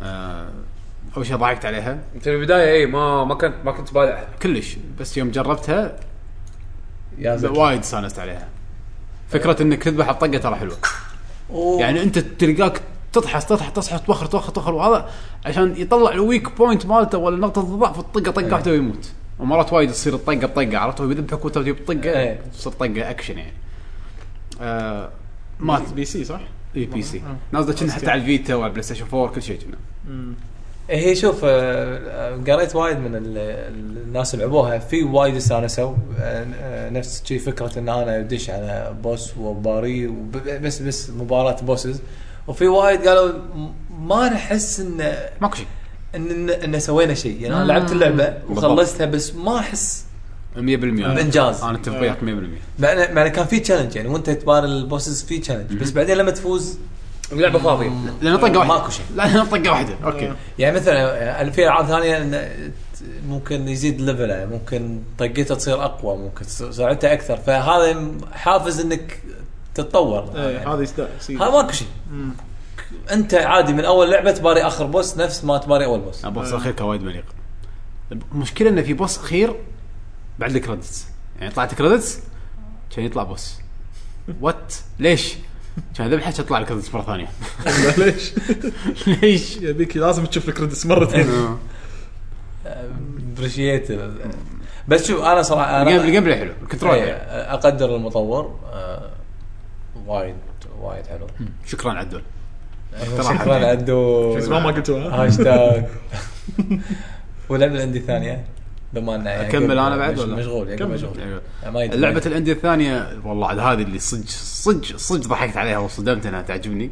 آه اول شيء ضايقت عليها انت البدايه اي ما ما كنت ما كنت بالع كلش بس يوم جربتها يا زلمة. وايد استانست عليها فكره انك تذبح الطقه ترى حلوه أوه. يعني انت تلقاك تطحس تطحس تطحس توخر توخر توخر وهذا عشان يطلع الويك بوينت مالته ولا نقطه الضعف الطقه طقه واحده ويموت ومرات وايد تصير الطقه بطقه عرفت هو يذبحك وانت تجيب طقه ايه. تصير طقه اكشن يعني آه مات بي سي صح؟ اي بي سي اه. نازله كنا حتى على الفيتا وعلى البلاي ستيشن 4 كل شيء كنا هي شوف آه، آه، قريت وايد من ال- ال- الناس اللي لعبوها في وايد استانسوا آه، آه، نفس شي فكره ان انا ادش على بوس وباري وب- بس بس مباراه بوسز وفي وايد قالوا م- ما نحس ان ماكو شيء ان ان سوينا شيء يعني انا مم. لعبت اللعبه بالضبط. آه. وخلصتها بس ما احس 100% انا بانجاز اتفق وياك 100% مع إنه- مع إنه كان في تشالنج يعني وانت تبار البوسز في تشالنج بس بعدين لما تفوز اللعبه فاضيه لان طقه واحده ماكو شيء. لان طقه واحده اوكي يعني مثلا في العاب ثانيه إن ممكن يزيد ليفله ممكن طقته تصير اقوى ممكن سرعته اكثر فهذا حافز انك تتطور اي يعني هذا يستاهل سي. هذا ماكو شيء مم. انت عادي من اول لعبه تباري اخر بوس نفس ما تباري اول بوس بوس الاخير كان وايد مليق المشكله انه طيب، في بوس اخير بعد الكريدتس يعني طلعت كريدتس كان يطلع بوس وات ليش؟ كان ذبحه كان يطلع الكريدتس مره ثانيه ليش؟ ليش؟ يبيك لازم تشوف الكريدتس مرتين آه. ابريشيت بس شوف انا صراحه الجيم انا الجيم بلاي حلو الكنترول إيه، حلو. اقدر المطور آه، وايد وايد حلو شكرا عدول شكرا عدو ما ما قلتوها هاشتاج واللعبه اللي عندي ثانيه بما انه يعني أكمل أنا مش- بعد ولا؟ مشغول يعني كمل. مشغول ما يدري. لعبة الاندية الثانية والله عاد هذه اللي صج صج صج ضحكت عليها وصدمت انها تعجبني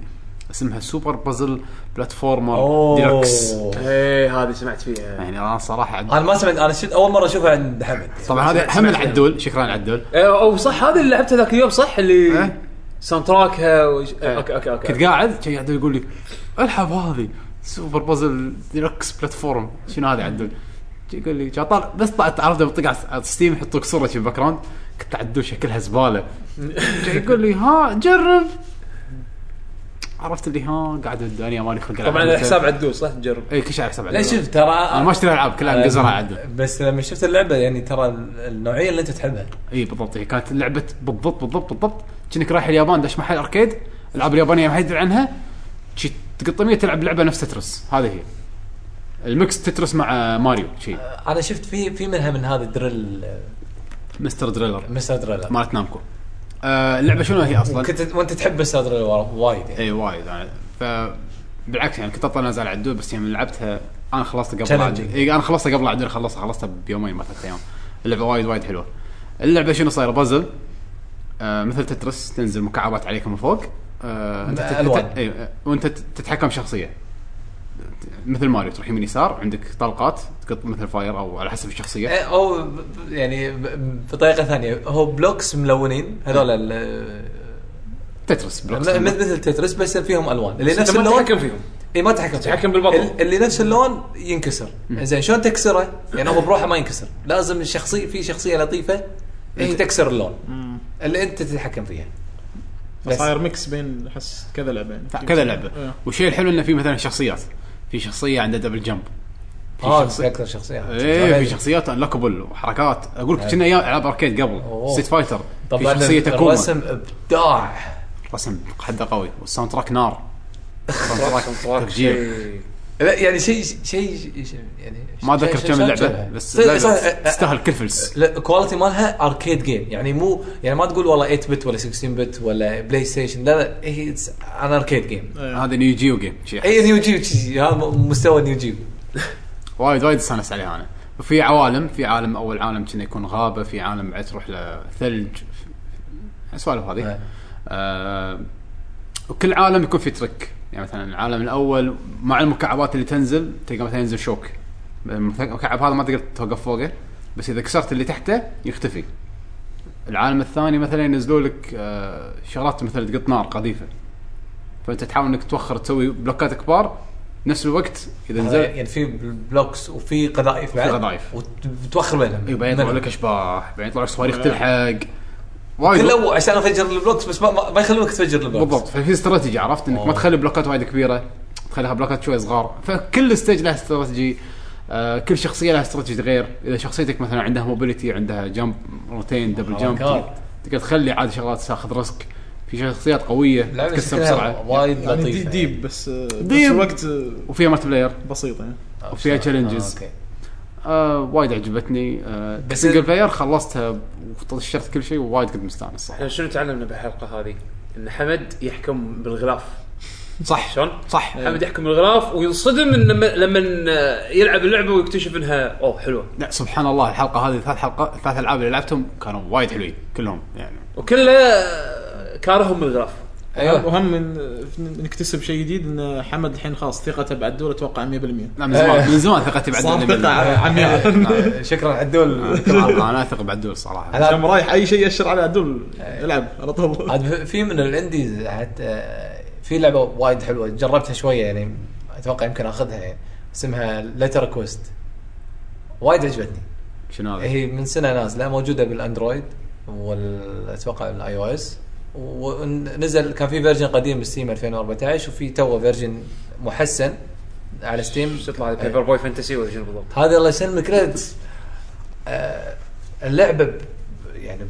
اسمها سوبر بازل بلاتفورمر أوه. ديلوكس ايه هذه سمعت فيها يعني انا صراحة انا ما سمعت انا شفت اول مره اشوفها عند حمد طبعا هذه هم عدول شكرا عدول إيه، او صح هذه اللي لعبتها ذاك اليوم صح اللي إيه. ساوند تراكها وش- إيه، اوكي اوكي اوكي كنت قاعد كان يعدل يقول لي العب هذه سوبر بازل ديلوكس بلاتفورم شنو هذا عدل؟ جي يقول لي جا طال بس طلعت عرفت لما تطق على ستيم يحطوك صوره في الباك جراوند كنت عدل شكلها زباله جا يقول لي ها جرب عرفت اللي ها قاعد الدنيا مالي خلق طبعا ألعب. الحساب عدوس لا تجرب اي كل شيء على حساب عدل لا شوف ترى آه، انا ما اشتري العاب كلها مقزرها عدل بس لما شفت اللعبه يعني ترى النوعيه اللي انت تحبها اي بالضبط هي كانت لعبه بالضبط بالضبط بالضبط كأنك رايح اليابان داش محل اركيد العاب اليابانيه ما حد يدري عنها شي تقط 100 تلعب لعبه نفس تترس هذه هي المكس تترس مع ماريو شي انا شفت في في منها من هذا الدرل مستر دريلر مستر درل مالت نامكو آه اللعبه شنو هي اصلا؟ كنت وانت تحب مستر درل وايد يعني اي إيه، وايد انا ف بالعكس يعني كنت اطلع نازل على الدور بس يوم لعبتها انا خلصت قبل Challenging. عدل. اي انا خلصتها قبل عدل خلصتها خلصتها بيومين ما ثلاث ايام اللعبه وايد وايد حلوه اللعبه شنو صايره بازل آه مثل تترس تنزل مكعبات عليك من فوق آه انت تت- ألوان. تت- اي وانت تت- تتحكم شخصيه مثل ماريو تروح يمين يسار عندك طلقات تقط مثل فاير او على حسب الشخصيه إيه، او ب- يعني ب- بطريقه ثانيه هو بلوكس ملونين هذول ال- تترس بلوكس م- مثل تترس بس فيهم الوان اللي بس نفس انت ما اللون تتحكم فيهم اي ما تحكم تحكم بالبطل. اللي نفس اللون ينكسر زين شلون تكسره؟ يعني هو بروحه ما ينكسر لازم الشخصيه في شخصيه لطيفه هي تكسر اللون مم. اللي انت تتحكم فيها بس. صاير ميكس بين احس كذا لعبه يعني. كذا لعبه إيه. والشيء الحلو انه في مثلا شخصيات في شخصيه عندها دبل جمب اه شخصية- اكثر شخصيه ايه في شخصيات انلوكبل وحركات اقول لك كنا ايام العاب اركيد قبل أوه. ستيت فايتر في طبعا شخصيه تاكوما رسم الرسم ابداع رسم حده قوي والساوند تراك نار ساوند تراك ساوند تراك تفجير. شيء. لا يعني شيء شيء شيء- يعني ما شيء- ذكر شيء- كم شيء- اللعبه شيء- بس صح- اللعبة صح- أ- تستاهل كل فلس لا، الكواليتي مالها اركيد جيم يعني مو يعني ما تقول والله 8 بت ولا 16 بت ولا بلاي ستيشن لا لا إيه، هي عن اركيد جيم إيه. هذا نيو إيه. جيو جيم شي اي نيو جيو شي- هذا مستوى نيو جيو وايد وايد استانس عليها انا في عوالم في عالم اول عالم كنا يكون غابه في عالم بعد تروح لثلج السوالف هذه إيه. آه وكل عالم يكون في ترك يعني مثلا العالم الاول مع المكعبات اللي تنزل تلقى مثلا ينزل شوك المكعب هذا ما تقدر توقف فوقه بس اذا كسرت اللي تحته يختفي العالم الثاني مثلا ينزلوا لك آه شغلات مثلا تقط نار قذيفه فانت تحاول انك توخر تسوي بلوكات كبار نفس الوقت اذا هذا نزلت يعني في بلوكس وفي قذائف بعد قذايف. وتوخر بينهم اي إيه، أيوة، بعدين يطلع منهم. لك اشباح بعدين يطلع لك صواريخ تلحق وايد كله عشان افجر البلوكس بس ما, ما- ما يخلونك تفجر البلوكس بالضبط ففي استراتيجي عرفت انك ما أوه. تخلي بلوكات وايد كبيره تخليها بلوكات شوي صغار فكل ستيج له استراتيجي آه كل شخصيه لها استراتيجي غير اذا شخصيتك مثلا عندها موبيلتي عندها جمب مرتين دبل Oh my جمب God. تقدر تخلي عاد شغلات تاخذ ريسك في شخصيات قويه لعبة تكسب شكلها بسرعه وايد يعني دي لطيفه ديب بس آه، بس ديب. الوقت آه، وفيها مالتي بلاير بسيط يعني وفيها challenges. اوكي آه وايد عجبتني آه بس سنجل ال- بلاير خلصتها وطشرت كل شيء ووايد كنت مستانس صح احنا شنو تعلمنا بالحلقه هذه؟ ان حمد يحكم بالغلاف صح شلون؟ صح حمد يحكم بالغلاف وينصدم إن لما لما يلعب اللعبه ويكتشف انها اوه حلوه لا سبحان الله الحلقه هذه ثلاث حلقات ثلاث العاب اللي لعبتهم كانوا وايد حلوين كلهم يعني وكله كارهم الغلاف ايوه وهم من- نكتسب شيء جديد ان حمد الحين خلاص ثقته بعدول اتوقع 100% لا من زمان من زمان ثقتي بعد صار ثقه النمل. عمياء شكرا عدول كل عام انا اثق بعدول صراحه عشان رايح اي شيء يشر على عدول العب على طول عاد في- في من الانديز حتى في لعبه وايد حلوه جربتها شويه يعني اتوقع يمكن اخذها يعني اسمها ليتر كويست وايد عجبتني شنو هذا؟ هي من سنه نازله موجوده بالاندرويد واتوقع الاي او اس ونزل كان في فيرجن قديم بالستيم 2014 وفي تو فيرجن محسن على ستيم شو تطلع بيبر بوي فانتسي ولا شنو بالضبط؟ هذا الله يسلمك كريدت اللعبه ب- يعني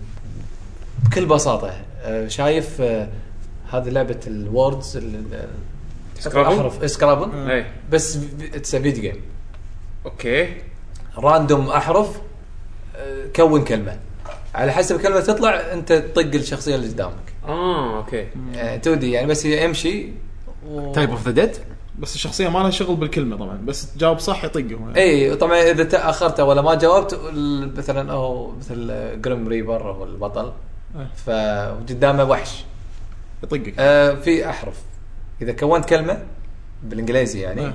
بكل بساطه آه، شايف آه، هذه لعبه الوردز سكرابل؟ سكرابل اي إيه، بس اتس فيديو جيم اوكي راندوم احرف آه، كون كلمه على حسب كلمه تطلع انت تطق الشخصيه اللي قدامك اه اوكي آه، تودي يعني بس هي امشي تايب اوف ذا ديد بس الشخصيه ما لها شغل بالكلمه طبعا بس تجاوب صح يطقهم يعني. اي طبعا اذا تاخرت ولا ما جاوبت ال- مثلا او مثل جريم ريبر هو البطل إيه. فقدامه وحش يطقك آه في احرف اذا كونت كلمه بالانجليزي يعني إيه.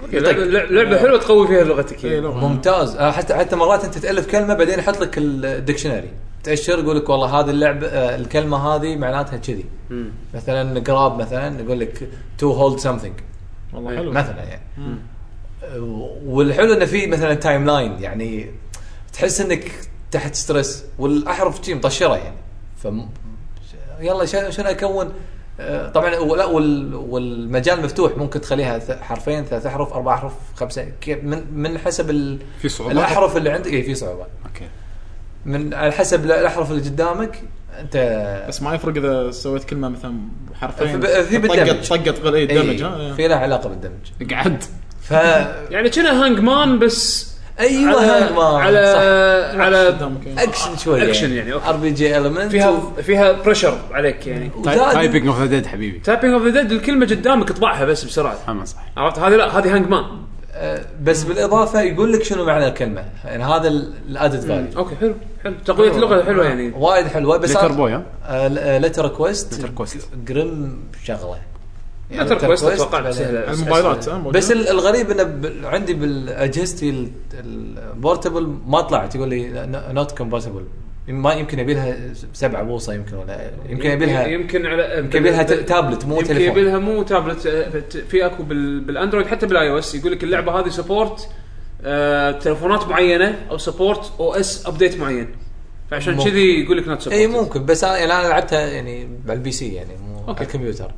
أوكي، لعبة- لعبة لعبة حلوه تقوي فيها لغتك إيه، يعني. لو- ممتاز آه حتى حتى مرات انت تالف كلمه بعدين يحط لك الدكشنري تاشر يقول لك والله هذه اللعبه آه الكلمه هذه معناتها كذي مم. مثلا جراب مثلا يقول لك تو هولد سمثينج والله حلو مثلا يعني والحلو انه في مثلا تايم لاين يعني تحس انك تحت ستريس والاحرف شي مطشره يعني ف يلا شنو شنو اكون آه، طبعا ولا وال- والمجال مفتوح ممكن تخليها ث- حرفين ثلاث احرف اربع احرف خمسه كيف- من من حسب ال- في صعوبات الاحرف اللي عندك اي في صعوبه اوكي من على حسب الاحرف اللي قدامك انت بس ما يفرق اذا سويت كلمه مثلا حرفين في- في طقت بالدمج. طقت غل- إيه، إي، دمج ها في لها علاقه بالدمج قعد ف يعني كنا هانج مان بس ايوه على- هانج مان، على على قدامك يعني. اكشن شويه أكشن يعني، أوكي. ار بي جي المنت فيها فيها بريشر عليك يعني طيب- تايبنج اوف ذا ديد حبيبي تابينج اوف ذا ديد الكلمه قدامك اطبعها بس بسرعه اما صح عرفت هذه لا هذه هانج مان بس بالاضافه يقول لك شنو معنى الكلمه يعني هذا الادد فاليو اوكي حلو حلو تقويه لغه حلوه يعني وايد حلوه بس آه، ليتر بوي ها؟ لتر كويست Letter Quest. جريم شغله يعني لتر كويست اتوقع بعدين- سهله الموبايلات ها، موجودة. بس ال- الغريب انه ب- عندي بالاجهزتي ال- البورتبل ما طلعت يقول لي نوت كومباتبل ما يمكن يبي لها 7 بوصه يمكن ولا يمكن يبي لها يمكن على يمكن يبي لها ت- تابلت مو يمكن يبي تليفون لها مو تابلت آه، بت- في اكو بال- بالاندرويد حتى بالاي او اس يقول لك اللعبه هذه سبورت آه تلفونات معينه او سبورت او اس ابديت معين فعشان ممكن. كذي يقول لك نوت سبورت اي ممكن بس انا يعني انا لعبتها يعني على البي سي يعني مو أوكي. على الكمبيوتر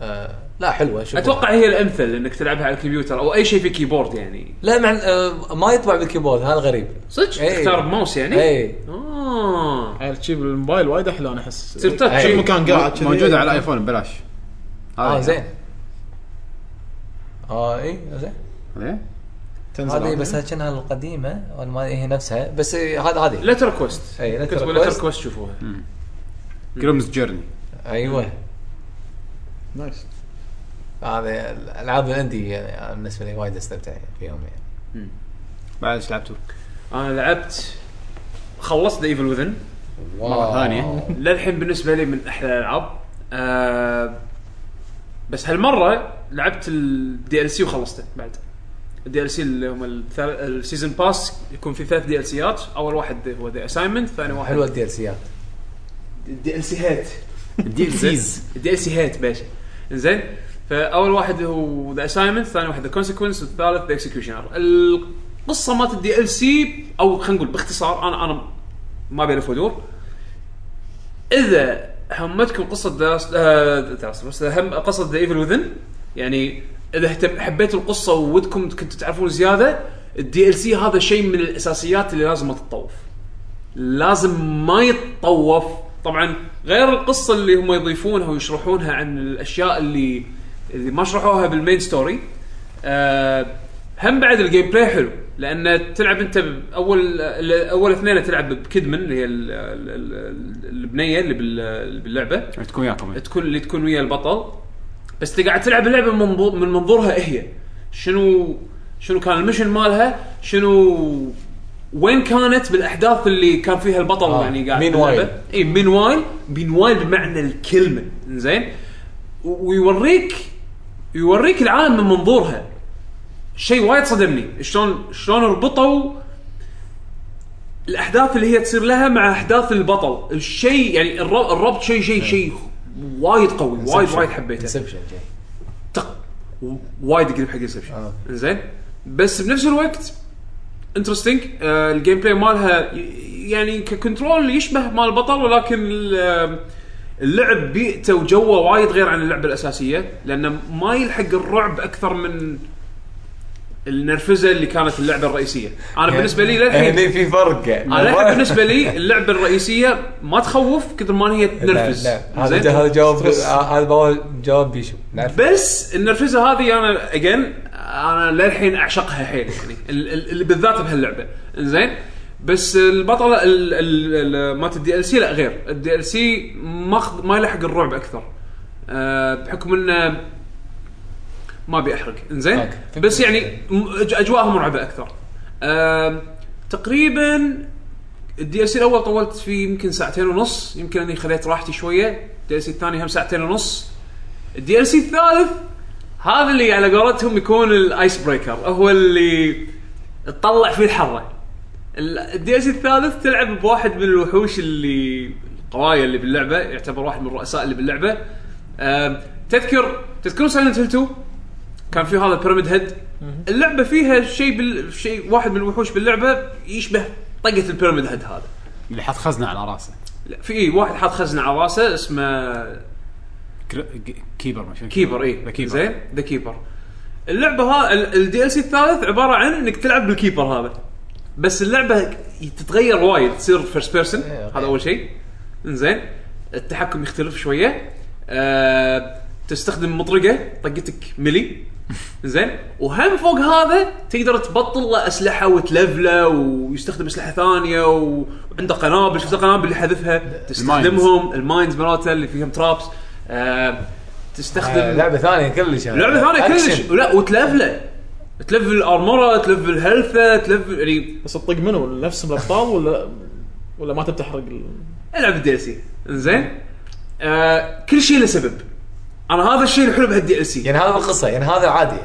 آه لا حلوه شوفوها. اتوقع هي الامثل انك تلعبها على الكمبيوتر او اي شيء في كيبورد يعني لا مع آه ما يطبع بالكيبورد هذا غريب إيه. صدق إي. تختار بماوس يعني اي اه عيل تجيب الموبايل وايد احلى انا احس تصير تاتش. كل مكان قاعد كذي. موجوده على الايفون ببلاش اه هذه. يعني. زين اه اي زين إيه؟ تنزل هذه عادي. بس كانها القديمه ولا ما هي نفسها بس إي، هذا هذه لتر كوست اي إيه. Letter كتبوا لتر Quest. كوست شوفوها جريمز جيرني ايوه نايس هذه الالعاب اللي عندي يعني بالنسبه لي وايد استمتع فيهم يعني بعد ايش لعبتوا؟ انا لعبت خلصت ذا ايفل وذن مره آه. ثانيه للحين بالنسبه لي من احلى الالعاب آه بس هالمره لعبت الدي ال سي وخلصته بعد الدي ال سي اللي هم الثا- السيزون باس يكون في ثلاث دي ال سيات اول واحد هو ذا اساينمنت ثاني واحد حلوه الدي ال سيات الدي ال سي هيت الدي سيز الدي ال سي هيت باشا زين فاول واحد هو ذا اساينمنت ثاني واحد ذا كونسيكونس والثالث ذا اكسكيوشنر القصه مالت الدي ال سي او خلينا نقول باختصار انا انا ما بين ودور اذا همتكم قصه دراس آه دراس بس هم قصه ذا ايفل وذن يعني اذا اهتم حبيتوا القصه وودكم كنتوا تعرفون زياده الدي ال سي هذا شيء من الاساسيات اللي لازم تتطوف لازم ما يتطوف طبعا غير القصه اللي هم يضيفونها ويشرحونها عن الاشياء اللي اللي ما شرحوها بالمين ستوري أه هم بعد الجيم بلاي حلو لان تلعب انت اول اول اثنين تلعب بكيدمن اللي هي ال- ال- ال- البنيه اللي بال- اللي باللعبه تكون وياكم تكون اللي تكون ويا البطل بس انت قاعد تلعب اللعبه من منظور من منظورها هي شنو شنو كان المشن مالها شنو وين كانت بالاحداث اللي كان فيها البطل آه، يعني قاعد meanwhile. باللعبة. اي مين وايل مين وايل بمعنى الكلمه زين ويوريك يوريك العالم من منظورها شيء وايد صدمني شلون شلون ربطوا الاحداث اللي هي تصير لها مع احداث البطل الشيء يعني الر- الربط شيء شيء شيء وايد قوي يعني وايد وايد حبيته انسبشن تق وايد قريب حق انسبشن آه. زين بس بنفس الوقت انترستنج آه الجيم بلاي مالها ي- يعني ككنترول يشبه مال البطل ولكن ال- آه، اللعب بيئته وجوه وايد غير عن اللعبه الاساسيه لانه ما يلحق الرعب اكثر من النرفزه اللي كانت اللعبه الرئيسيه انا يعني بالنسبه لي للحين هني في فرق انا للحين بالنسبه لي اللعبه الرئيسيه ما تخوف كثر ما هي تنرفز لا، لا. هذا زين؟ هذا جواب هذا بواب- جواب بيشو نعرف بس النرفزه هذه انا اجين انا للحين اعشقها حيل يعني ال- ال- اللي بالذات بهاللعبه زين بس البطله ال- ال- ال- مالت الدي ال سي لا غير الدي ال سي ماخذ ما يلحق الرعب اكثر أه بحكم انه ما ابي احرق انزين أوكي. فهمت بس يعني م- أج- اجواءها مرعبه اكثر أه تقريبا الدي ال سي الاول طولت فيه يمكن ساعتين ونص يمكن اني خذيت راحتي شويه الدي ال سي الثاني هم ساعتين ونص الدي ال سي الثالث هذا اللي على قولتهم يكون الايس بريكر هو اللي تطلع فيه الحره الدي ال سي الثالث تلعب بواحد من الوحوش اللي القوايا اللي باللعبه يعتبر واحد من الرؤساء اللي باللعبه أم، تذكر تذكرون سايلنت هيل 2 كان في هذا بيراميد هيد اللعبه فيها شيء بال... شيء واحد من الوحوش باللعبه يشبه طقه البيراميد هيد هذا اللي حط خزنه على راسه لا، في واحد حاط خزنه على راسه اسمه كر- ج- كيبر ما شو كيبر اي ذا كيبر إيه. زين ذا كيبر اللعبه ها الدي ال سي الثالث عباره عن انك تلعب بالكيبر هذا بس اللعبه تتغير وايد تصير فيرست بيرسون إيه، هذا اول شيء زين التحكم يختلف شويه أه تستخدم مطرقه طقتك ملي زين وهم فوق هذا تقدر تبطل له اسلحه وتلفله ويستخدم اسلحه ثانيه وعنده قنابل شفت القنابل اللي حذفها تستخدمهم الماينز مالته اللي فيهم ترابس أه آه، تستخدم لعبه ثانيه كلش آه، لعبه ثانيه كلش أكشن. لا وتلفله تلفل ارمره تلفل هيلثه تلفل يعني بس تطق منو نفس الابطال ولا ولا ما تبي تحرق ال- العب الدي ال سي انزين آه كل شيء له سبب انا هذا الشيء الحلو بهالدي ال سي يعني هذا القصه يعني هذا عادي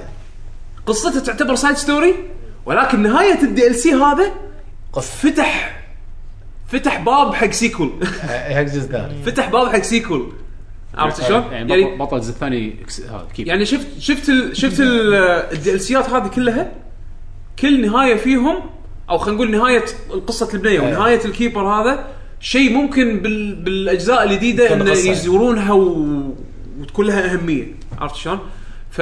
قصته تعتبر سايد ستوري ولكن نهايه الدي ال سي هذا قصه فتح فتح باب حق سيكول آه، حق جزء ثاني فتح باب حق سيكول عرفت شلون؟ يعني بطل- بطل الجزء الثاني إكس- هذا كيبر يعني شفت شفت ال شفت ال- الدي ال سيات هذه كلها كل نهايه فيهم او خلينا نقول نهايه القصه البنيه ونهايه الكيبر هذا شيء ممكن بال بالاجزاء الجديده تكون انه قصة. يزورونها و... وتكون لها اهميه عرفت شلون؟ ف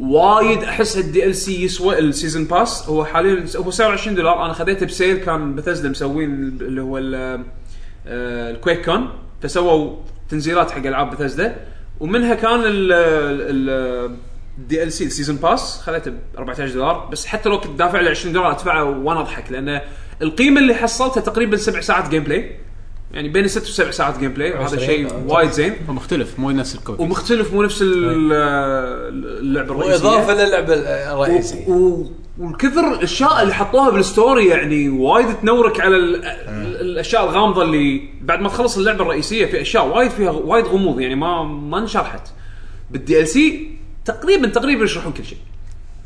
وايد احس الدي ال سي يسوى السيزون باس هو حاليا هو سعره 20 دولار انا خذيته بسيل كان بثزدا مسوين اللي هو ال- آه، الكويك كون فسووا تنزيلات حق العاب بثزدا ومنها كان ال الدي ال سي السيزون باس خذيته ب 14 دولار بس حتى لو كنت دافع له 20 دولار ادفعه وانا اضحك لان القيمه اللي حصلتها تقريبا سبع ساعات جيم بلاي يعني بين ست وسبع ساعات جيم بلاي هذا 20 شيء آه. وايد زين هو مختلف مو نفس الكوكي ومختلف مو نفس ال- اللعبه الرئيسيه إيه، واضافه للعبه الرئيسيه و... والكثر الاشياء اللي حطوها بالستوري يعني وايد تنورك على ال- ال- الاشياء الغامضه اللي بعد ما تخلص اللعبه الرئيسيه في اشياء وايد فيها وايد غموض يعني ما ما انشرحت بالدي ال سي تقريبا تقريبا يشرحون كل شيء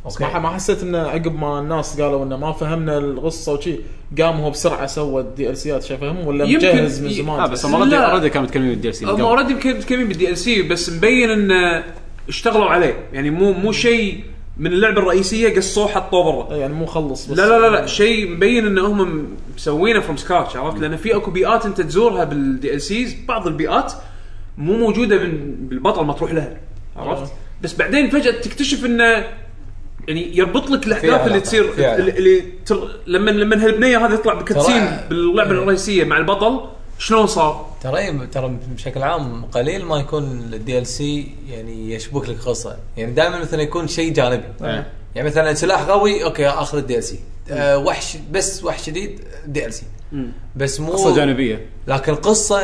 صراحه ما حسيت انه عقب ما الناس قالوا انه ما فهمنا القصه وشي قام هو بسرعه سوى الدي ال سيات شي فهم ولا يمكن- مجهز من ي- آه، زمان لا بس هم اوريدي لا. اوريدي كانوا متكلمين بالدي ال سي هم اوريدي متكلمين بالدي ال سي بس مبين انه اشتغلوا عليه يعني مو مو شيء من اللعبه الرئيسيه قصوه حطوه برا يعني مو خلص بس لا لا يعني لا, لا شيء مبين ان هم مسوينه فروم سكراتش عرفت لان في اكو بيئات انت تزورها بالدي ال سيز بعض البيئات مو موجوده بال- بالبطل ما تروح لها عرفت آه. بس بعدين فجاه تكتشف انه يعني يربط لك الاحداث فيها اللي علاقة، تصير فيها اللي, اللي تر... لما لما هالبنيه هذه تطلع بكتسين ترى- إيه. باللعبه الرئيسيه مع البطل شلون صار؟ ترى ترى بشكل عام قليل ما يكون الدي ال سي يعني يشبك لك قصه يعني دائما مثلا يكون شيء جانبي آه. إيه. يعني مثلا سلاح قوي اوكي اخذ الدي ال سي آه وحش بس وحش جديد دي ال سي بس مو قصه جانبيه لكن قصه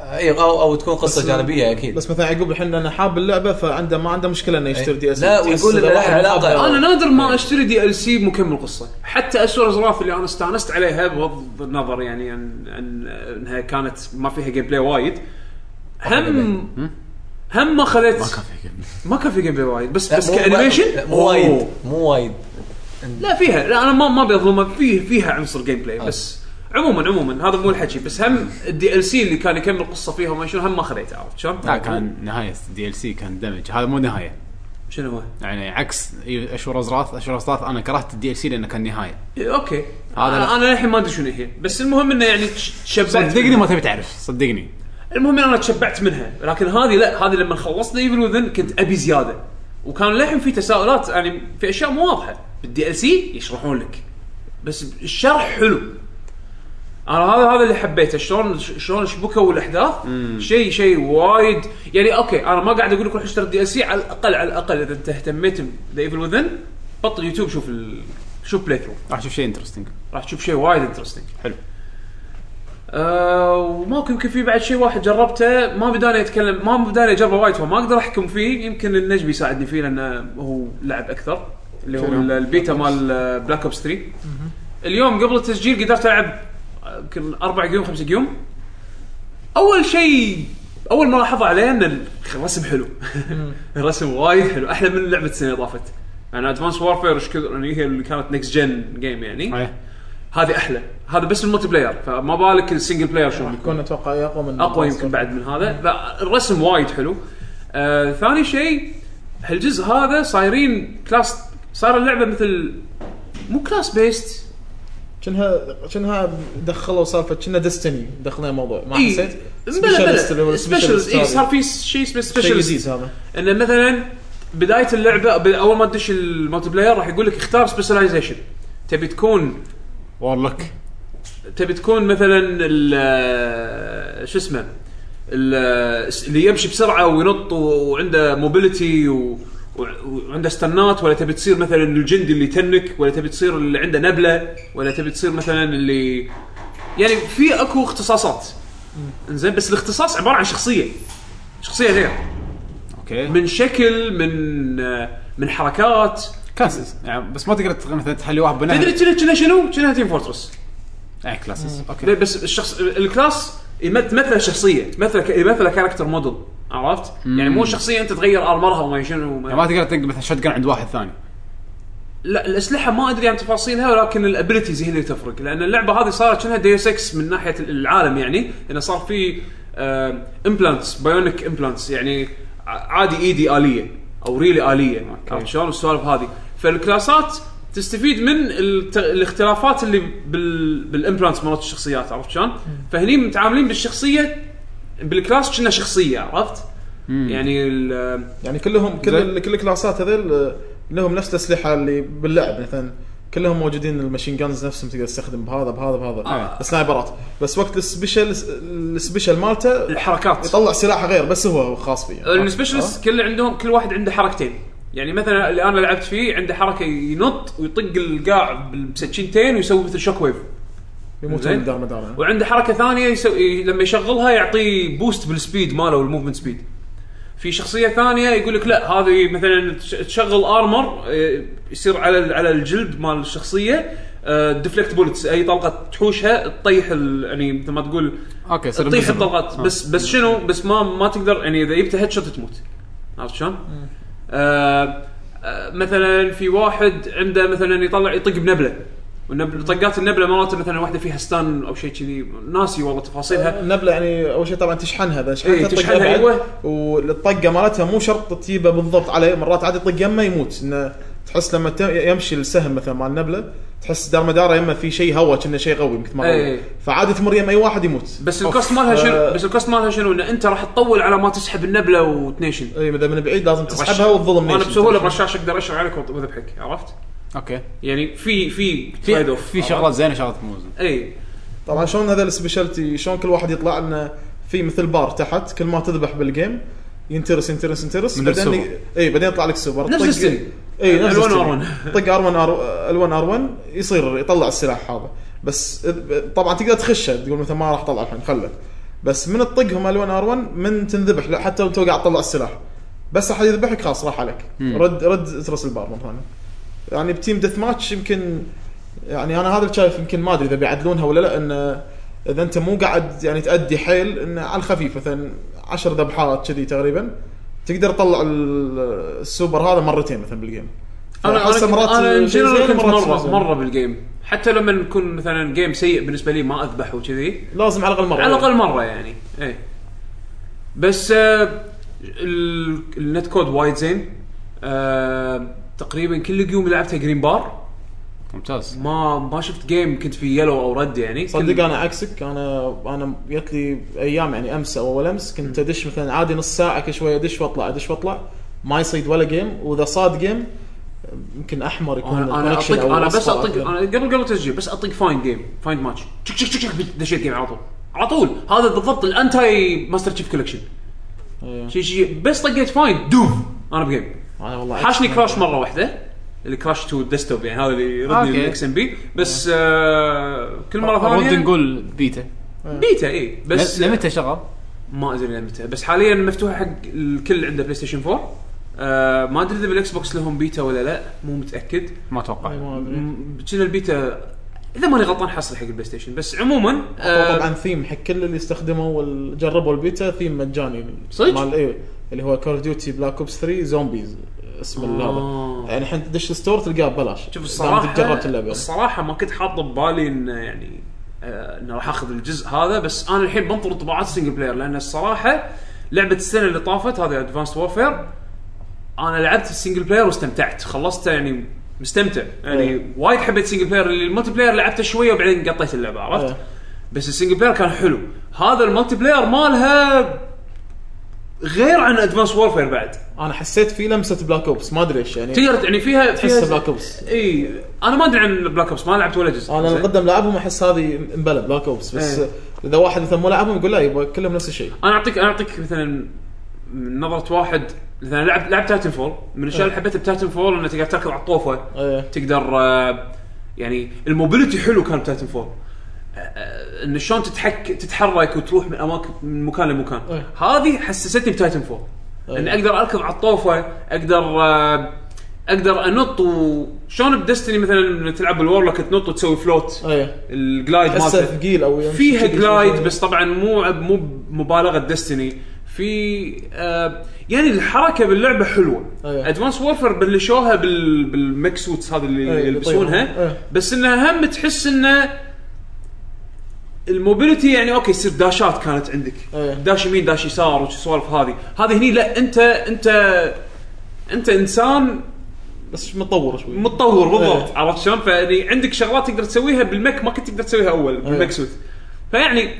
آه، اي او او تكون قصه جانبيه اكيد بس مثلا عقب الحين انا حاب اللعبه فعنده ما عنده مشكله انه يشتري إيه. دي اس لا، ويقول إنه لها علاقة. انا نادر ما اشتري دي ال سي مكمل قصه حتى اسور زراف اللي انا استانست عليها بغض النظر يعني عن عن انها كانت ما فيها جيم بلاي وايد هم هم ما ما خذيت كان في ما كان في جيم بلاي وايد بس لا، بس مو- كانيميشن لا، مو وايد أوه. مو وايد لا فيها لا انا ما ما بظلمك فيه فيها عنصر جيم بلاي بس عموما عموما هذا مو الحكي بس هم الدي ال سي اللي كان يكمل قصه فيها وما شنو هم ما خذيته عرفت شلون؟ لا كان نهايه دي ال سي كان دمج هذا مو نهايه شنو هو؟ يعني عكس اشور ازراث اشور ازراث انا كرهت الدي ال سي لانه كان نهايه إيه، اوكي هذا انا لا. انا للحين ما ادري شنو هي بس المهم انه يعني تش- تشبعت صدقني ما تبي تعرف صدقني المهم إن انا تشبعت منها لكن هذه لا هذه لما خلصنا ايفل وذن كنت ابي زياده وكان للحين في تساؤلات يعني في اشياء مو واضحه بالدي ال سي يشرحون لك بس الشرح حلو انا هذا هذا اللي حبيته شلون شلون شبكوا الاحداث شيء شيء وايد يعني اوكي انا ما قاعد اقول لك روح اشتري الدي ال سي على الاقل على الاقل اذا انت اهتميت بذا ايفل وذن بطل يوتيوب شوف ال... شوف بلاي ثرو راح اشوف شيء انترستنج راح تشوف شيء وايد انترستنج حلو. آه وماكو يمكن في بعد شيء واحد جربته ما بداني اتكلم ما بداني اجربه وايد فما اقدر احكم فيه يمكن النجم يساعدني فيه لانه هو لعب اكثر اللي هو ال- البيتا مال بلاك اوبس 3 اليوم قبل التسجيل قدرت العب آه، يمكن اربع جيوم خمس جيوم اول شيء اول ملاحظه عليه ان ال- الرسم حلو الرسم وايد حلو احلى من لعبه السنه اللي طافت يعني ادفانس وارفير ايش كثر يعني هي اللي كانت نكست جن جيم يعني أيه. هذه احلى هذا بس الملتي بلاير فما بالك السنجل بلاير شلون بيكون يكون اتوقع اقوى من اقوى يمكن بعد من هذا فالرسم وايد حلو آه ثاني شيء هالجزء هذا صايرين كلاس صار اللعبه مثل مو كلاس بيست كأنها كأنها دخلوا سالفه كأنها ديستني دخلنا الموضوع ما حسيت إيه. بلا بلا سبيشلست اي صار في شيء شيء اسمه سبيشلست جديد هذا انه مثلا بدايه اللعبه ب- اول ما تدش الملتي بلاير راح يقول لك اختار سبيشاليزيشن تبي تكون وورلوك تبي تكون مثلا ال- شو اسمه ال- اللي يمشي بسرعه وينط و- وعنده موبيليتي و و- وعنده استنات ولا تبي تصير مثلا الجندي اللي تنك ولا تبي تصير اللي عنده نبله ولا تبي تصير مثلا اللي يعني في اكو اختصاصات زين بس الاختصاص عباره عن شخصيه شخصيه غير اوكي من شكل من آه، من حركات كلاسز يعني بس ما تقدر تغ- مثلا تحلي واحد إيه، بنهر تدري كنا- كنا شنو؟ كنا تيم فورترس اي كلاسز اوكي بس الشخص الكلاس إيه، يمت- يمثل شخصيه يمثل ك- يمثل كاركتر موديل عرفت؟ يعني مو شخصيه انت تغير ارمرها وما شنو وما- يعني ما تقدر تنقل مثلا شوت عند واحد ثاني لا الاسلحه ما ادري عن تفاصيلها ولكن الابيلتيز هي اللي تفرق لان اللعبه هذه صارت كانها ديوس اكس من ناحيه العالم يعني انه صار في آه، امبلانتس بايونيك امبلانتس يعني ع- عادي ايدي اليه او ريلي اليه عرفت شلون السوالف هذه فالكلاسات تستفيد من الت... الاختلافات اللي بال... بالامبلانتس مرات الشخصيات عرفت شلون؟ فهني متعاملين بالشخصيه بالكلاس كنا شخصيه عرفت؟ يعني ال- يعني كلهم كل زين. ال- كل الكلاسات هذول آه، لهم نفس الاسلحه اللي باللعب مثلا كلهم موجودين الماشين جانز نفسهم تقدر تستخدم بهذا بهذا بهذا آه. سنايبرات بس وقت السبيشل السبيشل مالته الحركات يطلع سلاح غير بس هو خاص فيه السبيشلست آه، أه. كل عندهم كل واحد عنده حركتين يعني مثلا اللي انا لعبت فيه عنده حركه ينط ويطق القاع بالسكينتين ويسوي مثل شوك ويف آه؟ يموتون زين. دار مدار وعنده حركه ثانيه يسوي لما يشغلها يعطيه بوست بالسبيد ماله والموفمنت سبيد في شخصيه ثانيه يقول لك لا هذه مثلا تش- تشغل ارمر يصير على ال- على الجلد مال آه، الشخصيه ديفلكت بولتس اي طلقه تحوشها تطيح ال- يعني مثل ما تقول اوكي يصير تطيح invisible. الطلقات آه. بس بس شنو بس ما ما تقدر يعني اذا جبت هيد شوت تموت عرفت شلون؟ آه آه، مثلا في واحد عنده مثلا يطلع يطق بنبله والنبل طقات النبله مرات مثلا واحده فيها ستان او شيء كذي ناسي والله تفاصيلها النبله يعني اول شيء طبعا تشحنها اذا شحنتها إيه، تطق تشحنها، أبعد. أيوة. والطقه مالتها مو شرط تجيبها بالضبط عليه مرات عادي يطق يمه يموت انه تحس لما ت- يمشي السهم مثلا مع النبله تحس دار مداره يمه في شيء هواء كأنه شيء قوي مثل ما إيه. قالوا. فعادي تمر يم اي واحد يموت بس الكوست مالها آه. شنو بس الكوست مالها شنو انه انت راح تطول على ما تسحب النبله وتنيشن اي اذا إيه، من بعيد لازم رش- تسحبها وتظلم انا نيشن. بسهوله برشاش اقدر اشعر عليك وأط- واذبحك عرفت؟ اوكي يعني في في trade في off، في عرفت؟ شغلات زينه شغلات مو زينه اي طبعا شلون هذا السبيشالتي شلون كل واحد يطلع انه في مثل بار تحت كل ما تذبح بالجيم ينترس ينترس ينترس من بعدين السوبر. اي بعدين يطلع لك سوبر نفس طق- السن. اي نفس L1 السن. R1. طق ار 1 ار 1 ار 1 يصير يطلع السلاح هذا بس إذ- طبعا تقدر تخشه تقول مثلا ما راح اطلع الحين خله بس من تطقهم ال 1 ار 1 من تنذبح لا حتى وانت قاعد تطلع السلاح بس احد يذبحك خلاص راح عليك مم. رد رد اترس البار مره ثانيه يعني بتيم ديث ماتش يمكن يعني انا هذا اللي شايف يمكن ما ادري اذا بيعدلونها ولا لا ان اذا انت مو قاعد يعني تادي حيل انه على الخفيف مثلا 10 ذبحات كذي تقريبا تقدر تطلع ال- السوبر هذا مرتين مثلا بالجيم انا فحس مرات انا انا ان شيء جنرال زين كنت ومرات شيء مره زين. مره بالجيم حتى لما نكون مثلا جيم سيء بالنسبه لي ما اذبح وكذي لازم على الاقل مره على الاقل مره يعني اي بس آه ال- النت كود وايد زين آه تقريبا كل الجيوم اللي لعبتها جرين بار ممتاز ما ما شفت جيم كنت فيه يلو او رد يعني صدق انا عكسك انا انا جت لي ايام يعني امس او اول امس كنت ادش مثلا عادي نص ساعه كل شويه ادش واطلع ادش واطلع ما يصيد ولا جيم واذا صاد جيم يمكن احمر يكون انا انا connection اطق أو انا بس أصفر اطق أكثر. انا قبل قبل التسجيل بس اطق فايند جيم فايند ماتش تشك تشك تشك دشيت جيم على طول على طول هذا بالضبط الانتاي ماستر تشيف كولكشن إيه. شي شي بس طقيت فايند دوف انا بجيم انا والله حاشني كراش مره واحده اللي كراش تو ديسكتوب يعني هذا اللي يردني آه، أوكي. الاكس ام بي بس آه كل مره ثانيه المفروض نقول بيتا بيتا اي بس بس متى شغال؟ ما ادري متى بس حاليا مفتوحه حق الكل عنده بلاي ستيشن 4 آه ما ادري اذا بالاكس بوكس لهم بيتا ولا لا مو متاكد ما اتوقع ما أدري. م- كنا البيتا اذا ماني غلطان حصري حق البلاي ستيشن بس عموما أعطوه آه طبعا ثيم حق كل اللي استخدموا وجربوا البيتا ثيم مجاني صدق؟ مال ايه اللي هو كول اوف ديوتي بلاك اوبس 3 زومبيز اسم آه. هذا يعني الحين تدش ستور تلقاه ببلاش شوف إذا الصراحه أنت جربت اللعبه الصراحه ما كنت حاطه ببالي انه يعني آه انه راح اخذ الجزء هذا بس انا الحين بنطر طباعات السنجل بلاير لان الصراحه لعبه السنه اللي طافت هذه ادفانس وورفير انا لعبت السنجل بلاير واستمتعت خلصته يعني مستمتع يعني إيه. وايد حبيت السنجل بلاير الملتي بلاير لعبته شويه وبعدين قطيت اللعبه عرفت إيه. بس السنجل بلاير كان حلو هذا الملتي بلاير مالها غير عن ادفانس وورفير بعد انا حسيت في لمسه بلاك اوبس ما ادري ايش يعني تقدر يعني فيها تحس فيها بلاك اوبس اي انا ما ادري عن بلاك اوبس ما لعبت ولا جزء انا زين. القدم لاعبهم احس هذه مبلى بلاك اوبس بس إيه. اذا واحد مثلا مو لاعبهم يقول لا يبغى كلهم نفس الشيء انا اعطيك انا اعطيك مثلا من نظره واحد مثلا لعب لعب تايتن فول من الاشياء اللي حبيتها بتايتن فول انه تقدر تركض على الطوفه إيه. تقدر آه، يعني الموبيلتي حلو كان بتايتن فول آه، آه، ان شلون تتحك تتحرك وتروح من اماكن من مكان لمكان إيه. هذه حسستني بتايتن فول إيه. ان اقدر اركض على الطوفه اقدر آه، اقدر انط وشلون بدستني مثلا لما تلعب بالورلوك تنط وتسوي فلوت ايه الجلايد تحسه مالته ثقيل او يمشي فيها كذي جلايد شوي. بس طبعا مو مو مبالغه ديستني في آه يعني الحركه باللعبه حلوه أيه. ادفانس وورفر بلشوها بال بالميك سوتس هذه اللي أيه، أيه اللي يلبسونها يطيرون. أيه. أيه. بس انها هم تحس انه الموبيلتي يعني اوكي يصير داشات كانت عندك أيه. داش يمين داش يسار والسوالف هذه هذه هني لا انت انت انت انسان بس مطور شوي متطور بالضبط إيه. عرفت شلون؟ فيعني عندك شغلات تقدر تسويها بالمك ما كنت تقدر تسويها اول بالمك إيه. سوت. فيعني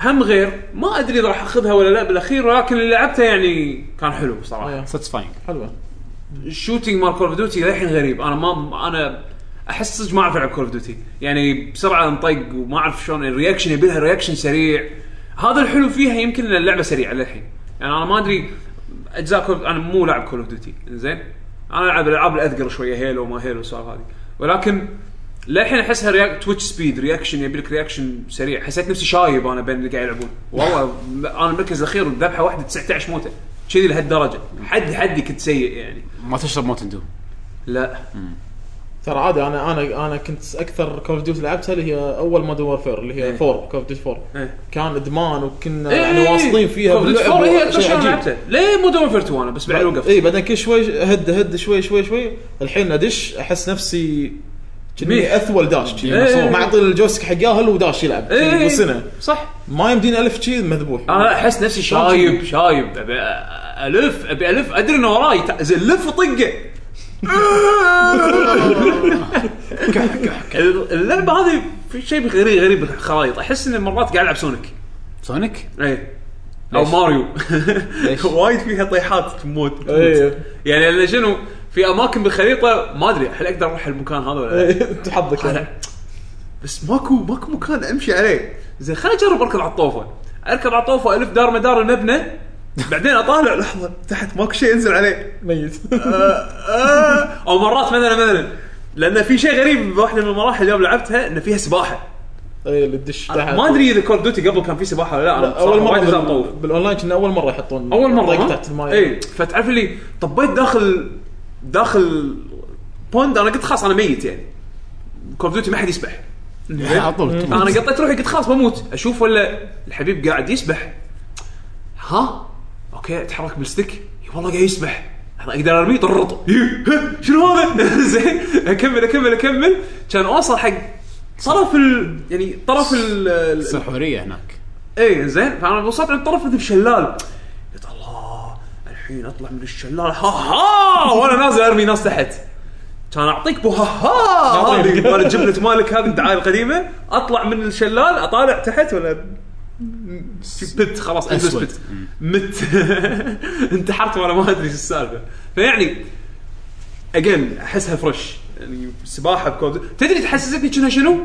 هم غير ما ادري اذا راح اخذها ولا لا بالاخير ولكن اللي لعبته يعني كان حلو صراحه. إيه. ساتسفاينج حلوه الشوتينج مال كول اوف ديوتي للحين غريب انا ما انا احس صدق ما اعرف العب كول اوف ديوتي يعني بسرعه انطق وما اعرف شلون الرياكشن يبي لها رياكشن سريع هذا الحلو فيها يمكن ان اللعبه سريعه للحين يعني انا ما ادري اجزاء كول انا مو لاعب كول اوف ديوتي زين انا العب الالعاب الاذقر شويه هيلو ما هيلو السوالف هذه ولكن للحين احسها رياك... تويتش سبيد رياكشن يبي لك رياكشن سريع حسيت نفسي شايب انا بين اللي قاعد يلعبون والله انا المركز الاخير وذبحه واحده 19 موته كذي لهالدرجه حد حدي كنت سيء يعني ما تشرب موتن دو لا ترى عادي انا انا انا كنت اكثر كول اوف ديوتي لعبتها اللي هي اول مودرن وورفير اللي إيه. هي 4 كول اوف ديوتي 4 إيه. كان ادمان وكنا إيه، يعني إيه، واصلين فيها Call of Duty باللعب 4 هي وشيء أكثر شيء أنا عجيب. لعبته ليه مودرن وورفير 2 انا بس بعدين وقفت اي إيه، بعدين كل شوي هد هد شوي شوي شوي الحين ادش احس نفسي ميح. كني اثول داش إيه. كذي معطي الجويستيك حق ياهل وداش يلعب إيه. وسنه صح ما يمديني الف شيء مذبوح انا احس نفسي شايب شايب ابي الف ابي الف ادري انه وراي تع- زين لف وطقه كح- كح- كح. اللعبه هذه في شيء غريب غريب بالخرائط احس اني مرات قاعد العب سونيك سونيك اي او ليش؟ ماريو ليش؟ وايد فيها طيحات تموت تموت. إيه. يعني لأن شنو في اماكن بالخريطه ما ادري هل اقدر اروح المكان هذا ولا لا تحظك أنا- بس ماكو ماكو مكان امشي عليه زين خليني اجرب اركض على الطوفه اركض على الطوفه الف دار مدار المبنى بعدين اطالع لحظه تحت ماكو شيء انزل عليه ميت آه. او مرات مثلا مثلا لان في شيء غريب بواحده من المراحل اليوم لعبتها ان فيها سباحه اي إيه، اللي تدش تحت ما ادري اذا كول دوتي قبل كان في سباحه ولا لا انا لا، اول بصراحة مره وايد لازم بال- اطوف بالاونلاين كنا اول مره يحطون اول مره طق ها؟ إيه. تحت الماي اي فتعرف اللي طبيت داخل داخل بوند انا قلت خلاص انا ميت يعني كول دوتي ما حد يسبح إيه. على طول انا قطيت روحي قلت خلاص بموت اشوف ولا الحبيب قاعد يسبح ها اوكي اتحرك بالستيك إي والله قاعد يسبح انا اقدر ارميه طرط إيه، ها، شنو هذا؟ زين اكمل اكمل اكمل كان اوصل حق طرف ال يعني طرف ال- ال تصير حوريه هناك اي إيه، زين فانا وصلت عند طرف مثل الشلال قلت الله الحين اطلع من الشلال ها ها وانا نازل ارمي ناس تحت كان اعطيك بو ها ها هذه مال الجبنه مالك هذه الدعايه القديمه اطلع من الشلال اطالع تحت ولا في بت خلاص البس أسود. بت مت انتحرت وانا ما ادري شو السالفه فيعني اجين احسها فريش يعني سباحه بكود تدري تحسستني كأنها شنو؟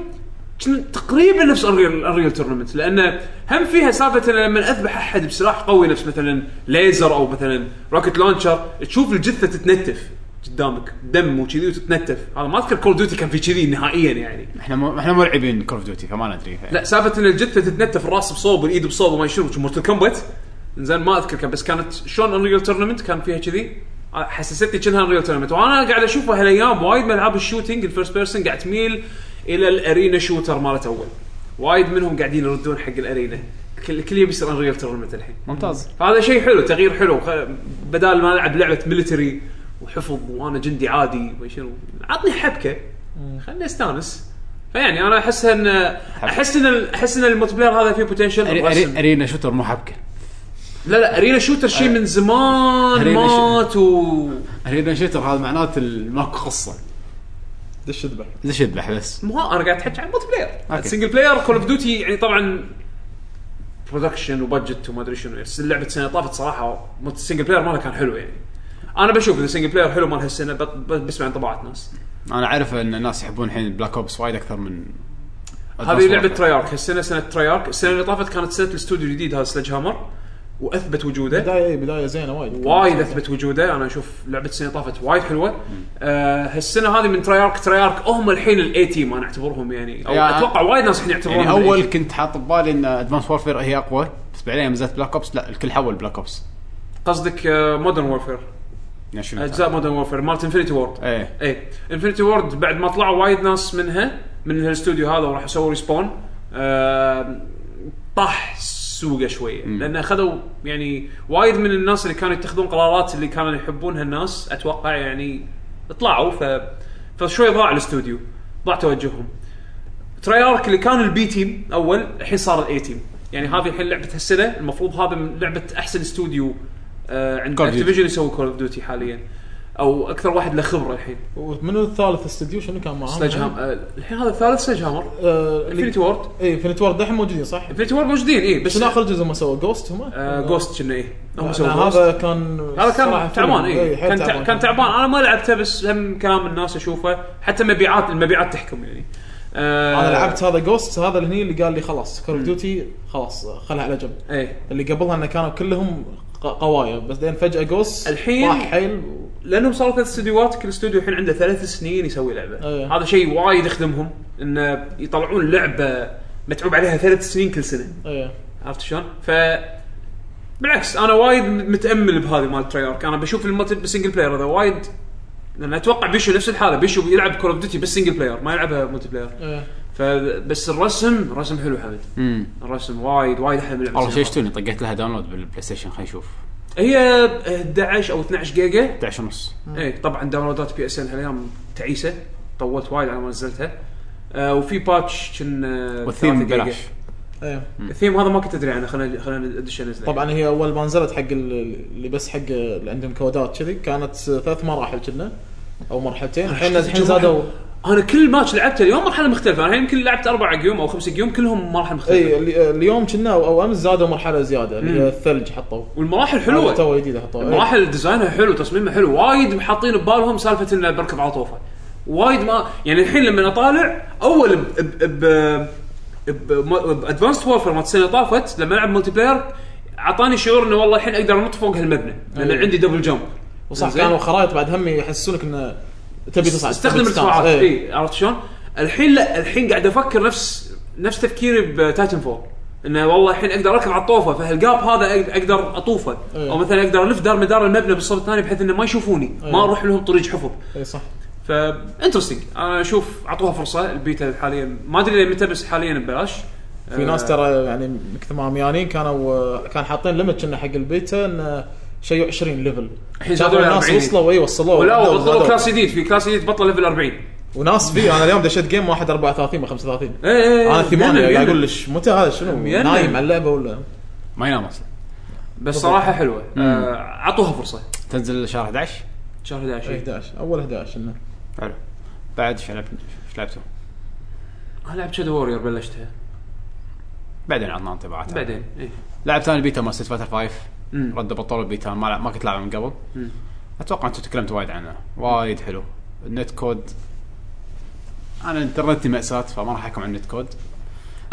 كأن تقريبا نفس الريل الريل تورنمنت لان هم فيها سالفه إن لما اذبح احد بسلاح قوي نفس مثلا ليزر او مثلا روكت لانشر تشوف الجثه تتنتف قدامك دم وكذي وتتنتف هذا ما اذكر كول دوتي كان في كذي نهائيا يعني احنا مو- احنا مرعبين كول اوف ديوتي فما ندري لا سالفه ان الجثه تتنتف الراس بصوب والايد بصوب وما يشرب مورتل كومبات زين ما اذكر كان بس كانت شلون انريل تورنمنت كان فيها كذي حسستني كأنها انريل تورنمنت وانا قاعد اشوفها هالايام وايد من العاب الشوتينج الفيرست بيرسون قاعد تميل الى الارينا شوتر مالت اول وايد منهم قاعدين يردون حق الارينا كل كل يوم يصير انريل تورنمنت الحين ممتاز فهذا شيء حلو تغيير حلو خ- بدال ما العب لعبه ميلتري وحفظ وانا جندي عادي ما شنو عطني حبكه خلني استانس فيعني انا احس ان احس ان ال- احس ان الملتي بلاير هذا فيه بوتنشل أري- أري- ارينا شوتر مو حبكه لا لا ارينا شوتر شيء من زمان أرينا شو- مات و ارينا شوتر هذا معناته ال- ماكو قصه دش اذبح ليش يذبح بس مو ها- انا قاعد احكي عن ملتي بلاير أوكي. السنجل بلاير كول اوف ديوتي يعني طبعا برودكشن وبادجت وما ادري شنو بس لعبه السنه اللي طافت صراحه ملت- السنجل بلاير مالها كان حلو يعني انا بشوف اذا السنجل بلاير حلو مال هالسنه بط- ب- بسمع انطباعات ناس انا اعرف ان الناس يحبون الحين بلاك اوبس وايد اكثر من هذه لعبه تريارك هالسنه سنه تريارك السنه اللي طافت كانت سنه الاستوديو الجديد هذا سلج هامر واثبت وجوده بدايه اي بدايه زينه إيه، وايد وايد اثبت وجوده انا اشوف لعبه السنه اللي طافت وايد حلوه آه هالسنه هذه من تريارك تريارك هم الحين الاي تيم انا اعتبرهم يعني او يعني- اتوقع وايد ناس الحين يعتبرونهم يعني ال A اول team. كنت حاط ببالي ان ادفانس وورفير هي اقوى بس بعدين يوم نزلت بلاك اوبس لا الكل حول بلاك اوبس قصدك آه، مودرن وورفير يعني شنو اجزاء مودرن وورفير مالت انفنتي وورد ايه اي انفنتي وورد إيه. بعد ما طلعوا وايد ناس منها من الاستوديو هذا وراح يسووا ريسبون آه طاح سوقه شويه لان اخذوا يعني وايد من الناس اللي كانوا يتخذون قرارات اللي كانوا يحبونها الناس اتوقع يعني طلعوا ف فشوي ضاع الاستوديو ضاع توجههم تريارك اللي كان البي تيم اول الحين صار الاي تيم يعني هذه الحين لعبه هالسنه المفروض هذا من لعبه احسن استوديو آه عند Call of Duty. اكتيفيجن يسوي كول اوف ديوتي حاليا او اكثر واحد له خبره الحين ومنو الثالث استديو شنو كان آه، معاه؟ سلاج هام آه، الحين هذا الثالث سلاج هامر انفنتي انفنتي وورد وورد اي انفنتي وورد إيه، دحين موجودين صح؟ انفنتي وورد موجودين اي بس بس اخر جزء ما سووا جوست هم؟ جوست كنا ايه هم لا، سووا لا، Ghost. هذا كان هذا صراحة كان فيلم. تعبان اي إيه، حيل كان تع- كان تعبان انا ما لعبته بس هم كلام الناس اشوفه حتى مبيعات المبيعات تحكم يعني آه، انا لعبت هذا جوست هذا اللي هني اللي قال لي خلاص كول اوف ديوتي خلاص خلها على جنب ايه اللي قبلها انه كانوا كلهم ق- قوايا بس بعدين فجاه جوست الحين- راح حيل و- لانهم صاروا ثلاث استديوهات كل استوديو الحين عنده ثلاث سنين يسوي لعبه أيه. هذا شيء وايد يخدمهم انه يطلعون إيه، لعبه متعوب عليها ثلاث سنين كل سنه ايه عرفت شلون؟ ف بالعكس انا وايد متامل بهذه مال تريارك انا بشوف الملتي بالسنجل بلاير هذا وايد لان اتوقع بيشو نفس الحاله بيشو بيلعب كول اوف ديوتي بس سنجل بلاير ما يلعبها ملتي بلاير إيه، فبس الرسم رسم حلو حمد امم الرسم وايد وايد احلى من لعبة والله سنجل شيشتوني طقيت لها داونلود بالبلاي ستيشن خلينا نشوف هي 11 او 12 جيجا إيه، 11 ونص اي طبعا داونلودات بي اس ان هالايام تعيسه طولت وايد على ما نزلتها آه وفي باتش كن آه، والثيم 3 جيجا. ببلاش طيب. ايه الثيم هذا ما كنت ادري عنه خلينا خلينا ادش انزله طبعا هي اول ما نزلت حق ال- اللي بس حق اللي عندهم كودات كذي كانت ثلاث مراحل كنا او مرحلتين الحين الحين زادوا انا كل ماتش لعبته اليوم مرحله مختلفه انا يمكن لعبت اربع قيوم او خمس قيوم كلهم مراحل اي مختلفه اللي- اليوم كنا او أو امس زادوا مرحله زياده اللي مم. هي الثلج حطوا والمراحل هذا حلوه تو جديد حطوه إيه. مراحل ديزاينها حلو تصميمها حلو وايد حاطين ببالهم سالفه انه بركب عطوفه وايد ما يعني الحين لما اطالع اول ب ب ب بادفانسد وورفر مالت السنه اللي طافت لما العب ملتي بلاير اعطاني شعور انه والله الحين اقدر انط فوق هالمبنى لان أيوة. عندي دبل جمب وصح زين. كانوا خرائط بعد هم يحسونك انه تبي تصعد استخدم تبي تستانس. الارتفاعات إيه. اي عرفت شلون؟ الحين لا الحين قاعد افكر نفس نفس تفكيري بتايتن فول انه والله الحين اقدر اركب على الطوفه فهالجاب هذا أق- اقدر اطوفه إيه. او مثلا اقدر الف دار مدار المبنى بالصوب الثاني بحيث انه ما يشوفوني ما إيه. اروح لهم طريق حفر اي صح فا انترستنج انا اشوف اعطوها فرصه البيتا حاليا ما ادري متى بس حاليا ببلاش في ناس آه، ترى يعني كثر ما ميانين كانوا كان حاطين ليمت كنا حق البيتا انه شيء 20 ليفل الحين شافوا زادوا ل الناس 40. وصلوا اي وصلوه آه، ولا وعندهم بطلوا زادوا. كلاس جديد في كلاس جديد بطل ليفل 40 وناس في انا اليوم دشيت جيم واحد 34 من 35 إيه، إيه، إيه، انا يلا، ثمانيه يلا. قاعد اقول لك متى هذا شنو يلا. نايم على اللعبه ولا إيه. ما ينام اصلا بس صراحه حلوه آه، اعطوها فرصه تنزل شهر 11 شهر 11 11 اول 11 انه إيه. حلو بعد ايش لعبت ايش لعبته؟ انا لعبت شادو وورير بلشتها بعدين عطنا انطباعات بعدين إيه. اي لعبت انا البيتا مال ست فاتر 5 مم. رد بطل البيتا ما, ما كنت لاعبه من قبل مم. اتوقع انتم تكلمتوا وايد عنه وايد حلو النت كود انا انترنتي ماساه فما راح احكم عن النت كود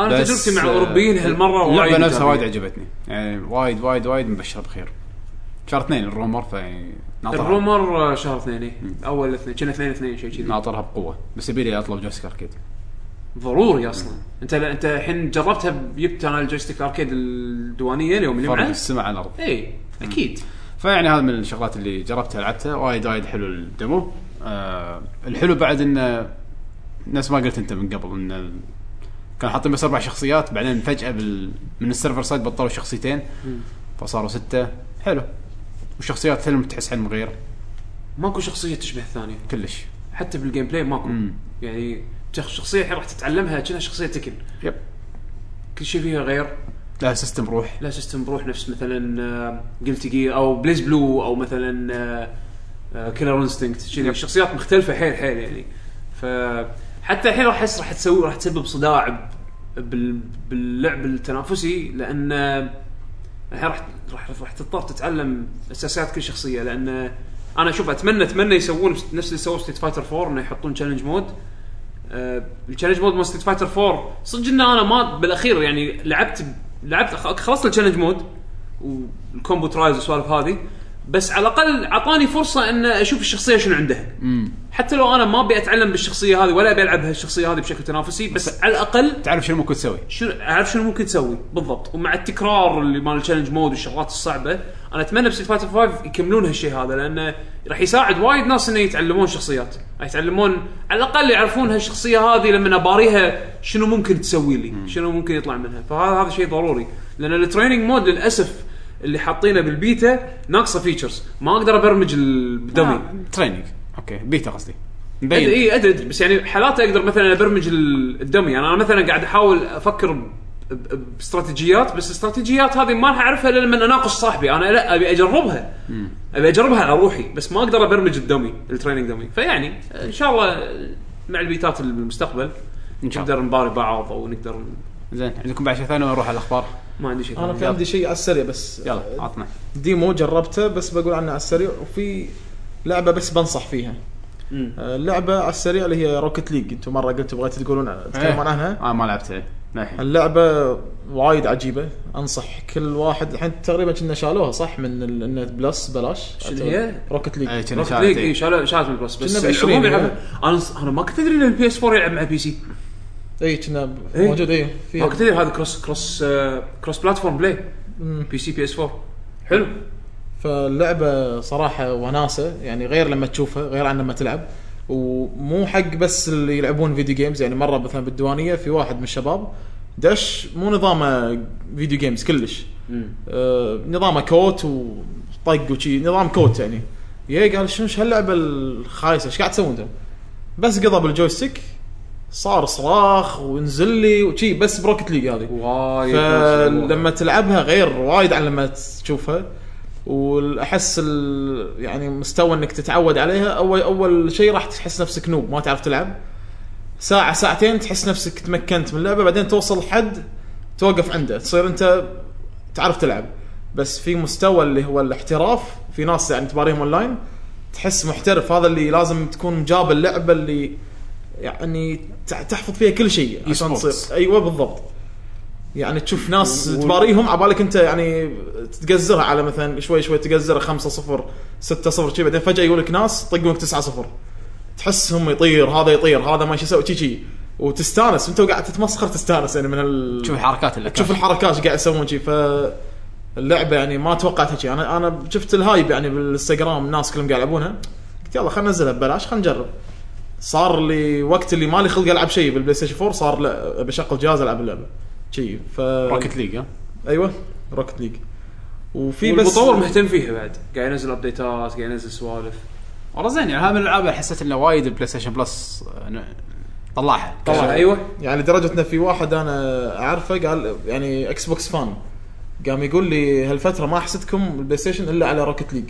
انا بس، تجربتي مع آه، الاوروبيين هالمره اللعبه وايد نفسها وايد إيجابية. عجبتني يعني وايد وايد وايد مبشره بخير شهر اثنين الرومر فيعني ناطرها الرومر آه، شهر اثنين إيه. اول اثنين كنا اثنين اثنين شيء كذي ناطرها بقوه بس يبي لي اطلب جويستيك اركيد ضروري اصلا انت انت الحين جربتها جبت انا الجويستيك يعني اركيد الديوانيه اليوم فرق الجمعه السماء على الارض اي اكيد فيعني هذا من الشغلات اللي جربتها لعبتها وايد وايد حلو الديمو آه الحلو بعد انه نفس ما قلت انت من قبل انه كان حاطين بس اربع شخصيات بعدين فجاه بال من السيرفر سايد بطلوا شخصيتين فصاروا سته حلو والشخصيات فيلم تحس عنهم غير ماكو شخصيه تشبه الثانيه كلش حتى بالجيم بلاي ماكو مم. يعني تخ- شخصيه الحين راح تتعلمها كأنها شخصيه تكن يب كل شيء فيها غير لها سيستم روح لا سيستم بروح نفس آه، مثلا جلتي جي او بليز بلو او مثلا كيلر انستنكت كذي يب. يعني شخصيات مختلفه حيل حيل يعني فحتى الحين راح احس راح تسوي راح تسبب صداع ب- بال- باللعب التنافسي لان آه، الحين راح راح راح تضطر تتعلم اساسيات كل شخصيه لان آه، انا اشوف اتمنى اتمنى يسوون نفس اللي سووا ستيت فايتر 4 انه يحطون تشالنج مود آه، التشالنج مود مال ستريت فايتر 4 صدق ان انا ما بالاخير يعني لعبت لعبت خ- خلصت التشالنج مود والكومبو ترايز والسوالف هذه بس على الاقل اعطاني فرصه ان اشوف الشخصيه شنو عندها امم حتى لو انا ما ابي اتعلم بالشخصيه هذه ولا ابي العب هالشخصيه هذه بشكل تنافسي بس على الاقل تعرف شنو ممكن تسوي شنو اعرف شنو ممكن تسوي بالضبط ومع التكرار اللي مال التشالنج مود والشغلات الصعبه انا اتمنى بسيت فايتر 5 يكملون هالشيء هذا لانه راح يساعد وايد ناس انه يتعلمون شخصيات راح يتعلمون على الاقل يعرفون هالشخصيه هذه لما اباريها شنو ممكن تسوي لي شنو ممكن يطلع منها فهذا هذا شيء ضروري لان التريننج مود للاسف اللي حاطينه بالبيتا ناقصه فيتشرز ما اقدر ابرمج الدمي آه. آه. تريننج اوكي بيتا قصدي ادري مبين اي ادري أدري، بس يعني حالات اقدر مثلا ابرمج ال- الدمي يعني انا مثلا قاعد احاول افكر ب- ب- باستراتيجيات بس الاستراتيجيات هذه ما راح اعرفها الا لما اناقش صاحبي انا لا ابي اجربها ابي اجربها على روحي بس ما اقدر ابرمج الدمي التريننج دمي فيعني ان شاء الله مع البيتات اللي بالمستقبل ان شاء الله نقدر نباري بعض او نقدر ن- زين عندكم بعد شيء ثاني ونروح على الاخبار ما عندي شيء انا ثاني. كان عندي شيء على السريع بس يلا عطنا ديمو جربته بس بقول عنه على السريع وفي لعبه بس بنصح فيها مم. آه، اللعبه على السريع اللي هي روكت ليج انتم مره قلتوا بغيتوا تقولون إيه. عن- تتكلمون عنها انا آه، ما إيه. لعبتها للحين اللعبة وايد عجيبة انصح كل واحد الحين تقريبا كنا شالوها صح من ال- إن بلس بلاش شنو هي؟ روكت ليج إيه، كنا روكت شارتين. ليج اي شالوا شالت من البلس كنا بس يعني ب العموم 20 يلعبها انا انا ما كنت ادري ان البي اس 4 يلعب مع بي سي اي كنا ب- إيه. موجود اي ما فيها كنت ادري هذا كروس كروس آه، كروس بلاتفورم بلاي مم. بي سي بي اس 4 حلو فاللعبه صراحه وناسه يعني غير لما تشوفها غير عن لما تلعب ومو حق بس اللي يلعبون فيديو جيمز يعني مره مثلا بالديوانيه في واحد من الشباب دش مو نظامه فيديو جيمز كلش آه، نظامه كوت وطق وشي نظام كوت يعني يا قال شنو شو هاللعبه الخايسه ايش قاعد تسوون ده؟ بس قضى بالجويستيك صار صراخ وانزل لي وشي بس بروكت ليج هذه وايد فلما تلعبها غير وايد عن لما تشوفها واحس ال- يعني مستوى انك تتعود عليها اول اول شيء راح تحس نفسك نوب ما تعرف تلعب ساعه ساعتين تحس نفسك تمكنت من اللعبه بعدين توصل حد توقف عنده تصير انت تعرف تلعب بس في مستوى اللي هو الاحتراف في ناس يعني تباريهم اونلاين تحس محترف هذا اللي لازم تكون جاب اللعبه اللي يعني تع- تحفظ فيها كل شيء عشان sports. تصير ايوه بالضبط يعني تشوف ناس تباريهم على بالك انت يعني تقزرها على مثلا شوي شوي تقزرها 5 0 6 0 شي بعدين فجاه يقول لك ناس طقونك 9 0 تحسهم يطير هذا يطير هذا ما شو يسوي شي شي وتستانس انت وقاعد تتمسخر تستانس يعني من ال... تشوف الحركات اللي تشوف الحركات ايش قاعد يسوون شي ف اللعبه يعني ما توقعتها شي انا انا شفت الهايب يعني بالانستغرام الناس كلهم قاعد يلعبونها قلت يلا خلينا ننزلها ببلاش خلينا نجرب صار لي وقت اللي مالي خلق العب شيء بالبلاي ستيشن 4 صار لا بشغل جهاز العب اللعبه شي ف روكت ليج ها؟ ايوه روكت ليج وفي في بس بس المطور مهتم فيها بعد قاعد ينزل ابديتات قاعد ينزل سوالف والله زين يعني هذا من الالعاب اللي حسيت انه وايد بلاي ستيشن بلس آه، ن- طلعها طبعا ايوه يعني لدرجه ان في واحد انا اعرفه قال يعني اكس بوكس فان قام يقول لي هالفتره ما حسيتكم البلاي ستيشن الا على روكت ليج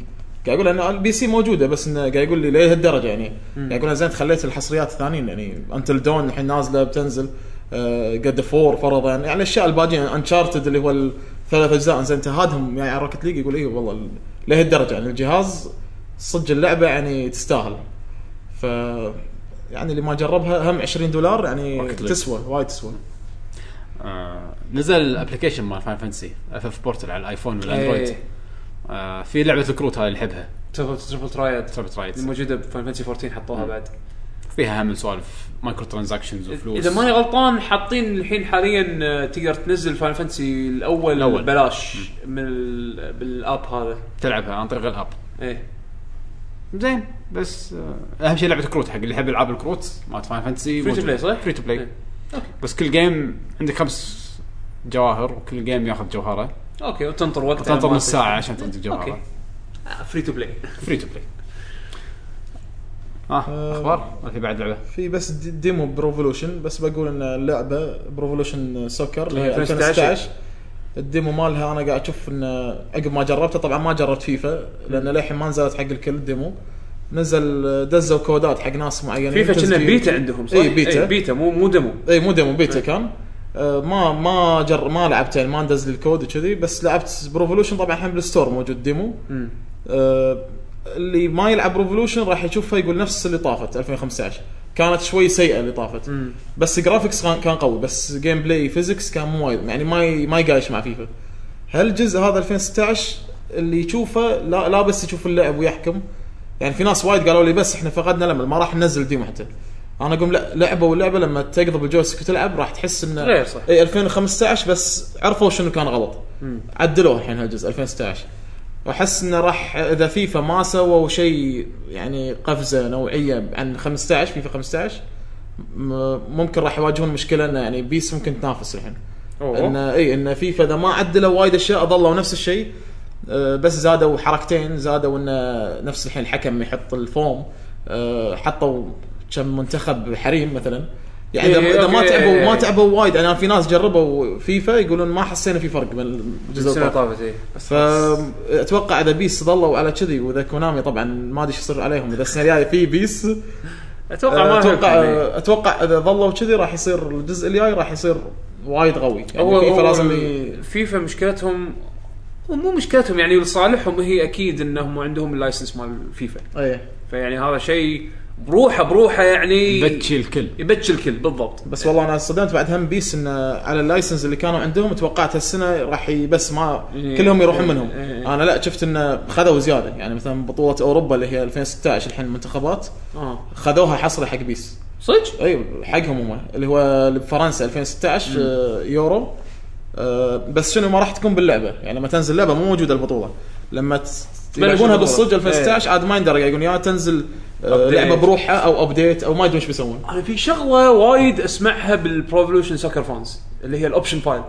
قاعد يقول انا البي سي موجوده بس انه قاعد يقول لي ليه هالدرجه يعني قاعد يقول انا زين خليت الحصريات الثانيين يعني انتل دون الحين نازله بتنزل آه، جاد فور فرضا يعني الاشياء الباقيه انشارتد اللي هو الثلاث اجزاء زين انتهادهم يعني على روكت ليج يقول اي والله ال- ليه هالدرجه يعني الجهاز صدق اللعبه يعني تستاهل ف يعني اللي ما جربها هم 20 دولار يعني روكت ليج. تسوى وايد تسوى آه، نزل الابلكيشن مال فاين فانسي اف اف بورتل على الايفون والاندرويد إيه. آه، في لعبه الكروت هذه اللي احبها تربل تربل ترايد تربت اللي رايت موجوده بفاين فانسي 14 حطوها بعد فيها هم سوالف مايكرو ترانزاكشنز وفلوس اذا ماني غلطان حاطين الحين حاليا آه، تقدر تنزل فاين فانسي الاول الأول. ببلاش من ال- بالاب هذا تلعبها عن طريق الاب ايه زين بس آه، اهم شيء لعبه كروت حق اللي يحب العاب الكروت مالت فاين فانتسي Free to play، صح؟ فري تو بلاي إيه. بس كل جيم عندك خمس جواهر وكل جيم ياخذ جوهره اوكي وتنطر وقت تنطر نص ساعه عشان تنتج اوكي جوهره فري تو بلاي فري تو بلاي اه آه. اخبار ما في بعد لعبه في بس دي- ديمو بروفولوشن بس بقول ان اللعبه بروفولوشن سوكر اللي هي 2016. 2016 الديمو مالها انا قاعد اشوف ان عقب ما جربته طبعا ما جربت فيفا لان للحين ما نزلت حق الكل الديمو نزل دزوا كودات حق ناس معينين فيفا كنا تسجيل. بيتا عندهم صح؟ اي يعني بيتا إيه بيتا مو مو دمو اي إيه، مو ديمو بيتا كان آه، ما ما جر ما لعبت يعني ما ندز لي الكود وكذي بس لعبت بروفولوشن طبعا الحين بالستور موجود ديمو مم. آه، اللي ما يلعب ريفولوشن راح يشوفها يقول نفس اللي طافت 2015 كانت شوي سيئه اللي طافت مم. بس جرافيكس كان كان قوي بس جيم بلاي فيزكس كان مو وايد يعني ما ي- ما يقايش مع فيفا هالجزء هذا 2016 اللي يشوفه لا, لا بس يشوف اللعب ويحكم يعني في ناس وايد قالوا لي بس احنا فقدنا الامل ما راح ننزل ديمو حتى انا اقول لا لعبه ولعبه لما تقضب الجويستيك وتلعب راح تحس إيه، انه غير صح. اي 2015 بس عرفوا شنو كان غلط عدلوه الحين هالجزء 2016 واحس انه راح اذا فيفا ما سووا شيء يعني قفزه نوعيه عن 15 فيفا 15 م- ممكن راح يواجهون مشكله انه يعني بيس ممكن تنافس الحين أوه. ان اي ان فيفا اذا ما عدلوا وايد اشياء ظلوا نفس الشيء آه، بس زادوا حركتين زادوا انه نفس الحين الحكم يحط الفوم آه، حطوا كم منتخب حريم مثلا يعني اذا إيه، إذا ما أوكي. تعبوا ما تعبوا وايد يعني في ناس جربوا فيفا يقولون ما حسينا في فرق بين الجزء السنه الطاف. طافت إيه. اي فاتوقع اذا بيس ظلوا على كذي واذا كونامي طبعا ما ادري ايش يصير عليهم اذا السنه الجايه في بيس آه، اتوقع ما يعني. اتوقع أتوقع اتوقع اذا ظلوا كذي راح يصير الجزء الجاي راح يصير وايد قوي يعني فيفا لازم ي- فيفا مشكلتهم ومو مشكلتهم يعني لصالحهم هي اكيد انهم عندهم اللايسنس مال فيفا ايه فيعني هذا شيء بروحه بروحه يعني بتشي الكل يبتش الكل بالضبط بس والله انا صدمت بعد هم بيس انه على اللايسنس اللي كانوا عندهم توقعت هالسنه راح ي- بس ما إيه. كلهم يروحون منهم إيه. إيه. انا لا شفت انه خذوا زياده يعني مثلا بطوله اوروبا اللي هي 2016 الحين المنتخبات اه خذوها حصري حق بيس صدق؟ اي حقهم هم اللي هو فرنسا 2016 آه، يورو آه، بس شنو ما راح تكون باللعبه يعني لما تنزل لعبه مو موجوده البطوله لما ت- تبلش يلعبونها البطولة. إيه. بالصج 2016 عاد ما يندرى قاعد يقول يا تنزل آه، Update. لعبه بروحها او ابديت او ما ادري ايش بيسوون انا في شغله وايد اسمعها بالبروفولوشن سكر فانز اللي هي الاوبشن فايل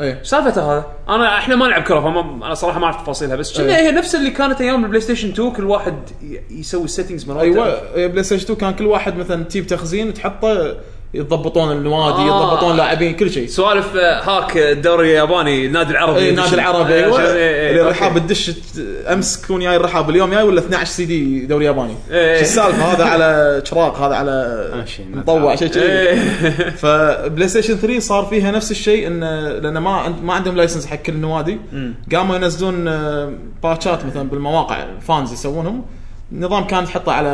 إيه. ايه سالفته هذا انا احنا ما نلعب كره فما انا صراحه ما اعرف تفاصيلها بس كنا أيوة. هي نفس اللي كانت ايام البلاي ستيشن 2 كل واحد ي- يسوي السيتنجز مالته ايوه إيه، بلاي ستيشن 2 كان كل واحد مثلا تجيب تخزين تحطه يضبطون النوادي آه. يضبطون لاعبين كل شيء سوالف آه، هاك الدوري الياباني النادي إيه، العربي أيوة. اي نادي العربي ايوه إيه، اللي الرحاب الرحاب تدش ت- امس تكون جاي الرحاب اليوم جاي ولا 12 سي دي دوري ياباني إيه. شو السالفه هذا على شراق هذا على ماشي. مطوع شيء إيه. كذي فبلاي ستيشن 3 صار فيها نفس الشيء انه لان ما عند- ما عندهم لايسنس حق كل النوادي قاموا ينزلون آه، باتشات مثلا بالمواقع الفانز يسوونهم نظام كان تحطه على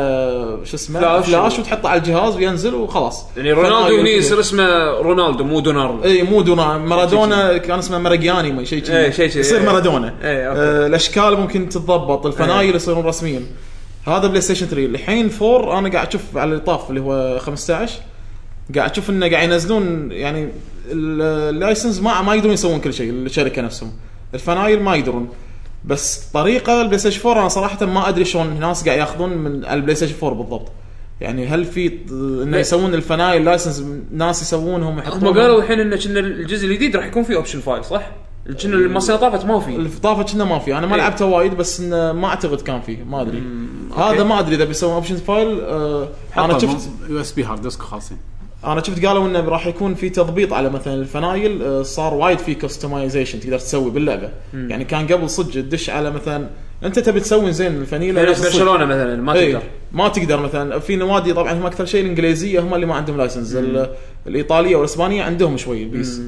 شو اسمه فلاش. فلاش وتحطه على الجهاز وينزل وخلاص يعني إيه. رونالدو هني فما- يصير اسمه رونالدو مو دونار اي مو دونا مارادونا كان اسمه مارجياني ما شيء كذي إيه، شيء كذي، يصير إيه. مارادونا إيه، أوكي. آه، الاشكال ممكن تتضبط الفنايل إيه. يصيرون رسميين هذا بلاي ستيشن 3 الحين 4 انا قاعد اشوف على الطاف اللي هو 15 قاعد اشوف انه قاعد ينزلون يعني ال- اللايسنس ما ما يقدرون يسوون كل شيء الشركه نفسهم الفنايل ما يقدرون بس طريقه البلاي ستيشن 4 انا صراحه ما ادري شلون الناس قاعد ياخذون من البلاي ستيشن 4 بالضبط يعني هل في ط- انه يسوون الفنايل لايسنس ناس يسوونهم هم يحطونهم قالوا الحين ان كنا الجزء الجديد راح يكون فيه اوبشن فايل صح؟ كنا المصير طافت ما في الطافه كنا ما في انا ما إيه. لعبته وايد بس إنه ما اعتقد كان فيه ما ادري هذا ما ادري اذا بيسوون اوبشن فايل آه، انا شفت يو اس بي هارد ديسك خالصين انا شفت قالوا انه راح يكون في تضبيط على مثلا الفنايل آه، صار وايد في كستمايزيشن تقدر تسوي باللعبه يعني كان قبل صدق تدش على مثلا انت تبي تسوي زين الفنيله نفس نفس الصج. برشلونه مثلا ما اي تقدر إيه. ما تقدر مثلا في نوادي طبعا هم اكثر شيء الانجليزيه هم اللي ما عندهم لايسنس ال- الايطاليه والاسبانيه عندهم شوي البيس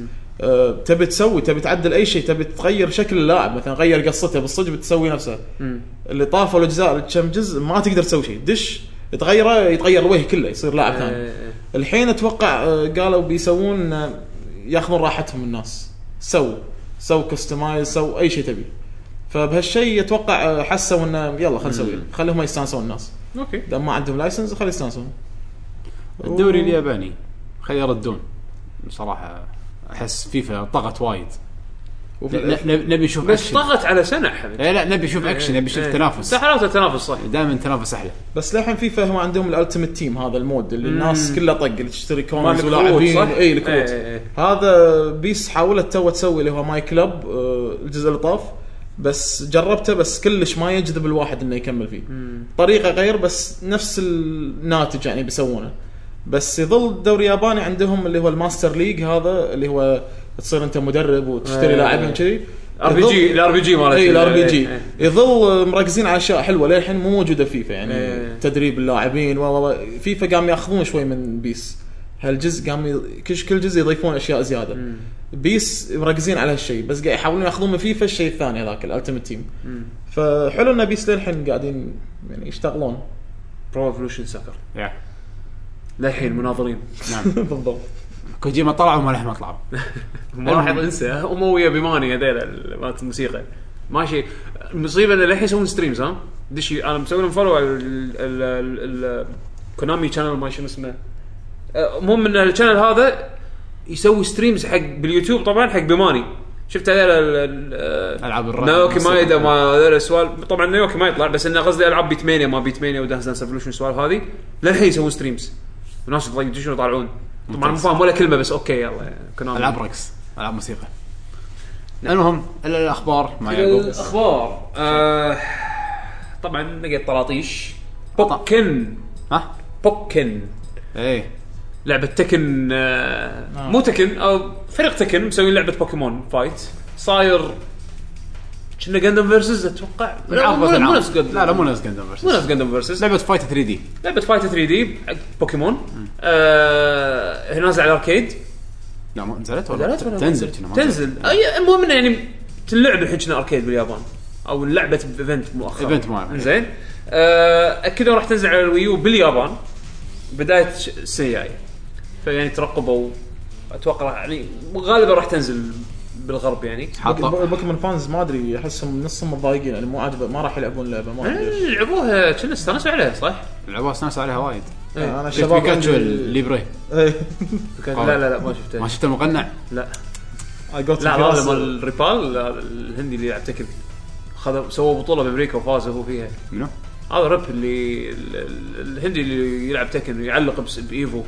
أه تبي تسوي تبي تعدل اي شيء تبي تغير شكل اللاعب مثلا غير قصته بالصدق بتسوي نفسه مم. اللي طافوا الاجزاء اللي كم جزء ما تقدر تسوي شيء دش تغيره يتغير الوجه كله يصير لاعب ثاني إيه. الحين اتوقع آه، قالوا بيسوون آه، ياخذون راحتهم الناس سو سو كستمايز سو اي شيء تبي فبهالشيء اتوقع آه، حسوا انه يلا خلينا نسوي خليهم يستانسون الناس اوكي اذا ما عندهم لايسنس خلي يستانسون الدوري الياباني خلي يردون بصراحه احس فيفا طغت وايد وفي ن- الآخر- ن- نبي نشوف بس اكشن طغت على سنه حبيبي لا لا نبي نشوف اكشن نبي نشوف إيه. تنافس لا، حلاوه التنافس صح دائما تنافس احلى بس للحين فيفا هم عندهم الالتيميت تيم هذا المود اللي الناس كلها طق اللي تشتري مال كونز الكروت، ولاعبين صح؟ اي الكروت إيه، إيه. هذا بيس حاولت تو تسوي اللي هو ماي كلب آه، الجزء اللي طاف بس جربته بس كلش ما يجذب الواحد انه يكمل فيه طريقه غير بس نفس الناتج يعني بيسوونه بس يظل الدوري الياباني عندهم اللي هو الماستر ليج هذا اللي هو تصير انت مدرب وتشتري إيه. لاعبين كذي ار بي جي الار بي جي مالت اي الار بي جي إيه. يظل مركزين على اشياء حلوه للحين مو موجوده فيفا يعني إيه. تدريب اللاعبين و- و و- فيفا قام ياخذون شوي من بيس هالجزء قام ي- كل كل جزء يضيفون اشياء زياده بيس مركزين على هالشيء بس قاعد يحاولون ياخذون من فيفا الشيء الثاني هذاك الالتيميت تيم فحلو ان بيس للحين قاعدين يعني يشتغلون برو ايفولوشن سكر يا. للحين مناظرين نعم بالضبط كوجيما طلع وما لحم ما طلعوا ما راح انسى هم ويا بيماني هذيلا ال- مالت الموسيقى ماشي المصيبه ان للحين يسوون ستريمز ها دشي انا مسوي لهم فولو على ال- ال- ال- كونامي شانل ما شنو اسمه أه، المهم ان الشانل هذا يسوي ستريمز حق باليوتيوب طبعا حق بيماني شفت هذيلا ألعاب الرعب. ناوكي مايدا ما هذول السوال طبعا ناوكي ما يطلع بس انه قصدي العاب بيتمانيا ما بيتمانيا ودانس دانس ايفولوشن السوالف هذه للحين يسوون طيب، ستريمز وناس يدشون يطالعون طبعا مو فاهم ولا كلمه بس اوكي يلا كونامي العاب رقص العاب موسيقى المهم الى الاخبار مع يعقوب الاخبار آه طبعا لقيت طراطيش بوكن ها بوكن ايه لعبه تكن آه مو تكن او فريق تكن مسوي لعبه بوكيمون فايت صاير كنا جندم فيرسز اتوقع لا، مو- مو نفس جندم لا لا مو نفس جندم مو نفس جندم فيرسز لعبه فايت 3 دي لعبه فايت 3 دي بوكيمون آه هي نازله على الاركيد لا مو نزلت ولا نزلت ولا ما تنزل نزلت؟ كنا ما تنزل أي- المهم انه يعني تلعب الحين كنا اركيد باليابان او لعبه بايفنت مؤخرا إيفنت معين. زين آه، اكدوا راح تنزل على الويو باليابان بدايه ش- السنه الجايه فيعني ترقبوا اتوقع راح- يعني غالبا راح تنزل بالغرب يعني حاطه البوكيمون فانز ما ادري احسهم نصهم متضايقين يعني مو عاجبه ما راح يلعبون اللعبه ما ادري ليش. آه، لعبوها كنا استانسوا عليها صح؟ لعبوها سناس عليها وايد إيه. انا شفت الشباب بيكاتشو عندي- الليبري إيه. لا لا لا ما ما شفتها شفت المقنع لا I got لا in هذا Firas- مال الريبال لا، الهندي اللي يلعب تكن خذ سووا بطوله بامريكا وفاز هو فيها منو؟ هذا رب اللي ال- ال- الهندي اللي يلعب تكن ويعلق بس- بايفو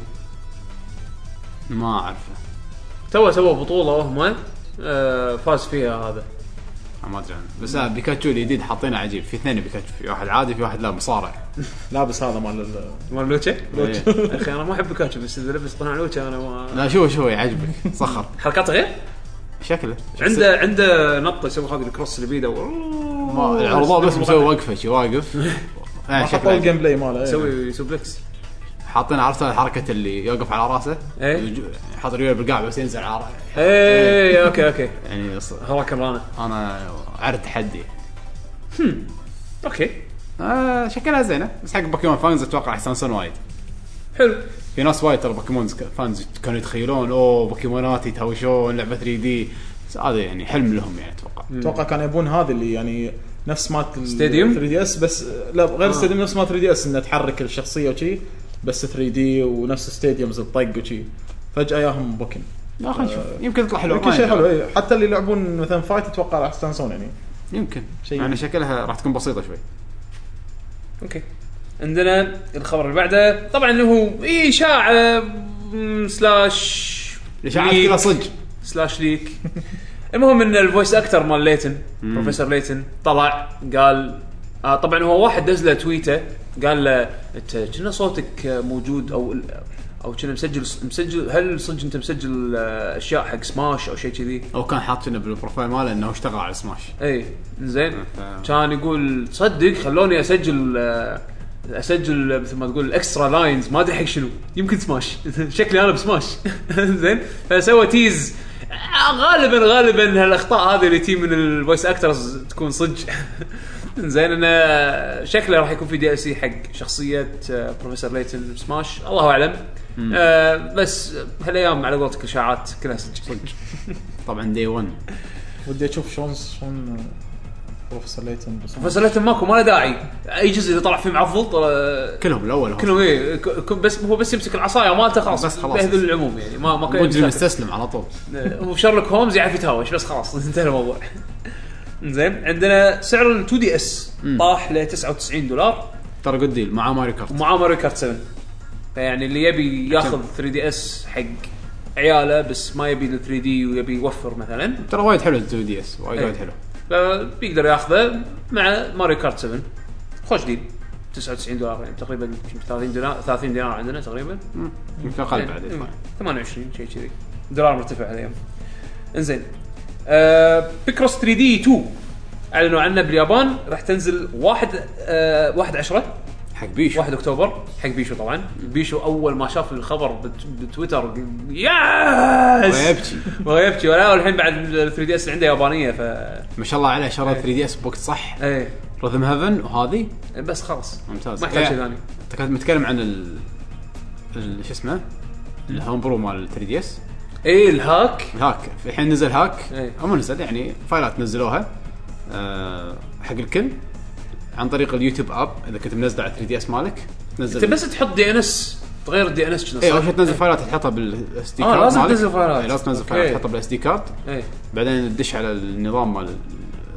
ما اعرفه تو سووا بطوله وهم آه، فاز فيها هذا أنا ما ادري عنه بس آه، بيكاتشو الجديد حاطينه عجيب في اثنين بيكاتشو في واحد عادي في واحد لا مصارع لابس هذا مال ال- مال لوتشا إيه. اخي انا ما احب بيكاتشو بس اذا لبس قناع لوتشا انا ما لا شوي شوي يعجبك صخر حركاته غير شكله عنده عنده نطه يسوي هذه الكروس اللي بيده ما العرضه بس مسوي وقفه شي واقف آه، ما حطوا شكله الجيم بلاي ماله إيه. يسوي سوبلكس حاطين عرفت الحركه اللي يوقف على راسه إيه. يج- حاط رجله بالقاع بس ينزل على رأ- ايه اوكي اوكي يعني ص- هراك رانا انا عرض تحدي اوكي آه شكلها زينه بس حق بوكيمون فانز اتوقع يستانسون وايد حلو في ناس وايد ترى بوكيمون فانز كانوا يتخيلون اوه بوكيمونات يتهاوشون لعبه 3 دي بس هذا يعني حلم لهم يعني اتوقع اتوقع كانوا يبون هذا اللي يعني نفس مات Stadium؟ 3 دي اس بس لا غير آه. ستاديوم نفس مات 3 دي اس انه تحرك الشخصيه وشي بس 3 دي ونفس ستاديومز الطق وشي فجاه ياهم بوكن لا خلينا نشوف يمكن تطلع حلوه كل ما شيء ندري. حلو إيه. حتى اللي يلعبون مثلا فايت اتوقع راح يستانسون يعني يمكن شيء يعني يعني. شكلها راح تكون بسيطه شوي اوكي عندنا الخبر اللي بعده طبعا اللي هو اي شاعه مم، سلاش الاشاعات ليك، كلها صدق سلاش ليك المهم ان الفويس اكتر مال ليتن بروفيسور ليتن طلع قال آه طبعا هو واحد دز له تويته قال له انت كنا صوتك آه، موجود او او كنا مسجل مسجل هل صدق انت مسجل آه، اشياء حق سماش او شيء كذي؟ او كان حاط شنو بالبروفايل ماله انه اشتغل على سماش اي إيه، زين ف- كان يقول صدق خلوني اسجل آه، اسجل مثل ما تقول الاكسترا لاينز ما ادري حق شنو يمكن سماش شكلي انا بسماش زين فسوى تيز آه، غالبا غالبا هالاخطاء هذه اللي تي من الفويس اكترز تكون صدق زين انا شكله راح يكون في دي ال سي حق شخصيه آه، بروفيسور ليتن سماش الله اعلم آه بس هالايام على قولتك اشاعات كلها صدق طبعا دي 1 ودي اشوف شلون شلون بروفيسور ليتن بس بروفيسور ليتن ماكو ما له داعي اي جزء اللي طلع فيه معفض طلع- كلهم الاول هو. كلهم ايه آه، ك- ك- بس هو بس يمسك العصايه مالته خلاص بس بس خلاص. خلاص بيهذل العموم يعني ما ما كان مجرم يمسك. آه، استسلم على طول هو شارلوك هومز يعرف يتهاوش بس خلاص انتهى الموضوع زين عندنا سعر ال 2 دي اس طاح ل 99 دولار ترى جود ديل مع ماريو كارت ومعاه ماريو كارت 7 فيعني اللي يبي ياخذ 3 دي اس حق عياله بس ما يبي ال 3 دي ويبي يوفر مثلا ترى وايد حلو 2 دي اس وايد إيه. وايد حلو فبيقدر ياخذه مع ماريو كارت 7 خوش ديل 99 دولار يعني تقريبا يمكن 30 دولار 30 دينار عندنا تقريبا يمكن اقل بعد إيه، يطلع. 28 شيء كذي دولار مرتفع اليوم انزين آه بيكروس 3 دي 2 اعلنوا عنها باليابان راح تنزل 1 آه 1 10 حق بيشو 1 اكتوبر حق بيشو طبعا بيشو اول ما شاف الخبر بت- بتويتر قل- ياس ويبكي وهو يبكي ولا والحين بعد 3 دي اس عنده يابانيه ف ما شاء الله عليه شرى 3 دي اس بوقت صح ايه رذم هيفن وهذه إيه، بس خلاص ممتاز ما يحتاج شيء إيه، ثاني انت كنت متكلم عن ال ال- شو اسمه الهوم برو مال 3 دي اس اي إيه، الهاك الهاك الحين نزل هاك إيه. او مو نزل يعني فايلات نزلوها آه حق الكل عن طريق اليوتيوب اب اذا كنت منزله على 3 دي اس مالك انت تنزل بس تحط دي ان اس تغير الدي ان اس اي اول شيء تنزل فايلات تحطها بالاس دي آه، كارد لازم مالك. تنزل فايلات. إيه، لازم تنزل أوكي. فايلات تحطها بالاس دي كارد اي بعدين تدش على النظام مال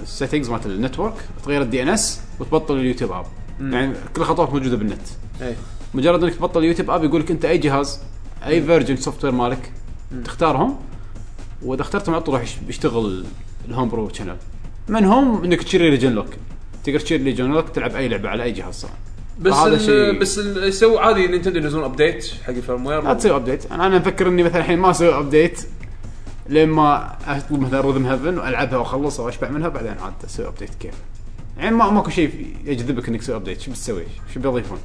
السيتنجز مالت النتورك تغير الدي ان اس وتبطل اليوتيوب اب يعني كل الخطوات موجوده بالنت اي مجرد انك تبطل اليوتيوب اب يقول لك انت اي جهاز اي فيرجن سوفت وير مالك تختارهم واذا اخترتهم على طول راح يش- يشتغل الهوم برو شانل منهم انك تشتري ليجن لوك تقدر تشتري ليجن لوك تلعب اي لعبه على اي جهاز سواء بس فهذا هذا شيء- شيء بس ال- يسوي عادي نينتندو ينزلون ابديت حق الفيرم وير لا تسوي ابديت انا انا مفكر اني مثلا الحين ما اسوي ابديت لما اطلب مثلا رذم هيفن والعبها واخلصها واشبع منها بعدين عاد اسوي ابديت كيف يعني ما ماكو شيء في- يجذبك انك تسوي ابديت شو بتسوي؟ شو بيضيفون؟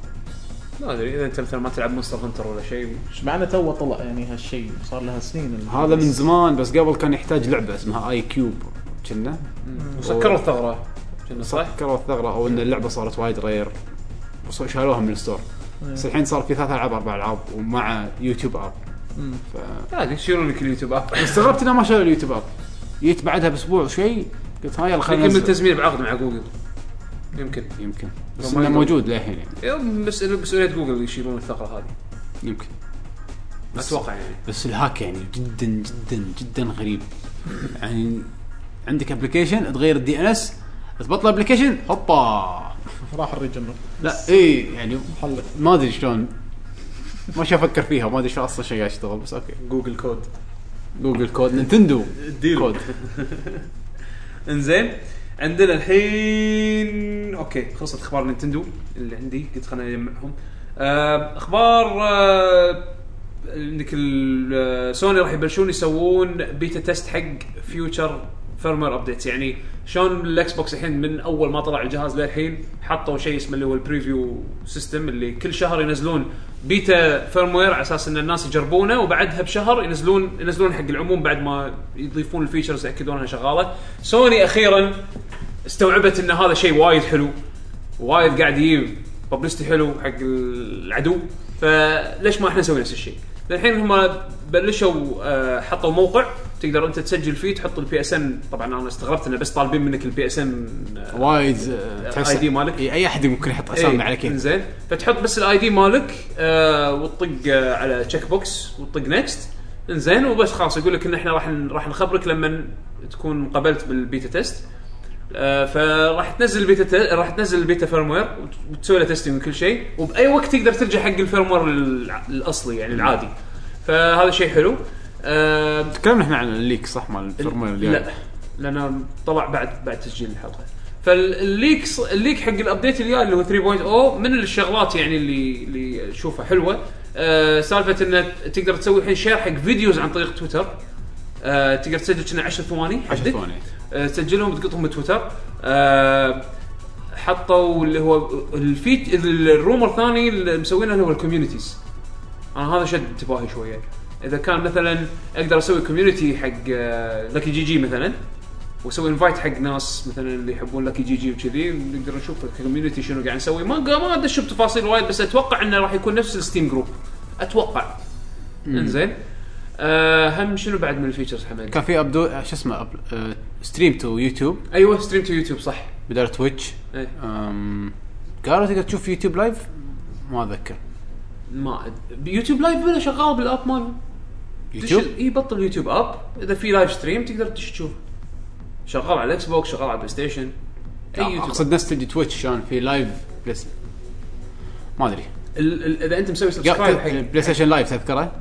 ما ادري اذا انت مثلا ما تلعب مونستر هنتر ولا شيء مع انه تو طلع يعني هالشيء صار لها سنين هذا من زمان بس قبل كان يحتاج لعبه اسمها اي كيوب كنا وسكروا الثغره كنا صح؟ سكروا الثغره او ان اللعبه صارت وايد رير وص- شالوها من الستور بس الحين صار في ثلاث العاب اربع العاب ومع يوتيوب اب عادي يشيلون لك اليوتيوب اب استغربت انه ما شالوا اليوتيوب اب جيت بعدها باسبوع شيء قلت ها يلا خلينا يكمل ننزل. التزميل بعقد مع جوجل يمكن يمكن بس ما انه يقدر. موجود للحين يعني يوم بس مسؤوليه جوجل يشيلون الثغره هذه يمكن اتوقع يعني بس الهاك يعني جدا جدا جدا غريب يعني عندك ابلكيشن تغير الدي ان اس تبطل الابلكيشن هوبا راح الريجنر لا اي يعني حل ما ادري شلون ما شو افكر فيها ما ادري شو اصلا شيء قاعد يشتغل بس اوكي جوجل كود جوجل كود نينتندو ديل. كود انزين عندنا الحين اوكي خلصت اخبار نينتندو اللي عندي قلت خليني اجمعهم آه، اخبار آه، عندك ال- آه، سوني راح يبلشون يسوون بيتا تيست حق فيوتشر فيرمر ابديتس يعني شلون الاكس بوكس الحين من اول ما طلع الجهاز للحين حطوا شيء اسمه اللي هو البريفيو سيستم اللي كل شهر ينزلون بيتا فيرموير على اساس ان الناس يجربونه وبعدها بشهر ينزلون ينزلون حق العموم بعد ما يضيفون الفيتشرز ياكدون انها شغاله سوني اخيرا استوعبت ان هذا شيء وايد حلو وايد قاعد يجيب ببلستي حلو حق العدو فليش ما احنا نسوي نفس الشيء؟ الحين هم بلشوا آه، حطوا موقع تقدر انت تسجل فيه تحط البي اس ان طبعا انا استغربت انه بس طالبين منك البي اس ان وايد آه، آي دي آه، مالك؟ إي، اي احد ممكن يحط اسامي على كيف زين إيه، فتحط بس الاي دي مالك آه وتطق آه على تشيك بوكس وتطق نكست انزين وبس خلاص يقول لك ان احنا راح راح نخبرك لما تكون قبلت بالبيتا تيست آه فراح تنزل البيتا ت- راح تنزل البيتا فيرموير وت- وتسوي له تيستنج وكل شيء وباي وقت تقدر ترجع حق الفيرموير الع- الاصلي يعني العادي فهذا شيء حلو آه تكلمنا احنا عن الليك صح مال الفورمولا اللي لا لانه طلع بعد بعد تسجيل الحلقه فالليك الليك حق الابديت الجاي اللي هو 3.0 من الشغلات يعني اللي اللي اشوفها حلوه آه سالفه انه تقدر تسوي الحين شير حق فيديوز عن طريق تويتر آه تقدر تسجل كنا 10 ثواني 10 حدك. ثواني. آه تسجلهم وتقطهم من تويتر آه حطوا اللي هو الفيت الرومر الثاني اللي مسوينه اللي هو الكوميونيتيز انا هذا شد انتباهي شويه اذا كان مثلا اقدر اسوي كوميونتي حق آه، لكي جي جي مثلا واسوي انفايت حق ناس مثلا اللي يحبون لكي جي جي وكذي نقدر نشوف الكوميونتي شنو قاعد نسوي ما ما ادش بتفاصيل وايد بس اتوقع انه راح يكون نفس الستيم جروب اتوقع انزين آه هم شنو بعد من الفيتشرز حمد؟ كان في ابدو شو اسمه أب... آه، ستريم تو يوتيوب ايوه ستريم تو يوتيوب صح بدل تويتش ايه أم، قالوا تقدر تشوف يوتيوب لايف ما اتذكر ما أد- يوتيوب لايف بلا شغال بالاب مالهم يوتيوب اي بطل يوتيوب اب اذا في لايف ستريم تقدر تش- تشوف شغال على الاكس بوكس شغال على البلاي ستيشن اي يوتيوب اقصد نفس تجي تويتش شلون في لايف بلاس ما ادري ال- ال- اذا انت مسوي سبسكرايب حق اي بلاي ستيشن لايف تذكره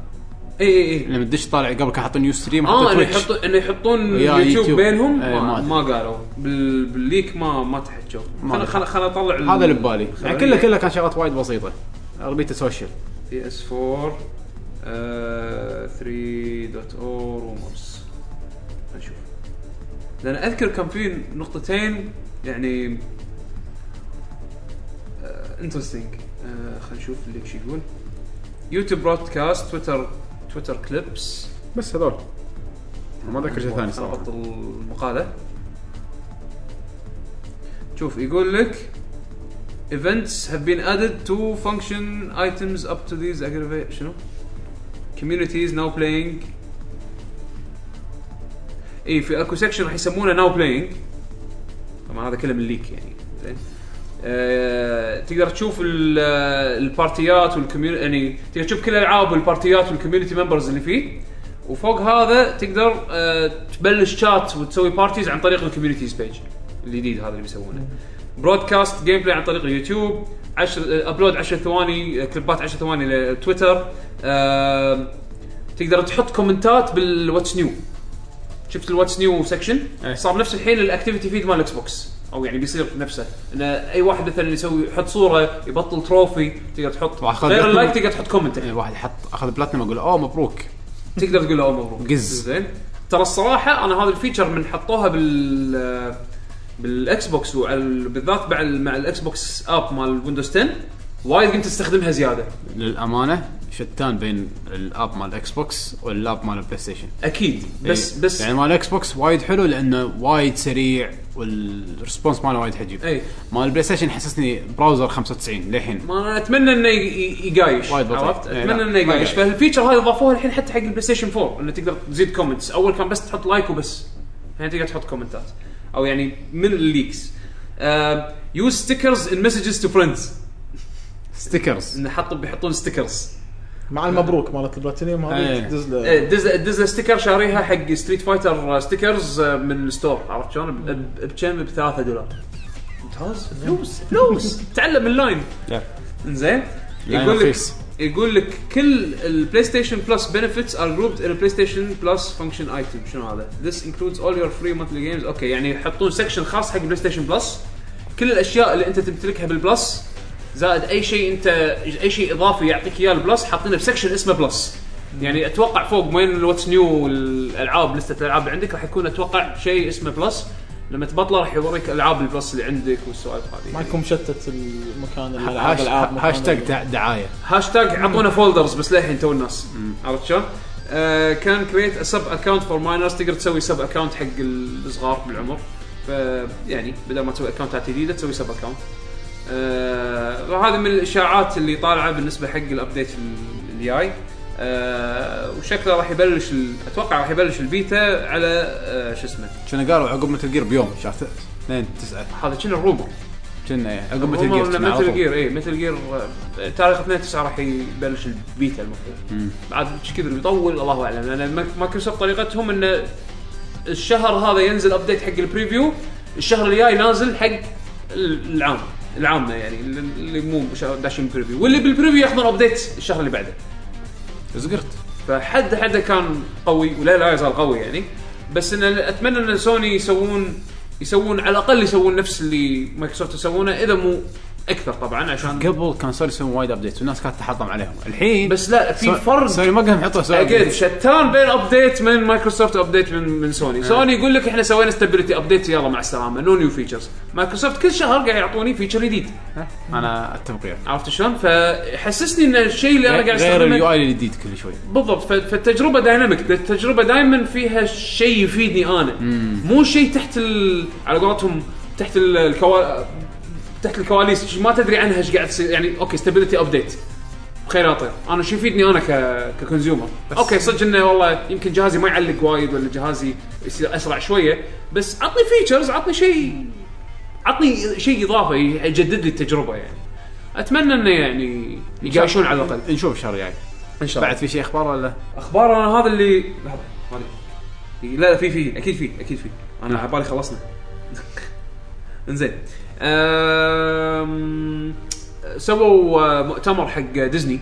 اي اي لما تدش طالع قبل كان حاطين نيو ستريم اه حاطين انه تويتش يحطون انه يحطون ويا يوتيوب, يوتيوب. بينهم إيه، ما, ما ما قالوا بال... بالليك ما ما تحجوا ما خل أدري. خل خل اطلع ال- هذا اللي ببالي خل- يعني كله كله كان شغلات وايد بسيطه ربيته سوشيال بي اس 4 آه 3.0 رومرز نشوف لان اذكر كان في نقطتين يعني انترستنج Uh, خلينا نشوف اللي شو يقول يوتيوب برودكاست تويتر تويتر كليبس بس هذول ما اتذكر شيء ثاني خليني صراحه ابطل المقاله شوف يقول لك events have been added to function items up to these aggrava- شنو communities now playing اي في اكو سكشن راح يسمونه now playing طبعا هذا كله من ليك يعني زين آه، تقدر تشوف ال- آه، البارتيات والكوميونتي يعني تقدر تشوف كل الالعاب والبارتيات والكوميونتي ممبرز اللي فيه وفوق هذا تقدر آه، تبلش شات وتسوي بارتيز عن طريق الكوميونتيز بيج الجديد هذا اللي بيسوونه برودكاست جيم بلاي عن طريق اليوتيوب 10 ابلود 10 ثواني آه، كليبات 10 ثواني لتويتر آه، تقدر تحط كومنتات بالواتس نيو شفت الواتس نيو سكشن أي. صار نفس الحين الاكتيفيتي فيد مال الاكس بوكس او يعني بيصير نفسه ان اي واحد مثلا يسوي يحط صوره يبطل تروفي تقدر تحط وأخذ غير بلاتنم. اللايك تقدر تحط كومنت يعني واحد يحط اخذ بلاتنم اقول له، اوه مبروك تقدر تقول له اوه مبروك قز. زين ترى الصراحه انا هذا الفيتشر من حطوها بال بالاكس بوكس وعلى بالذات مع ال- مع الاكس بوكس اب مال ويندوز 10 وايد كنت استخدمها زياده للامانه شتان بين الاب مال الاكس بوكس والاب مال البلاي ستيشن اكيد بس إيه. بس يعني مال الاكس بوكس وايد حلو لانه وايد سريع والريسبونس ماله وايد حجيب اي مال البلاي ستيشن حسسني براوزر 95 للحين ما انا اتمنى انه ي- ي- يقايش وايد بطيء. عرفت؟ إيه، اتمنى لا، انه ما يقايش يقايش. فالفيتشر هاي ضافوها الحين حتى حق البلاي ستيشن 4 انه تقدر تزيد كومنتس اول كان بس تحط لايك وبس الحين تقدر تحط كومنتات او يعني من آه، الليكس يوز ستيكرز ان مسجز تو فريندز ستيكرز انه حطوا بيحطون ستيكرز مع المبروك مالت البلاتينيوم هذه إيه. تدز إيه، له دز دز له ستيكر شاريها حق ستريت فايتر ستيكرز آه، من ستور عرفت شلون؟ ب- ب- بكم ب 3 دولار ممتاز فلوس فلوس تعلم اللاين لا. زين لاين يقول لك رخيص. يقول لك كل البلاي ستيشن بلس بنفيتس ار جروبد ان بلاي ستيشن بلس فانكشن ايتم شنو هذا؟ This includes all your free monthly games اوكي يعني يحطون سكشن خاص حق بلاي ستيشن بلس كل الاشياء اللي انت تمتلكها بالبلس زائد اي شيء انت اي شيء اضافي يعطيك اياه البلس حاطينه بسكشن اسمه بلس يعني اتوقع فوق وين واتس نيو الالعاب لسته الالعاب اللي عندك راح يكون اتوقع شيء اسمه بلس لما تبطله راح يوريك العاب البلس اللي عندك والسوالف هذه ما يكون مشتت المكان الالعاب هاش- العاب مكان هاشتاج دع- دعايه هاشتاج عطونا فولدرز بس للحين تو الناس عرفت شلون؟ آه، كان كريت سب اكونت فور ماينرز تقدر تسوي سب اكونت حق الصغار بالعمر ف يعني بدل ما تسوي اكونتات جديده تسوي سب اكونت آه، وهذه من الاشاعات اللي طالعه بالنسبه حق الابديت ال- الجاي آه، وشكله راح يبلش ال- اتوقع راح يبلش البيتا على آه، شو اسمه كنا قالوا عقب متل جير بيوم شهر اثنين تسعه هذا كنا الرومر كنا إيه، عقب متل جير كنا على متل طول. جير اي متل جير إيه، آه، تاريخ 2 9 راح يبلش البيتا المفروض مم. بعد ايش كثر بيطول الله اعلم لان مايك- مايكروسوفت طريقتهم ان الشهر هذا ينزل ابديت حق البريفيو الشهر الجاي نازل حق ال- العام العامه يعني اللي مو شا- داشين بريفيو واللي بالبريفيو ياخذون ابديت الشهر اللي بعده زقرت فحد حده كان قوي ولا لا يزال قوي يعني بس ان اتمنى ان سوني يسوون يسوون على الاقل يسوون نفس اللي مايكروسوفت يسوونه اذا مو اكثر طبعا عشان قبل كان سوني يسوون وايد ابديت والناس كانت تحطم عليهم الحين بس لا في سو- فرق سوني ما قام يحطوا سوني اجين شتان بين ابديت من مايكروسوفت وابديت من من إيه. سوني سوني يقول لك احنا سوينا ستابيليتي ابديت يلا مع السلامه نو نيو فيتشرز مايكروسوفت كل شهر قاعد يعطوني فيتشر جديد انا اتفق وياك عرفت شلون فحسسني ان الشيء اللي انا قاعد غير اليو استخدمه اي الجديد كل شوي بالضبط ف- فالتجربه دايناميك التجربه دائما فيها شيء يفيدني انا مو شيء تحت ال... على قولتهم تحت ال- الكوا تحت الكواليس شي ما تدري عنها ايش قاعد تصير يعني اوكي ستابيليتي ابديت بخير يا طير انا شو يفيدني انا ك... ككونسيومر اوكي صدق انه والله يمكن جهازي ما يعلق وايد ولا جهازي يصير اسرع شويه بس عطني فيتشرز عطني شيء عطني شيء اضافه يجدد لي التجربه يعني اتمنى انه يعني يقاشون على الاقل طيب، نشوف الشهر الجاي ان شاء بعد في شي اخبار ولا اخبار انا هذا اللي لحظه هذه لا لا في في اكيد في اكيد في انا على بالي خلصنا انزين أم... سووا آه، مؤتمر حق ديزني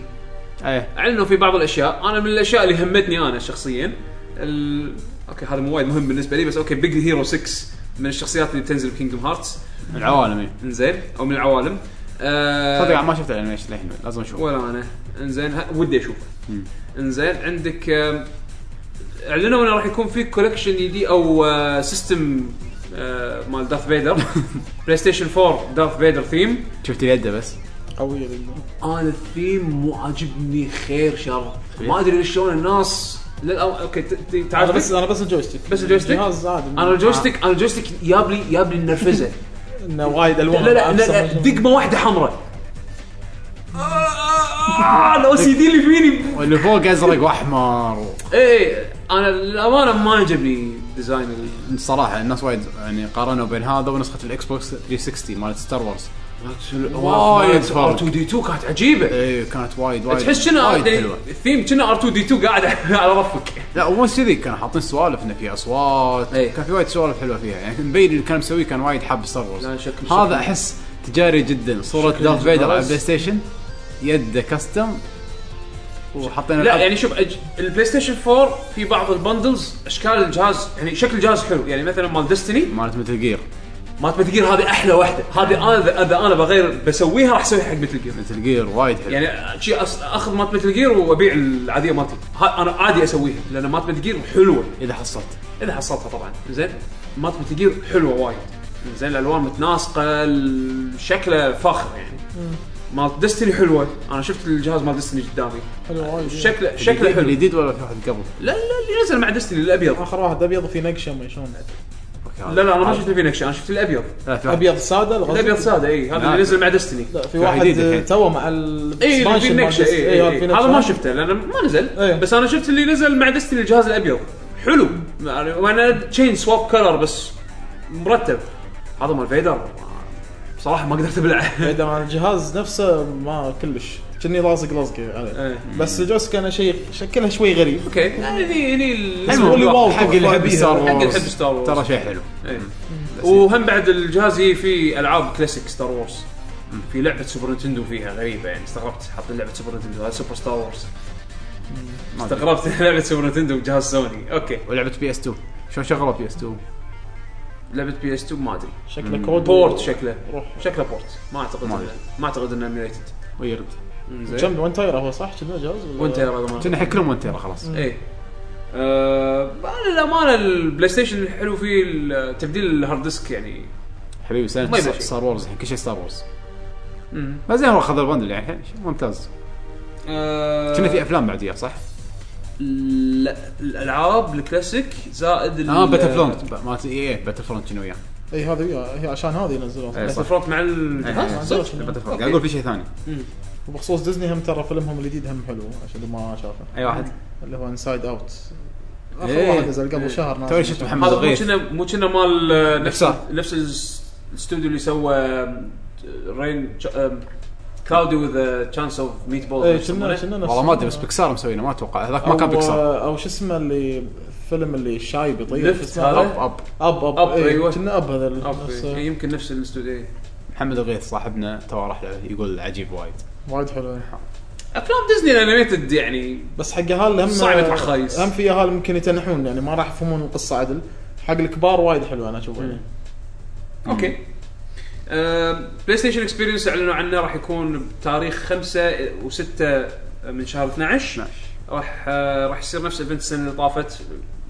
ايه اعلنوا في بعض الاشياء انا من الاشياء اللي همتني انا شخصيا ال... اوكي هذا مو وايد مهم بالنسبه لي بس اوكي بيج هيرو 6 من الشخصيات اللي تنزل بكينجدم هارتس العوالم إيه. انزين او من العوالم أه... صدق ما شفت الانيميشن للحين لازم اشوف ولا انا انزين ه- ودي اشوفه مم. انزين عندك آم، اعلنوا انه راح يكون في كولكشن جديد او آه، سيستم آه، مال دارث فيدر بلاي ستيشن 4 دارث فيدر ذيم شفت يده بس قويه لل- انا الثيم مو عاجبني خير شر ما ادري ليش شلون الناس للأو... اوكي ت- ت- انا تعال بس بس انا بس الجويستيك بس الجويستيك؟ الجهاز عادي انا الجويستيك انا الجويستيك جاب لي جاب لي النرفزه انه وايد الوان لا لا, لا, لا أبصر. دقمه واحده حمراء آه، الاو سي دي اللي فيني واللي فوق ازرق واحمر ايه انا الامانه ما عجبني ديزاين ال- الصراحه الناس وايد يعني قارنوا بين هذا ونسخه الاكس بوكس 360 مالت ستار وورز وايد وايد ار فرق. 2 دي 2 كانت عجيبه ايه كانت وايد وايد تحس شنو وايد يعني حلوه الثيم شنو ار 2 دي 2 قاعد على رفك لا ومو بس كذي كانوا حاطين سوالف انه في اصوات إيه. كان في وايد سوالف حلوه فيها يعني مبين اللي كان مسويه كان وايد حاب ستار وورز لا، شكل- شكل- هذا احس تجاري جدا صوره شكل دارث فيدر على جهاز. البلاي ستيشن يده كاستم وحطينا لا الحب. يعني شوف أج... البلاي ستيشن 4 في بعض البندلز اشكال الجهاز يعني شكل الجهاز حلو يعني مثلا مال ديستني مالت مثل جير مالت متل جير هذه احلى واحده هذه إيه. انا إذا- اذا انا بغير بسويها راح اسويها حق متل جير مثل جير وايد حلو يعني شي أص... اخذ مالت متل جير وابيع العاديه مالتي ها... انا عادي اسويها لان مالت متل جير حلوه اذا حصلت اذا حصلتها طبعا زين مات متجير حلوه وايد زين الالوان متناسقه ال- شكله فاخر يعني مال ديستني حلوه انا شفت الجهاز مال ديستني قدامي حلو وايد. شكله شكله حلو الجديد ولا في واحد قبل؟ لا لا اللي نزل مع ديستني الابيض اخر واحد ابيض في نقشه ما شلون آه. أوكي، هذا. لا لا انا ما شفت الفينكش انا شفت الابيض لا في واحد ابيض ساده الغزل. الابيض ساده اي هذا لا. اللي نزل مع ديستني لا في واحد جديد واحد الحين. تو مع اي اللي الاكسبانشن فينكش مال- اي إيه، هذا فينكش. ما شفته لان ما إيه. نزل بس انا شفت اللي نزل مع ديستني الجهاز الابيض حلو يعني وانا تشين سواب كلر بس مرتب هذا مال فيدر بصراحه ما قدرت ابلعه إيه، بعيد عن الجهاز نفسه ما كلش كني لازق لازقه عليه إيه. بس الجوست كان شيء شكلها شوي غريب اوكي هني هني ال- المهم. اللي واو حق طبعاً. اللي يحب حق ستار اللي وورز يحب ستار وورز. ترى شيء حلو إيه. وهم بعد الجهاز هي في العاب كلاسيك ستار وورز في لعبه سوبر نتندو فيها غريبه يعني استغربت حاطين لعبه سوبر نتندو هذا سوبر ستار وورز ما أدري. استغربت لعبه سوبر نتندو بجهاز سوني اوكي ولعبه بي اس 2 شلون شغله بي اس 2 لعبه بي اس 2 ما ادري شكله كود بورت شكله روح شكله بورت ما اعتقد ما إنه- ما اعتقد انه ايميليتد ويرد زين كم وين تايره هو صح كنا جهاز ولا- وانت يا رضوان كنا الحين كلهم 1 تيرا خلاص ايه آه، انا للامانه البلاي ستيشن الحلو فيه ال- تبديل الهارد ديسك يعني حبيبي سنة ما يبغى شيء. ستار وورز الحين كل شيء ستار وورز مم. ما زين هو اخذ البندل يعني شيء ممتاز آه، كنا في افلام بعد وياه، صح؟ لا الالعاب الكلاسيك زائد ال- اه باتل فرونت مالت اي اي باتل فرونت شنو وياه اي إيه، هذه وياه، هي عشان هذه ينزلوها إيه. باتل فرونت مع إيه. الجهاز صدق؟ باتل فرونت قاعد اقول في شيء ثاني وبخصوص ديزني هم ترى فيلمهم الجديد هم حلو عشان اللي ما شافه اي أيوة، واحد اللي هو انسايد اوت اخر إيه. واحد نزل قبل شهر نازل. توي شفت محمد آه، هذا مو صغير كنا مو كنا مال آه، نفس Pixar. نفس الس- الاستوديو اللي سوى آم، رين كلاودي وذ تشانس اوف ميت ايه بول كنا كنا نفس- إيه، والله ما ادري بس بيكسار مسوينه ما اتوقع هذاك ما كان أو- بيكسار او شو اسمه اللي الفيلم اللي الشايب يطير ليفت شو اسمه؟ هذا؟ اب اب اب اب أب، اب ايوه أيوة. كنا اب هذا ال- نفس- يمكن نفس الاستوديو إيه. محمد الغيث صاحبنا تو راح له يقول عجيب وايد وايد حلو افلام ديزني الانيميتد يعني بس حق اهالي هم صعب يطلع خايس. هم في اهالي ممكن يتنحون يعني ما راح يفهمون القصه عدل حق الكبار وايد حلو انا اشوفه يعني. اوكي آم، بلاي ستيشن اكسبيرينس اعلنوا عنه راح يكون بتاريخ 5 و6 من شهر 12 راح آه، راح يصير نفس ايفنت السنه اللي طافت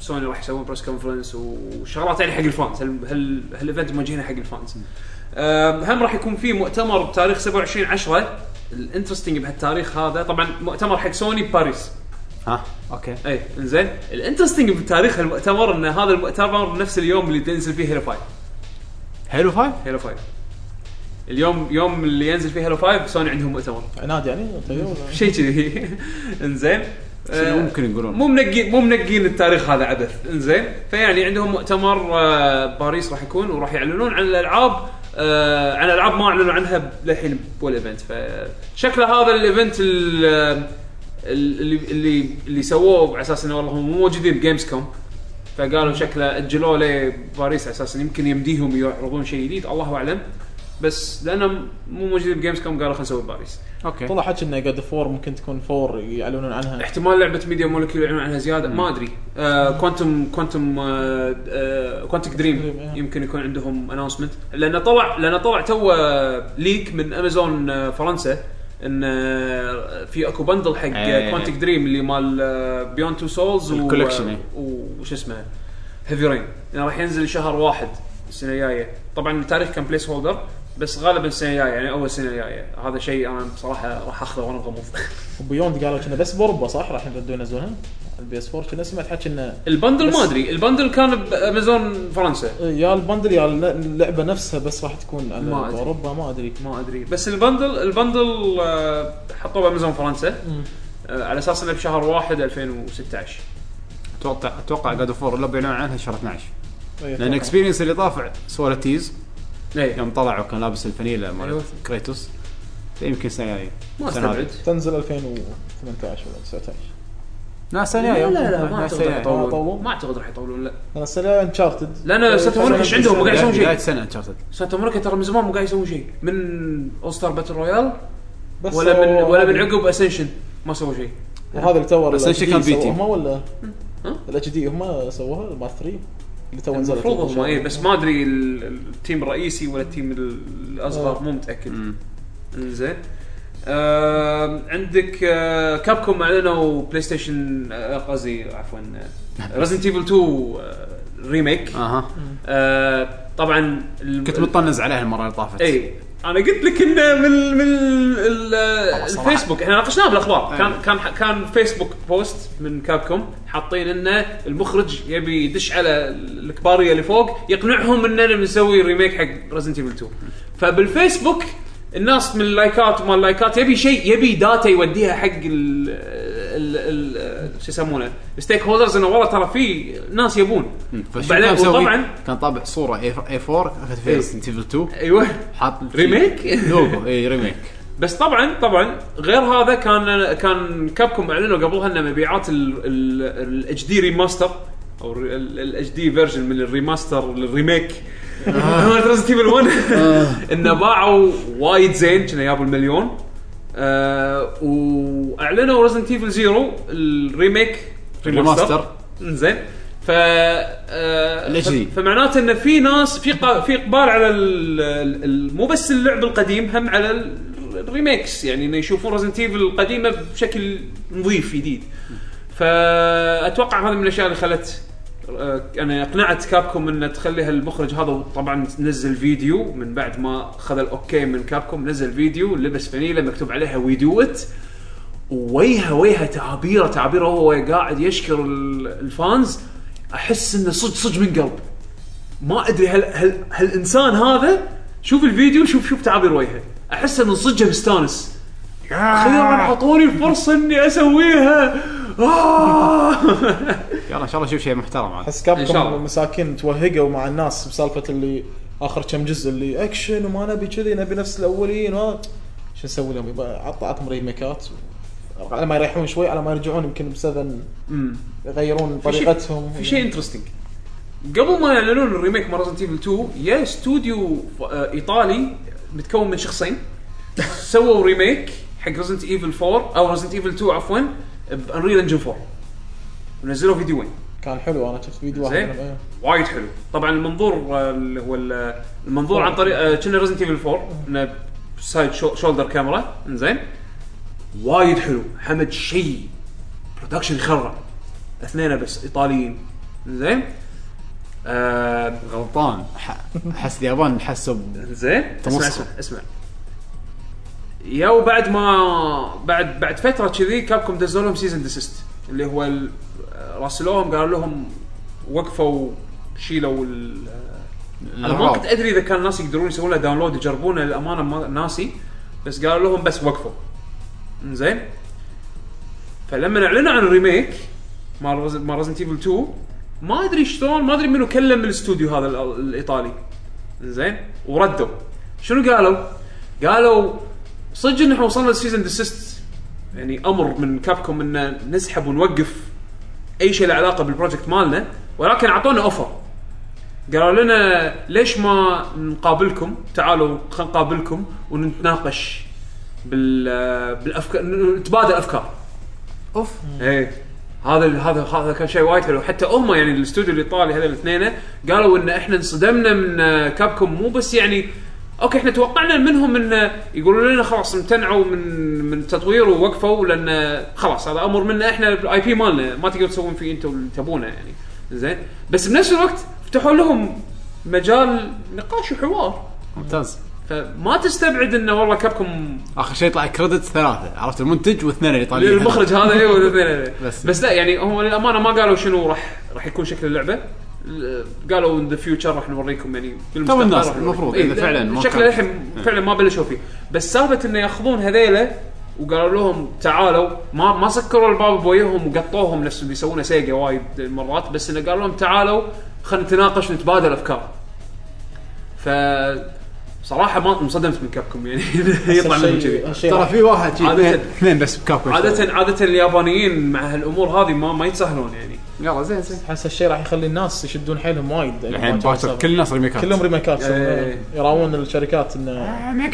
سوني راح يسوون بريس كونفرنس وشغلات يعني حق الفانز هال هال هالايفنت موجهينه حق الفانز آم، هم راح يكون في مؤتمر بتاريخ 27 10 الانترستنج بهالتاريخ هذا طبعا مؤتمر حق سوني بباريس ها اوكي اي انزين الانترستنج إيه، بتاريخ المؤتمر ان هذا المؤتمر نفس اليوم اللي تنزل فيه هيلو 5 حلو فايف هيلو 5 اليوم يوم اللي ينزل فيه هيلو 5 سوني عندهم مؤتمر عناد يعني طيب ولا- شيء كذي انزين آه، شنو ممكن يقولون؟ مو منقين مو منقين التاريخ هذا عبث انزين فيعني عندهم مؤتمر آه، باريس راح يكون وراح يعلنون عن الالعاب آه، عن العاب ما اعلنوا عنها للحين ولا ايفنت فشكله هذا الايفنت ال- آه، اللي اللي اللي سووه على اساس انه والله هم مو موجودين بجيمز كوم فقالوا شكله اجلوه لباريس على اساس إنه يمكن يمديهم يعرضون شيء جديد الله اعلم بس لانهم مو موجودين بجيمز كوم قالوا خلينا نسوي باريس اوكي طلع حكي انه جاد فور ممكن تكون فور يعلنون عنها احتمال لعبه ميديا مولكيول يعلنون عنها زياده ما آه، ادري كوانتم كوانتم آه، كوانتك دريم Dream، إيه. يمكن يكون عندهم اناونسمنت لان طلع لان طلع تو ليك من امازون آه، فرنسا ان آه، في اكو بندل حق إيه. كوانتك دريم اللي مال آه، بيوند تو سولز الكولكشن، إيه. وش اسمه هيفي رين يعني راح ينزل شهر واحد السنه الجايه طبعا التاريخ كان بليس هولدر بس غالبا السنه الجايه يعني اول سنه الجايه هذا شيء انا بصراحه راح اخذه وانا مغمض وبيوند قالوا كنا بس باوروبا صح راح يردون ينزلونها البي اس 4 كنا سمعت حكي انه البندل بس- ما ادري البندل كان بامازون فرنسا يا البندل يا اللعبه نفسها بس راح تكون على ما أدري. اوروبا ما ادري ما ادري بس البندل البندل آه، حطوه بامازون فرنسا آه، على اساس انه بشهر 1 2016 اتوقع اتوقع جاد اوف وور لو بيعلنون عنها شهر 12 إيه، لان طبعاً. اكسبيرينس اللي طاف سوى له تيز اي يوم طلع وكان لابس الفنيله مال أيوة. كريتوس فيمكن السنه الجايه ما السنة هذه. استبعد تنزل 2018 ولا 19 لا السنه لا الجايه لا لا ما لا، اعتقد السنة راح الجاية. يطولون يطولون. ما اعتقد راح يطولون لا انا السنه انشارتد لأن Santa Monica إيش عندهم؟ ما قاعد يسوون شيء. بدايه سنه انشارتد سانتا امريكا ترى من زمان مو قاعد يسوون شيء من اول ستار باتل رويال بس ولا من هو ولا هذا- من عقب اسنشن ما سووا شيء وهذا اللي تو بس إيش كان بيتي؟ هم ولا ها؟ الاتش دي هم سووها مال 3 اللي تو نزلت المفروض هم اي بس ما ادري ال- ال- التيم الرئيسي ولا التيم ال- الاصغر آه. مو متاكد مم. انزين آه عندك آه كابكوم اعلنوا بلاي ستيشن آه، قصدي عفوا ريزنت ايفل 2 آه ريميك اها آه طبعا ال- كنت مطنز عليها المره اللي طافت اي انا إيه. قلت لك انه من من ال- آه، ال- الفيسبوك احنا ناقشناه بالاخبار أي. كان كان كان فيسبوك بوست من كابكوم حاطين انه المخرج يبي يدش على الكباريه اللي فوق يقنعهم اننا بنسوي ريميك حق ريزنت ايفل 2 فبالفيسبوك الناس من اللايكات وما اللايكات يبي شيء يبي داتا يوديها حق ال ال- ال- شو يسمونه ستيك هولدرز انه والله ترى في ناس يبون مم. فشو وبعدين- كان مسوي؟ وطبعاً- كان طابع صوره اي 4 اخذ فيها إيه. ريزنت ايفل 2 ايوه حاط ريميك؟ لوجو اي ريميك بس طبعا طبعا غير هذا كان كان كابكم اعلنوا قبلها ان مبيعات الاتش دي ريماستر او الاتش دي فيرجن من الريماستر للريميك مالت ريزنت ايفل 1 انه باعوا وايد زين كنا جابوا المليون آه، واعلنوا ريزنت ايفل زيرو الريميك ريماستر زين ف آه، ال HD. ف- فمعناته ان في ناس في قا- في اقبال على ال- ال- ال- مو بس اللعب القديم هم على ال- الريميكس يعني انه يشوفون ريزنت ايفل القديمه بشكل نظيف جديد فاتوقع هذا من الاشياء اللي خلت آه، انا اقنعت كابكوم انه تخلي هالمخرج هذا وطبعا نزل فيديو من بعد ما خذ الاوكي من كابكوم نزل فيديو لبس فنيله مكتوب عليها وي دو ات ويها ويها تعابيره تعابيره وهو قاعد يشكر ال- الفانز احس انه صدق صدق من قلب ما ادري هل هل هالانسان هذا شوف الفيديو شوف شوف تعابير وجهه احس انه صدقه مستانس اخيرا اعطوني الفرصه اني اسويها آه. يلا ان شاء الله شوف شيء محترم عاد احس إن شاء الله. كابكم مساكين توهقوا مع الناس بسالفه اللي اخر كم جزء اللي اكشن وما نبي كذي نبي نفس الاولين و... شو نسوي لهم يبا- عطاكم ريميكات و... على ما يريحون شوي على ما يرجعون يمكن بسبب أمم. يغيرون في شيء- طريقتهم في شيء انترستنج قبل ما يعلنون الريميك مال ريزنت ايفل 2 يا استوديو ف- آه، ايطالي متكون من شخصين سووا ريميك حق ريزنت ايفل 4 او ريزنت ايفل 2 عفوا بانريل انجن 4 ونزلوا فيديوين كان حلو انا شفت فيديو واحد زين منهم، إيه. وايد حلو طبعا المنظور آه، اللي هو ال- المنظور عن طريق آه، كنا ريزنت ايفل 4 انه سايد شو- شولدر كاميرا انزين وايد حلو حمد شيء برودكشن يخرع اثنين بس ايطاليين زين آه غلطان ح- احس اليابان حسوا ب- زين اسمع تمص. اسمع اسمع يا وبعد ما بعد بعد فتره كذي كابكم دزوا لهم سيزن ديسيست اللي هو ال- راسلوهم قالوا لهم وقفوا شيلوا ال- انا ما كنت ادري اذا كان الناس يقدرون يسوون له داونلود يجربونه للامانه ما ناسي بس قالوا لهم بس وقفوا زين فلما اعلنوا عن الريميك مال رز- مال ريزنت ايفل 2 ما ادري شلون ما ادري منو كلم الاستوديو هذا ال- الايطالي زين وردوا شنو قالوا؟ قالوا صدق ان احنا وصلنا للسيزون ديسيست يعني امر من كابكم ان نسحب ونوقف اي شيء له علاقه بالبروجكت مالنا ولكن اعطونا اوفر قالوا لنا ليش ما نقابلكم تعالوا خلينا نقابلكم ونتناقش بال بالافكار نتبادل افكار اوف ايه هذا هذا هذا كان شيء وايد حلو حتى هم يعني الاستوديو الايطالي هذول الاثنين قالوا ان احنا انصدمنا من آه، كابكوم مو بس يعني اوكي احنا توقعنا منهم ان يقولوا لنا خلاص امتنعوا من من التطوير ووقفوا لان آه، خلاص هذا امر منا احنا الاي بي مالنا ما تقدروا تسوون فيه انتم اللي تبونه يعني زين بس بنفس الوقت فتحوا لهم مجال نقاش وحوار ممتاز فما تستبعد انه والله كابكم اخر شيء طلع كريدت ثلاثه عرفت المنتج واثنين الايطاليين المخرج هذا ايوه الاثنين هذول. بس. بس لا يعني هم للامانه ما قالوا شنو راح راح يكون شكل اللعبه ال- قالوا ان ذا فيوتشر راح نوريكم يعني بالمستقبل الناس راح نوريكم. المفروض إيه، إذا فعلاً ما شكله كان. إيه. الحين فعلا ما بلشوا فيه بس سالفه انه ياخذون هذيله وقالوا لهم تعالوا ما ما سكروا الباب بوجههم وقطوهم نفس اللي يسوونه سيجا وايد مرات بس انه قالوا لهم تعالوا خلينا نتناقش ونتبادل افكار ف صراحه ما انصدمت من كابكم يعني يطلع منهم كذي شيء- شيء ترى واحد. في واحد شي عادة- اثنين- اثنين بس بكاب عادة عادة اليابانيين مع هالامور هذه ما ما يتساهلون يعني يلا زين زين احس هالشيء راح يخلي الناس يشدون حيلهم وايد الحين باكر كل الناس ريميكات كلهم ريميكات إيه. يراون الشركات انه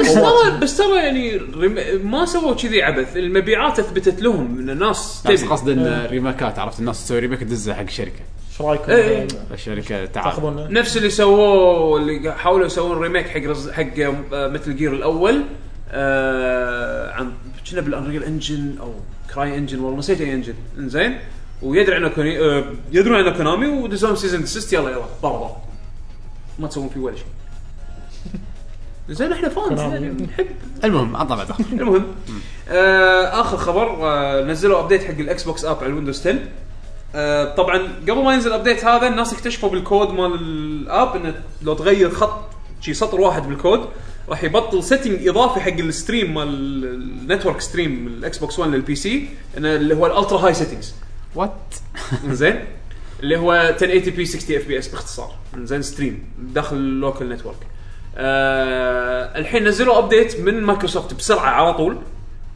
بس ترى بس ترى يعني رم- ما سووا كذي عبث المبيعات اثبتت لهم ان الناس لا، طيب. بس تبي. قصدي ان ريميكات عرفت الناس تسوي ريميك تدزه حق الشركه ايش رايكم إيه. الشركه تعال تاخذون نفس اللي سووه اللي حاولوا يسوون ريميك حق رز حق مثل جير الاول آه عن كنا بالانريل انجن او كراي انجن والله نسيت اي انجن انزين ويدري عنه كوني آه يدرون عنه كونامي ودزوهم سيزون ديسيست يلا يلا برا برا ما تسوون فيه ولا شيء زين احنا فانز يعني نحب المهم عطنا بعد آخر. المهم آه اخر خبر آه نزلوا ابديت حق الاكس بوكس اب على الويندوز 10 آه طبعا قبل ما ينزل الابديت هذا الناس اكتشفوا بالكود مال الاب انه لو تغير خط شي سطر واحد بالكود راح يبطل سيتنج اضافي حق الستريم مال النتورك ستريم الاكس بوكس 1 للبي سي انه اللي هو الالترا هاي سيتنجز وات زين اللي هو 1080 بي 60 اف بي اس باختصار زين ستريم داخل اللوكل نتورك آه الحين نزلوا ابديت من مايكروسوفت بسرعه على طول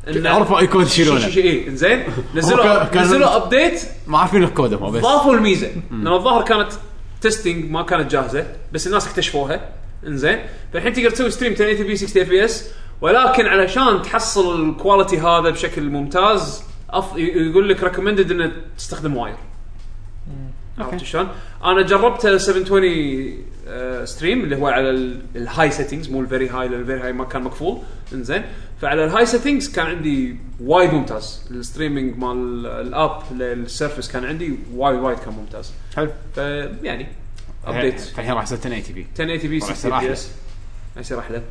إن- عرفوا أي كود يشيلونه. شي- شي- اي زين هم كا- نزلوا كانوا- نزلوا ابديت ما عارفين الكود هم بس ضافوا الميزه لان الظاهر كانت تيستنج ما كانت جاهزه بس الناس اكتشفوها انزين فالحين تقدر تسوي ستريم 1080 بي 60 اف بي اس ولكن علشان تحصل الكواليتي هذا بشكل ممتاز أف... ي- يقول لك ريكومندد انك تستخدم واير عرفت شلون؟ انا جربت 720 ستريم آه، اللي هو على ال- الهاي سيتنجز مو الفيري هاي لان الفيري هاي ما كان مقفول انزين فعلى الهاي سيتنجز كان عندي وايد ممتاز الستريمينج مال الاب للسيرفس كان عندي وايد وايد كان ممتاز يعني حلو فيعني ابديت الحين راح يصير 1080 بي 1080 بي راح يصير 60 بي أحلى. اس يصير احلى ان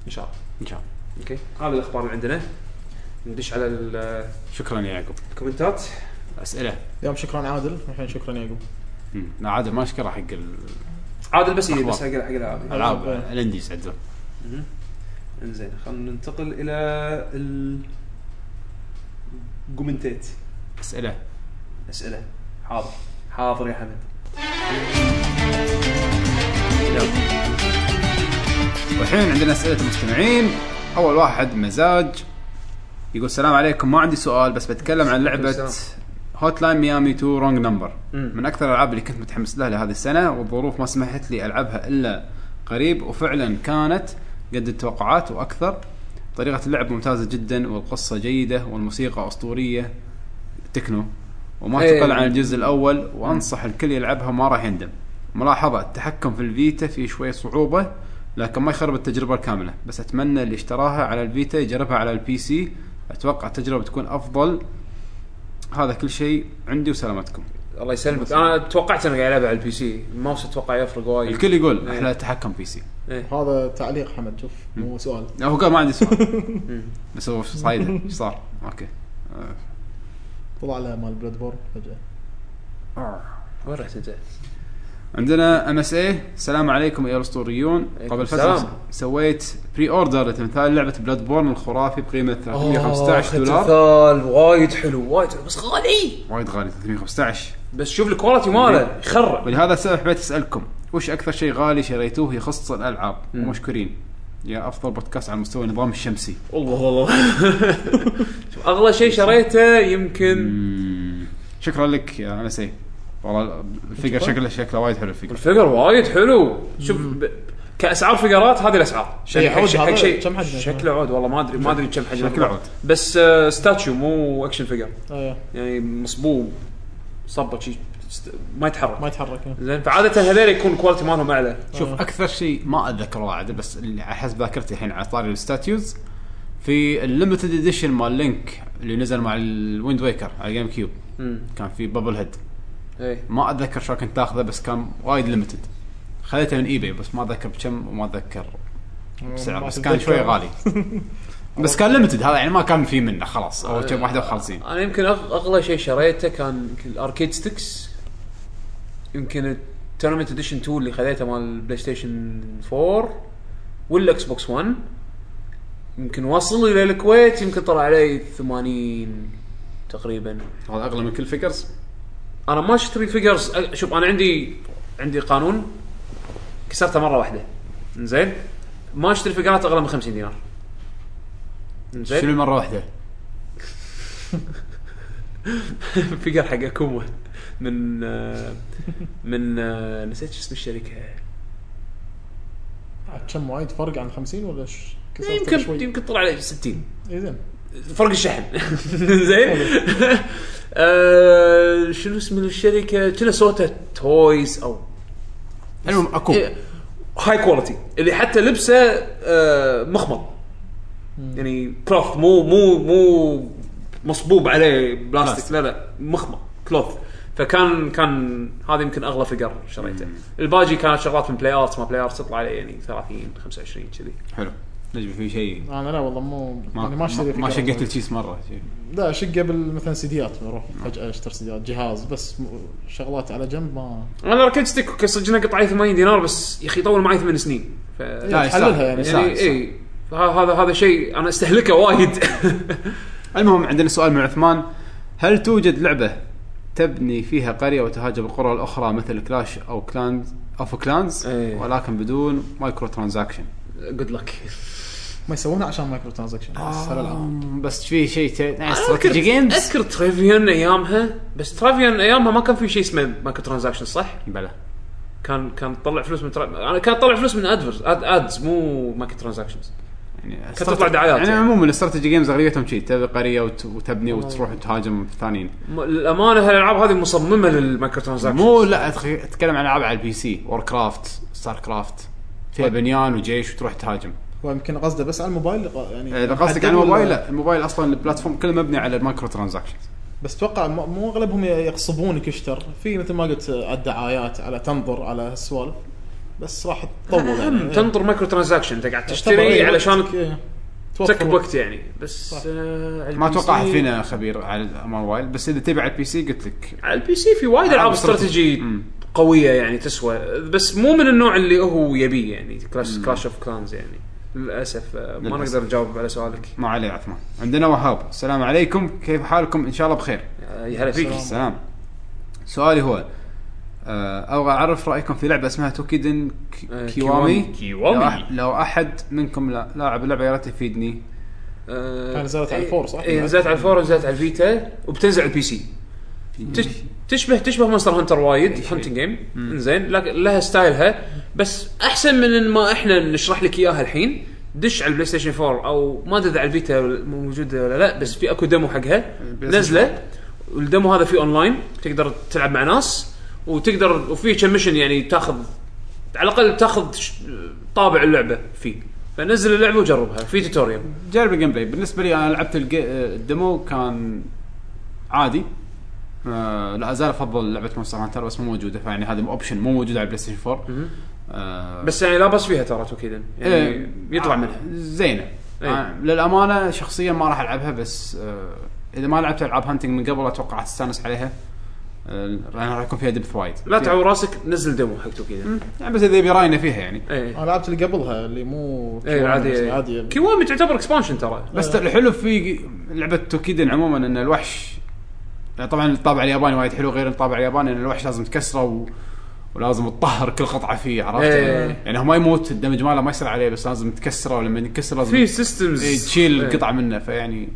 يعني شاء الله ان شاء الله اوكي هذا الاخبار اللي عندنا ندش على ال- شكرا يا يعقوب الكومنتات اسئله يوم شكرا عادل الحين شكرا يعقوب مم. لا عادل ما اشكره حق الالعاب عادل بس يجي بس حق أخبار. حق العاب ألعاب. الانديز عدل انزين خلينا ننتقل الى ال قمنتيت اسئله اسئله حاضر حاضر يا حمد والحين عندنا اسئله المستمعين اول واحد مزاج يقول السلام عليكم ما عندي سؤال بس بتكلم عن لعبه السلام. هوت لاين ميامي 2 رونج نمبر مم. من اكثر الالعاب اللي كنت متحمس لها لهذه السنه والظروف ما سمحت لي العبها الا قريب وفعلا كانت قد التوقعات واكثر طريقه اللعب ممتازه جدا والقصه جيده والموسيقى اسطوريه تكنو وما إيه. تقل عن الجزء الاول وانصح الكل يلعبها ما راح يندم ملاحظه التحكم في الفيتا فيه شويه صعوبه لكن ما يخرب التجربه الكامله بس اتمنى اللي اشتراها على الفيتا يجربها على البي سي اتوقع التجربه بتكون افضل هذا كل شيء عندي وسلامتكم الله يسلمك انا توقعت انه قاعد العبها على البي سي الماوس اتوقع يفرق وايد الكل يقول إيه. احلى تحكم بي سي هذا تعليق حمد شوف مو سؤال هو قال ما عندي سؤال بس هو صايده ايش صار آه. اوكي طلع له مال بلاد بورن فجاه آه. وين رحت انت؟ عندنا ام اس اي السلام عليكم ايها الاسطوريون عليكم قبل السلام. فتره سويت بري اوردر لتمثال لعبه بلاد بورن الخرافي بقيمه 315 دولار تمثال وايد حلو وايد حلو بس غالي وايد غالي 315 بس شوف الكواليتي ماله يخرب ولهذا السبب حبيت اسالكم وش اكثر شيء غالي شريتوه يخص الالعاب مم. ومشكورين يا افضل بودكاست على مستوى النظام الشمسي الله الله شوف، اغلى شيء شريته يمكن مم. شكرا لك يا ام اس اي والله الفيجر شكله شكله وايد حلو الفيجر الفقر وايد حلو شوف ب... كاسعار فقرات هذه الاسعار شيء إيه، حق عود شيء هذا حق شيء كم حجمه؟ شكله عود والله ما ادري ما ادري كم حجمه شكله عود. بس آه، ستاتشو مو اكشن فيجر ايه يعني مصبوب صبه شيء ست- ما ما يتحرك يتحرك إيه. زين فعاده هذول يكون الكواليتي مالهم اعلى شوف آه. اكثر شيء ما اتذكر والله عاد بس اللي على حسب ذاكرتي الحين على طاري الستاتيوز في الليمتد اديشن مال لينك اللي نزل مع الويند ويكر على جيم كيوب امم كان في بابل هيد اي ما اتذكر شو كنت اخذه بس كان وايد ليمتد خذيته من ايباي بس ما اتذكر بكم وما اتذكر بسعر ما بس كان تتذكر. شوي غالي بس كان ليمتد هذا يعني ما كان في منه خلاص هو آه. كم واحده وخالصين انا يمكن أغ- اغلى شيء شريته كان يمكن الاركيد ستكس يمكن التورنمنت اديشن 2 اللي خذيته مال البلاي ستيشن 4 والاكس بوكس 1 يمكن وصل الى الكويت يمكن طلع علي 80 تقريبا هذا اغلى من كل فيجرز انا ما اشتري فيجرز شوف انا عندي عندي قانون كسرته مره واحده زين ما اشتري فيجرات اغلى من 50 دينار شنو زين مره واحده فيجر حق اكوما من آه، من آه، نسيت شو اسم الشركه عاد كم وايد فرق عن 50 ولا ش- كسرت يمكن شوي؟ يمكن طلع عليه 60 اي زين فرق الشحن زين آه، شنو اسم الشركه كنا سوته تويز او المهم اكو إيه. هاي كواليتي إيه، اللي حتى لبسه آه، مخمل يعني كلوث مو مو مو مصبوب عليه بلاستيك بلاستيك. لا لا مخمل كلوث فكان كان هذا يمكن اغلى فقر شريته الباجي كانت شغلات من بلاي ارتس ما بلاي ارتس تطلع عليه يعني 30 25 كذي حلو نجم في شيء انا لا والله مو ما يعني ما ما, اشتري ما فكرة. شقيت نعم. الكيس مره شيء. لا شقه مثلا سيديات بروح فجاه اشتري سيديات جهاز بس م- شغلات على جنب ما انا ركبت ستيك صدقنا قطعي 80 دينار بس يا اخي طول معي ثمان سنين ف... لا يستاهل. حللها يعني. يستاهل، يعني يستاهل. اي فه- هذا هذا شيء انا استهلكه وايد المهم عندنا سؤال من عثمان هل توجد لعبه تبني فيها قريه وتهاجم القرى الاخرى مثل كلاش او كلانز اوف كلانز إيه. ولكن بدون مايكرو ترانزاكشن جود لك ما يسوونها عشان مايكرو ترانزكشن آه. بس في شيء ت- يعني استراتيجي جيمز اذكر ترافيون ايامها بس ترافيون ايامها ما كان في شيء اسمه مايكرو ترانزاكشن صح؟ بلى كان كان تطلع فلوس من ترا... انا كان تطلع فلوس من ادفرز اد ادز مو مايكرو ترانزاكشنز يعني كانت تطلع دعايات يعني, يعني. عموما الاستراتيجي جيمز اغلبيتهم شيء تبني قريه وت- وتبني وتروح تهاجم الثانيين م- للامانه هالالعاب هذه مصممه للمايكرو ترانزاكشن مو لا أتخ- اتكلم عن العاب على البي سي وور كرافت ستار كرافت فيها بنيان وجيش وتروح تهاجم ويمكن قصده بس على الموبايل غ- يعني اذا إيه، آه، قصدك محدد على الموبايل ولا- لا الموبايل اصلا البلاتفورم كله مبني على المايكرو ترانزاكشن بس اتوقع م- مو اغلبهم ي- يقصبونك يشتر في مثل ما قلت آه، على الدعايات على تنظر على هالسوالف بس راح تطول يعني اهم إيه. تنطر مايكرو ترانزاكشن انت قاعد طبعاً، تشتري إيه، علشان وقتك، إيه. توفر تسكب وقت يعني بس صح. آه على ما البي اتوقع سي- أحد فينا خبير على الموبايل بس اذا تبي على البي سي قلت لك على البي سي في وايد ألعاب العاب استراتيجي مم. قويه يعني تسوى بس مو من النوع اللي هو يبيه يعني كلاش كلاش اوف كلانز يعني للاسف آه، ما للأسف. نقدر نجاوب على سؤالك ما عليه عثمان عندنا وهاب السلام عليكم كيف حالكم ان شاء الله بخير آه، يا هلا فيك سلام سؤالي هو آه، ابغى اعرف رايكم في لعبه اسمها توكيدن ك- آه، كيوامي كيوامي. لو أح- لو احد منكم لا- لاعب اللعبه يا ريت يفيدني آه، كان نزلت على إيه، الفور، صح؟ يعني إيه نزلت على الفور ونزلت على الفيتا وبتنزل على البي سي تش- تشبه تشبه مونستر هانتر إيه، وايد هانتنج جيم زين لها ستايلها بس احسن من إن ما احنا نشرح لك اياها الحين دش على البلاي ستيشن 4 او ما ادري إذا على الفيتا موجوده ولا لا بس في اكو ديمو حقها البلاي ستيشن نزله والديمو هذا فيه اونلاين تقدر تلعب مع ناس وتقدر وفي كم ميشن يعني تاخذ على الاقل تاخذ ش- طابع اللعبه فيه فنزل اللعبه وجربها في توتوريال جرب الجيم بلاي بالنسبه لي انا لعبت الج- الديمو كان عادي آه لا ازال افضل لعبه مونستر هانتر بس مو موجوده فيعني هذه اوبشن مو موجوده على البلاي ستيشن 4 آه بس يعني لا بس فيها ترى توكيدا يعني إيه، يطلع آه، منها زينه إيه. آه للامانه شخصيا ما راح العبها بس آه اذا ما لعبت العاب هانتنج من قبل اتوقع تستانس عليها آه لأنها راح يكون فيها دبث وايد لا تعور راسك نزل ديمو حق توكيدا يعني بس اذا يبي راينا فيها يعني ايه انا لعبت اللي قبلها اللي مو ايه عادية. العادية عادي كيوامي تعتبر اكسبانشن ترى بس الحلو في لعبه توكيدن عموما ان الوحش يعني طبعا الطابع الياباني وايد حلو غير الطابع الياباني ان الوحش لازم تكسره و... ولازم تطهر كل قطعه فيه عرفت؟ إيه. يعني هو ما يموت الدمج ماله ما يصير عليه بس لازم تكسره ولما ينكسر لازم في إيه، سيستمز تشيل القطعه منه فيعني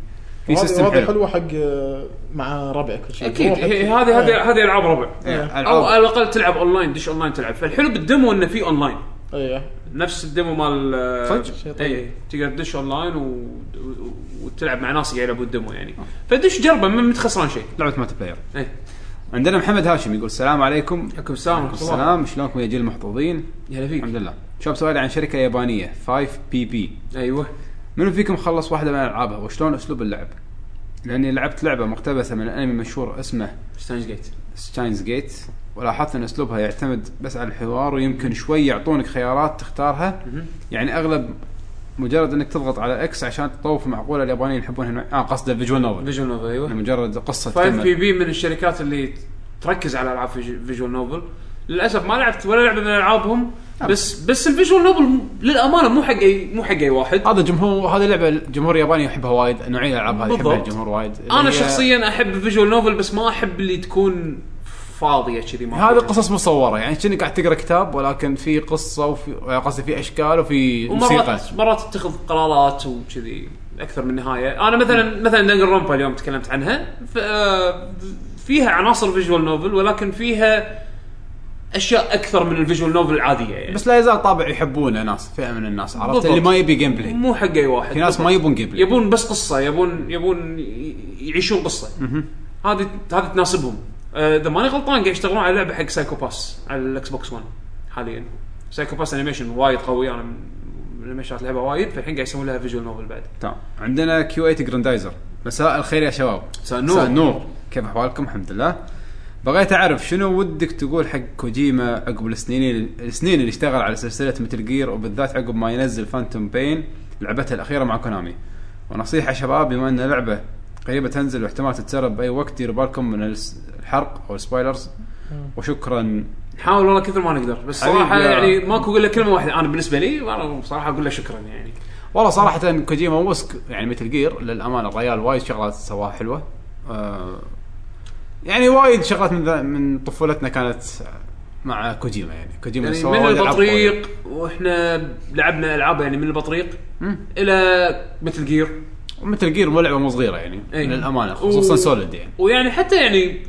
في وهذه- سيستم وهذه حلو حلوه حق آه، مع ربعك وشي. اكيد تروح- هي- هذه إيه. هذه هذه العاب ربع إيه، او ألعاب. على الاقل تلعب اونلاين دش اونلاين تلعب فالحلو بالديمو انه في اونلاين ايه نفس الديمو مال صدق؟ شيء طيب. اي تقدر تدش اونلاين و... و- وتلعب مع ناس قاعد يلعبون الديمو يعني فدش جربه ما ما تخسران شيء لعبه مالتي بلاير ايه عندنا محمد هاشم يقول السلام عليكم عليكم السلام ورحمه الله السلام شلونكم يا جيل المحظوظين يا هلا الحمد فيك لله شوف سؤالي عن شركه يابانيه 5 بي بي ايوه منو فيكم خلص واحده من العابها وشلون اسلوب اللعب؟ لاني لعبت لعبه مقتبسه من انمي مشهور اسمه ستانج جيت ستاينز جيت ولاحظت ان اسلوبها يعتمد بس على الحوار ويمكن شوي يعطونك خيارات تختارها يعني اغلب مجرد انك تضغط على اكس عشان تطوف المعقوله اليابانيين يحبون هالنوع- اه قصده الفيجوال نوفل فيجن اوف ايوه يعني مجرد قصه 5 بي تكمل بي من الشركات اللي تركز على العاب فيج- فيجوال نوفل للاسف ما لعبت ولا لعبه من العابهم بس بس الفيجوال نوفل م- للامانه مو حق اي مو حق اي واحد هذا جمهور هذه لعبه الجمهور الياباني يحبها وايد نوعيه الالعاب هذه يحبها بالضبط. الجمهور وايد انا هي- شخصيا احب الفيجوال نوفل بس ما احب اللي تكون فاضيه كذي ما هذه فيها. قصص مصوره يعني كأنك قاعد تقرا كتاب ولكن في قصه وفي يعني قصدي في اشكال وفي موسيقى ومرات مرات تتخذ قرارات وكذي اكثر من نهايه انا مثلا مثلا دنجر رومبا اليوم تكلمت عنها ف- آه، فيها عناصر فيجوال نوفل ولكن فيها اشياء اكثر من الفيجوال نوفل العاديه يعني بس لا يزال طابع يحبونه ناس فئه من الناس عرفت بالضبط. اللي ما يبي جيم بلاي مو حق اي واحد في ناس ما يبون جيم بلاي يبون بس قصه يبون يبون ي- يعيشون قصه هذه هذه تناسبهم آه، اذا ماني غلطان قاعد يشتغلون على لعبه حق سايكو باس على الاكس بوكس 1 حاليا سايكو باس انيميشن وايد قوي انا من الانيميشنات لعبها وايد فالحين قاعد يسوون لها فيجوال نوفل بعد تمام عندنا كيو 8 جراندايزر مساء الخير يا شباب مساء النور. النور كيف احوالكم الحمد لله بغيت اعرف شنو ودك تقول حق كوجيما عقب السنين السنين اللي اشتغل على سلسله متل جير وبالذات عقب ما ينزل فانتوم بين لعبتها الاخيره مع كونامي ونصيحه شباب بما ان لعبه قريبه تنزل واحتمال تتسرب باي وقت ديروا بالكم من الس- الحرق او السبايلرز وشكرا نحاول والله كثر ما نقدر بس حبيبي صراحه يا- يعني ماكو الا كلمه واحده انا بالنسبه لي انا صراحه اقول له شكرا يعني والله صراحة كوجيما وسك يعني مثل جير للأمانة الريال وايد شغلات سواها حلوة آه يعني وايد شغلات من ذا- من طفولتنا كانت مع كوجيما يعني كوجيما يعني سوى من وايد ألعاب البطريق واحنا لعبنا العاب يعني من البطريق الى مثل جير قوية. مثل جير مو لعبه مو صغيره يعني أي. للامانه خصوصا إيه. و- سوليد يعني ويعني حتى يعني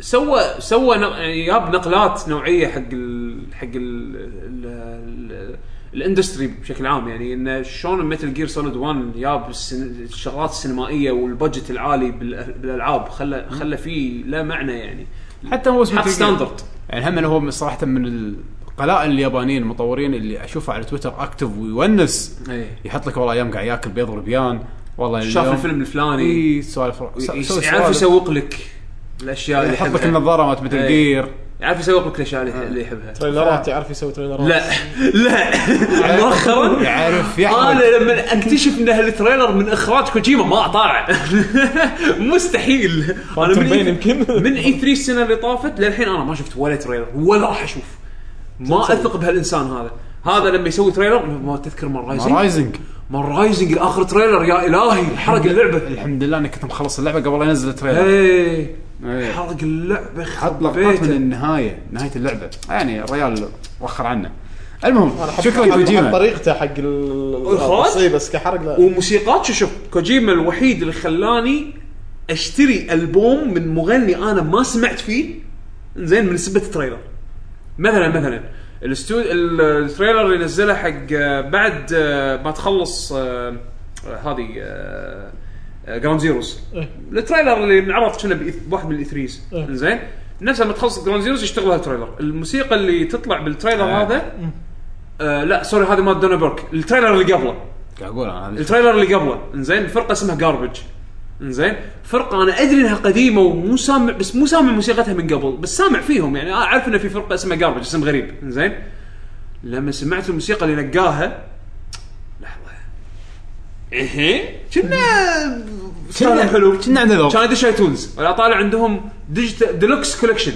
سوى سوى نق- يعني جاب نقلات نوعيه حق ال حق ال ال ال الاندستري بشكل عام يعني انه شلون متل جير سوليد 1 جاب السن- الشغلات السينمائيه والبجت العالي بالأ- بالالعاب خلى خلى فيه له معنى يعني حتى هو اسمه حط Metal Gear. ستاندرد يعني هم أنا هو صراحه من القلائل اليابانيين المطورين اللي اشوفه على تويتر اكتف ويونس إيه. يحط لك والله يوم قاعد ياكل بيض وربيان والله شاف الفيلم الفلاني اي سوالف سوالف- يعرف يسوق لك الاشياء اللي يحط لك يحبها. النظاره مالت مثل إيه. جير يعرف يسوق لك الاشياء اللي- اللي يحبها طيب. تريلرات يعرف يسوي تريلرات لا لا مؤخرا يعرف يحمل انا لما اكتشف ان هالتريلر من اخراج كوجيما ما اطالع مستحيل انا من بين إي- يمكن. من اي 3 السنه اللي طافت للحين انا ما شفت ولا تريلر ولا راح اشوف ما اثق بهالانسان هذا هذا لما يسوي تريلر ما تذكر من رايزنج رايزنج من رايزنج اخر تريلر يا الهي حرق اللعبه الحمد لله اني كنت مخلص اللعبه قبل لا ينزل التريلر ايه إيه. حرق اللعبه حط لقطات من خربيته. النهايه نهايه اللعبه يعني الريال وخر عنا المهم شكرا حط كوجيما طريقته حق ال- الإخراج؟ التصوير، بس كحرق لا وموسيقات شو شوف كوجيما الوحيد اللي خلاني اشتري البوم من مغني انا ما سمعت فيه زين من سبه التريلر مثلا مثلا الاستو ال- التريلر اللي نزله حق آه، بعد آه، ما تخلص آه، آه، هذه آه، جراوند زيروز التريلر اللي انعرض كنا بإث- بواحد من الاثريز إيه. زين نفس لما تخلص جراوند زيروز يشتغل لها تريلر الموسيقى اللي تطلع بالتريلر آه. هذا إيه. آه لا سوري هذه مال دونا بيرك التريلر اللي قبله قاعد اقول انا هذا التريلر اللي قبله انزين فرقه اسمها جاربج انزين فرقه انا ادري انها قديمه ومو سامع بس مو سامع موسيقتها من قبل بس سامع فيهم يعني اعرف ان في فرقه اسمها جاربج اسم غريب انزين لما سمعت الموسيقى اللي نقاها لحظه ايه كنا كنا حلو كنا عندنا ذوق. كان ادش ايتونز ولا طالع عندهم ديجيتال ديلوكس كولكشن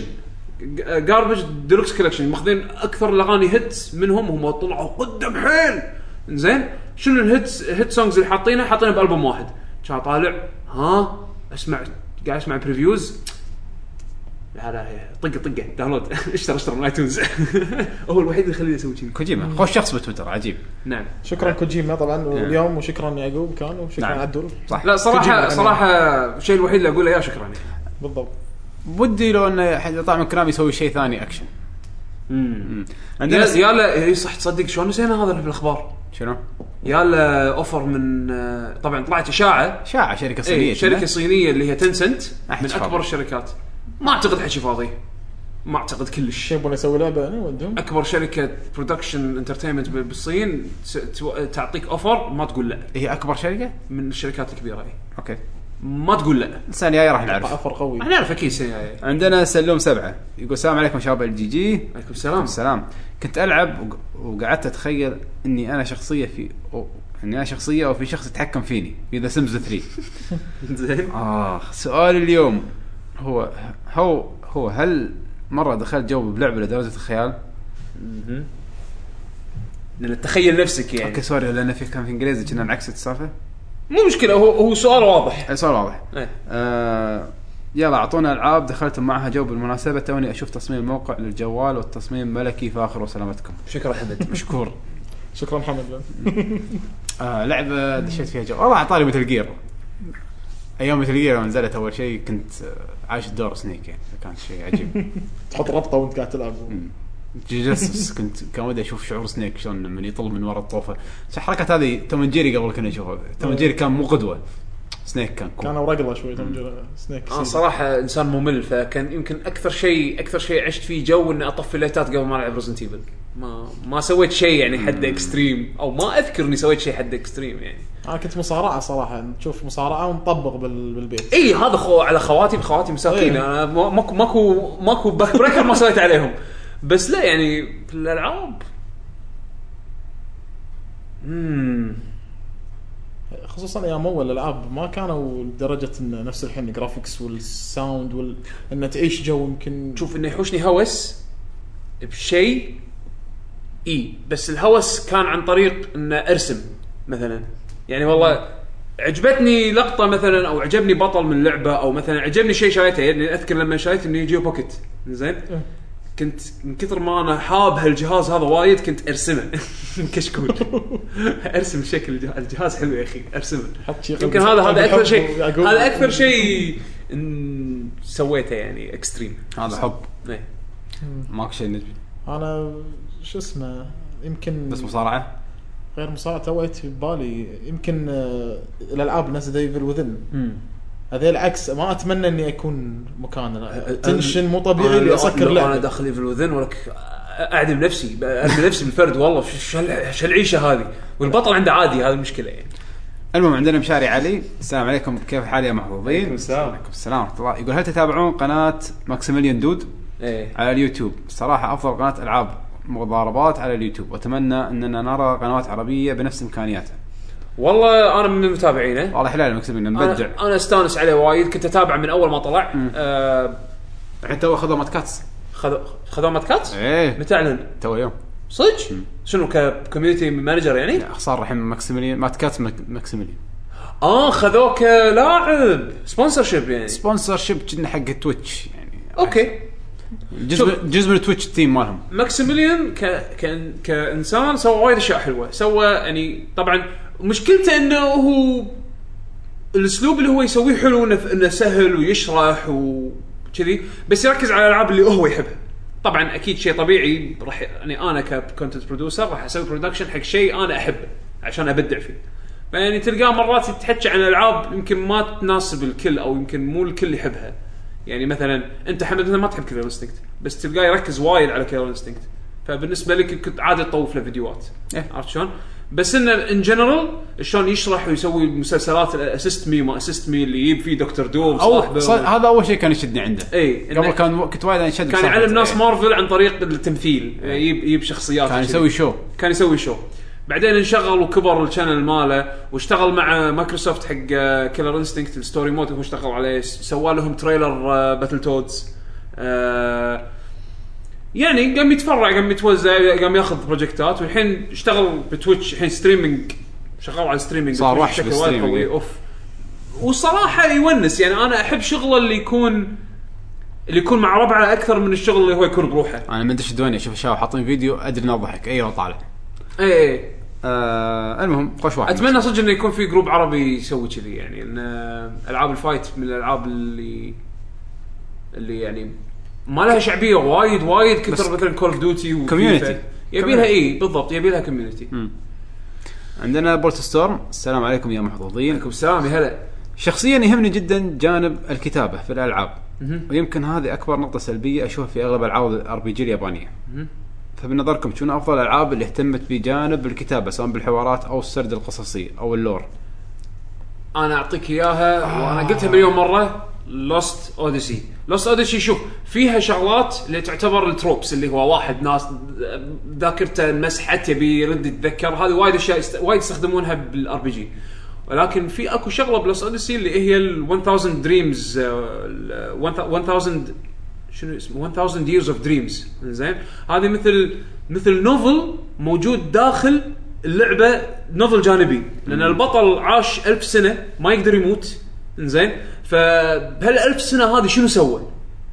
جاربج ديلوكس كولكشن ماخذين اكثر الاغاني هيتس منهم هم طلعوا قدام حيل زين شنو الهيتس هيت سونجز اللي حاطينها حاطينها بالبوم واحد كان طالع ها اسمع قاعد اسمع بريفيوز لا لا هي- طقه طقه داونلود اشتر اشتر من ايتونز هو الوحيد اللي يخليني اسوي كذي كوجيما خوش شخص بتويتر عجيب نعم شكرا كوجيما طبعا واليوم وشكرا يعقوب كان وشكرا نعم. عدول صح لا صراحه كوجيما. صراحه الشيء الوحيد اللي اقول له يا شكرا بالضبط ودي لو انه حد يطلع من كلام يسوي شيء ثاني اكشن امم عندنا يا يا لا اي صح تصدق شلون نسينا هذا في الاخبار شنو؟ يا لا اوفر من آه، طبعا طلعت اشاعه شاعه شركه صينيه اي شركه صينيه اللي هي تنسنت أحد من فاضي. اكبر الشركات ما اعتقد حكي فاضي ما اعتقد كلش شي يبون يسوي لعبه انا ودهم اكبر شركه برودكشن انترتينمنت بالصين س- تو- تعطيك اوفر ما تقول لا هي اكبر شركه؟ من الشركات الكبيره اي اوكي ما تقول لا السنه الجايه راح نعرف اوفر قوي احنا نعرف اكيد سنة جاية. عندنا سلوم سبعه يقول السلام عليكم شباب الجي جي عليكم السلام سلام كنت العب وق- وقعدت اتخيل اني انا شخصيه في أو اني انا شخصيه او في شخص يتحكم فيني في ذا سيمز 3 زين اخ سؤال اليوم هو هو هو هل مره دخلت جو بلعبه لدرجه الخيال؟ لأن تخيل نفسك يعني اوكي سوري لان في كان في انجليزي كنا انعكست السالفه مو مشكله هو هو سؤال واضح أي سؤال واضح إيه. آه يلا اعطونا العاب دخلتم معها جو بالمناسبه توني اشوف تصميم الموقع للجوال والتصميم ملكي فاخر وسلامتكم شكرا حمد مشكور شكرا محمد آه لعبه دشيت فيها جو والله على طاري مثل جير ايام مثل جير لما نزلت اول شيء كنت آه، عايش دور سنيك يعني كان شيء عجيب تحط ربطه وانت قاعد تلعب جسس كنت كان ودي اشوف شعور سنيك شلون لما يطل من ورا الطوفه بس الحركات هذه تومنجيري قبل كنا نشوفها تومنجيري كان مو قدوه سنيك كان كول كان ورقله شوي تمجر آه، سنيك انا سيد. صراحه انسان ممل فكان يمكن اكثر شيء اكثر شيء عشت فيه جو اني اطفي الليتات قبل ما العب ريزنت ايفل ما ما سويت شيء يعني حد اكستريم او ما اذكر اني سويت شيء حد اكستريم يعني انا كنت مصارعه صراحه نشوف مصارعه ونطبق بال- بالبيت اي هذا خو على خواتم خواتم مساكين إيه. انا ما- ماكو ماكو ماكو باك بريكر ما سويت عليهم بس لا يعني في الالعاب امم خصوصا ايام اول الالعاب ما كانوا لدرجه ان نفس الحين الجرافكس والساوند وال ان تعيش جو يمكن شوف انه يحوشني هوس بشيء اي بس الهوس كان عن طريق ان ارسم مثلا يعني والله عجبتني لقطه مثلا او عجبني بطل من لعبه او مثلا عجبني شيء شريته يعني اذكر لما شريت النيو جيو بوكيت زين كنت من كثر ما انا حاب هالجهاز هذا وايد كنت ارسمه كشكول ارسم شكل الجه- الجهاز حلو يا اخي ارسمه حط شي يمكن قلب- هذا قلب هذا اكثر الحب شيء ويعقوب. هذا اكثر شيء إن سويته يعني اكستريم هذا حب إيه. ماكو شيء نجم انا شو اسمه يمكن بس مصارعه غير مصارعه تويت في بالي يمكن آه، الالعاب ناس ديفل وذن هذيل العكس ما اتمنى اني اكون مكانه تنشن مو طبيعي اللي اسكر لعبه انا لعبه داخل في الاذن ولا ك- اعدم نفسي اعدم نفسي بالفرد والله شو هال- شو العيشه هذه والبطل عنده عادي هذه المشكله يعني المهم عندنا مشاري علي السلام عليكم كيف الحال يا محبوبين؟ عليكم السلام. عليكم السلام ورحمه الله يقول هل تتابعون قناه ماكسيميليان دود ايه على اليوتيوب؟ صراحه افضل قناه العاب مضاربات على اليوتيوب واتمنى اننا نرى قنوات عربيه بنفس امكانياته. والله انا من متابعينه والله حلال ماكسيميليان مبدع انا, أنا استانس عليه وايد كنت اتابعه من اول ما طلع آه الحين تو اخذوا ماتكاتس خذوا خذوا ماتكات ايه متى اعلن تو اليوم صدق شنو ككوميونتي مانجر يعني لا، صار الحين ماكسيميليان ماتكاتس مك- ماكسيميليان اه خذوه كلاعب سبونسر شيب يعني سبونسر شيب كنا حق تويتش يعني اوكي شوف. جزء جزء من تويتش تيم مالهم ماكسيميليان ك... ك... كانسان سوى وايد اشياء حلوه سوى يعني طبعا مشكلته انه هو الاسلوب اللي هو يسويه حلو انه انه سهل ويشرح وكذي بس يركز على الالعاب اللي هو يحبها طبعا اكيد شيء طبيعي راح يعني انا ككونتنت برودوسر راح اسوي برودكشن حق شيء انا احبه عشان ابدع فيه فيعني تلقاه مرات يتحكى عن العاب يمكن ما تناسب الكل او يمكن مو الكل يحبها يعني مثلا انت حمد مثلا ما تحب كيلر انستنكت بس تلقاه يركز وايد على كيلر انستنكت فبالنسبه لك كنت عادي تطوف له فيديوهات إيه. عرفت شلون؟ بس انه ان جنرال شلون يشرح ويسوي مسلسلات اسيست مي ما اسيست مي اللي يجيب فيه دكتور دوم او صاحبه ص- هذا اول شيء كان يشدني عنده اي قبل كان و- كنت وايد انشد كان بصراحة. يعلم ناس إيه. مارفل عن طريق التمثيل يجيب يجيب شخصيات كان وكذي. يسوي شو كان يسوي شو بعدين انشغل وكبر الشانل ماله واشتغل مع مايكروسوفت حق آه، كيلر انستنكت الستوري مود هو اشتغل عليه س- سوى لهم آه، تريلر باتل تودز آه، يعني قام يتفرع قام يتوزع قام ياخذ بروجكتات والحين اشتغل بتويتش الحين ستريمنج شغال على ستريمنج صار وحش بالستريمينج. اوف وصراحه يونس يعني انا احب شغله اللي يكون اللي يكون مع ربعه اكثر من الشغل اللي هو يكون بروحه انا ما ادري ايش الدنيا اشوف الشباب حاطين فيديو ادري انه ضحك ايوه طالع اي آه المهم خوش واحد اتمنى صدق انه يكون في جروب عربي يسوي كذي يعني ان آه، العاب الفايت من الالعاب اللي اللي يعني ما لها شعبيه وايد وايد بس كثر مثلا كول اوف ديوتي Community. يبي لها اي إيه، بالضبط يبي لها كوميونتي عندنا بولت ستورم السلام عليكم يا محظوظين عليكم السلام يا هلا شخصيا يهمني جدا جانب الكتابه في الالعاب ويمكن هذه اكبر نقطه سلبيه اشوفها في اغلب العاب الار بي جي اليابانيه فبنظركم شنو افضل الالعاب اللي اهتمت بجانب الكتابه سواء بالحوارات او السرد القصصي او اللور انا اعطيك اياها وانا قلتها مليون مره لوست اوديسي لوست اوديسي شوف فيها شغلات اللي تعتبر التروبس اللي هو واحد ناس ذاكرته انمسحت يبي يرد يتذكر هذه وايد اشياء يست- وايد يستخدمونها بالار بي جي ولكن في اكو شغله بلوست اوديسي اللي هي ال 1000 دريمز 1000 شنو اسمه 1000 years of dreams زين هذه مثل مثل نوفل موجود داخل اللعبه نوفل جانبي لان البطل عاش ألف سنه ما يقدر يموت زين فبهالألف سنه هذه شنو سوى؟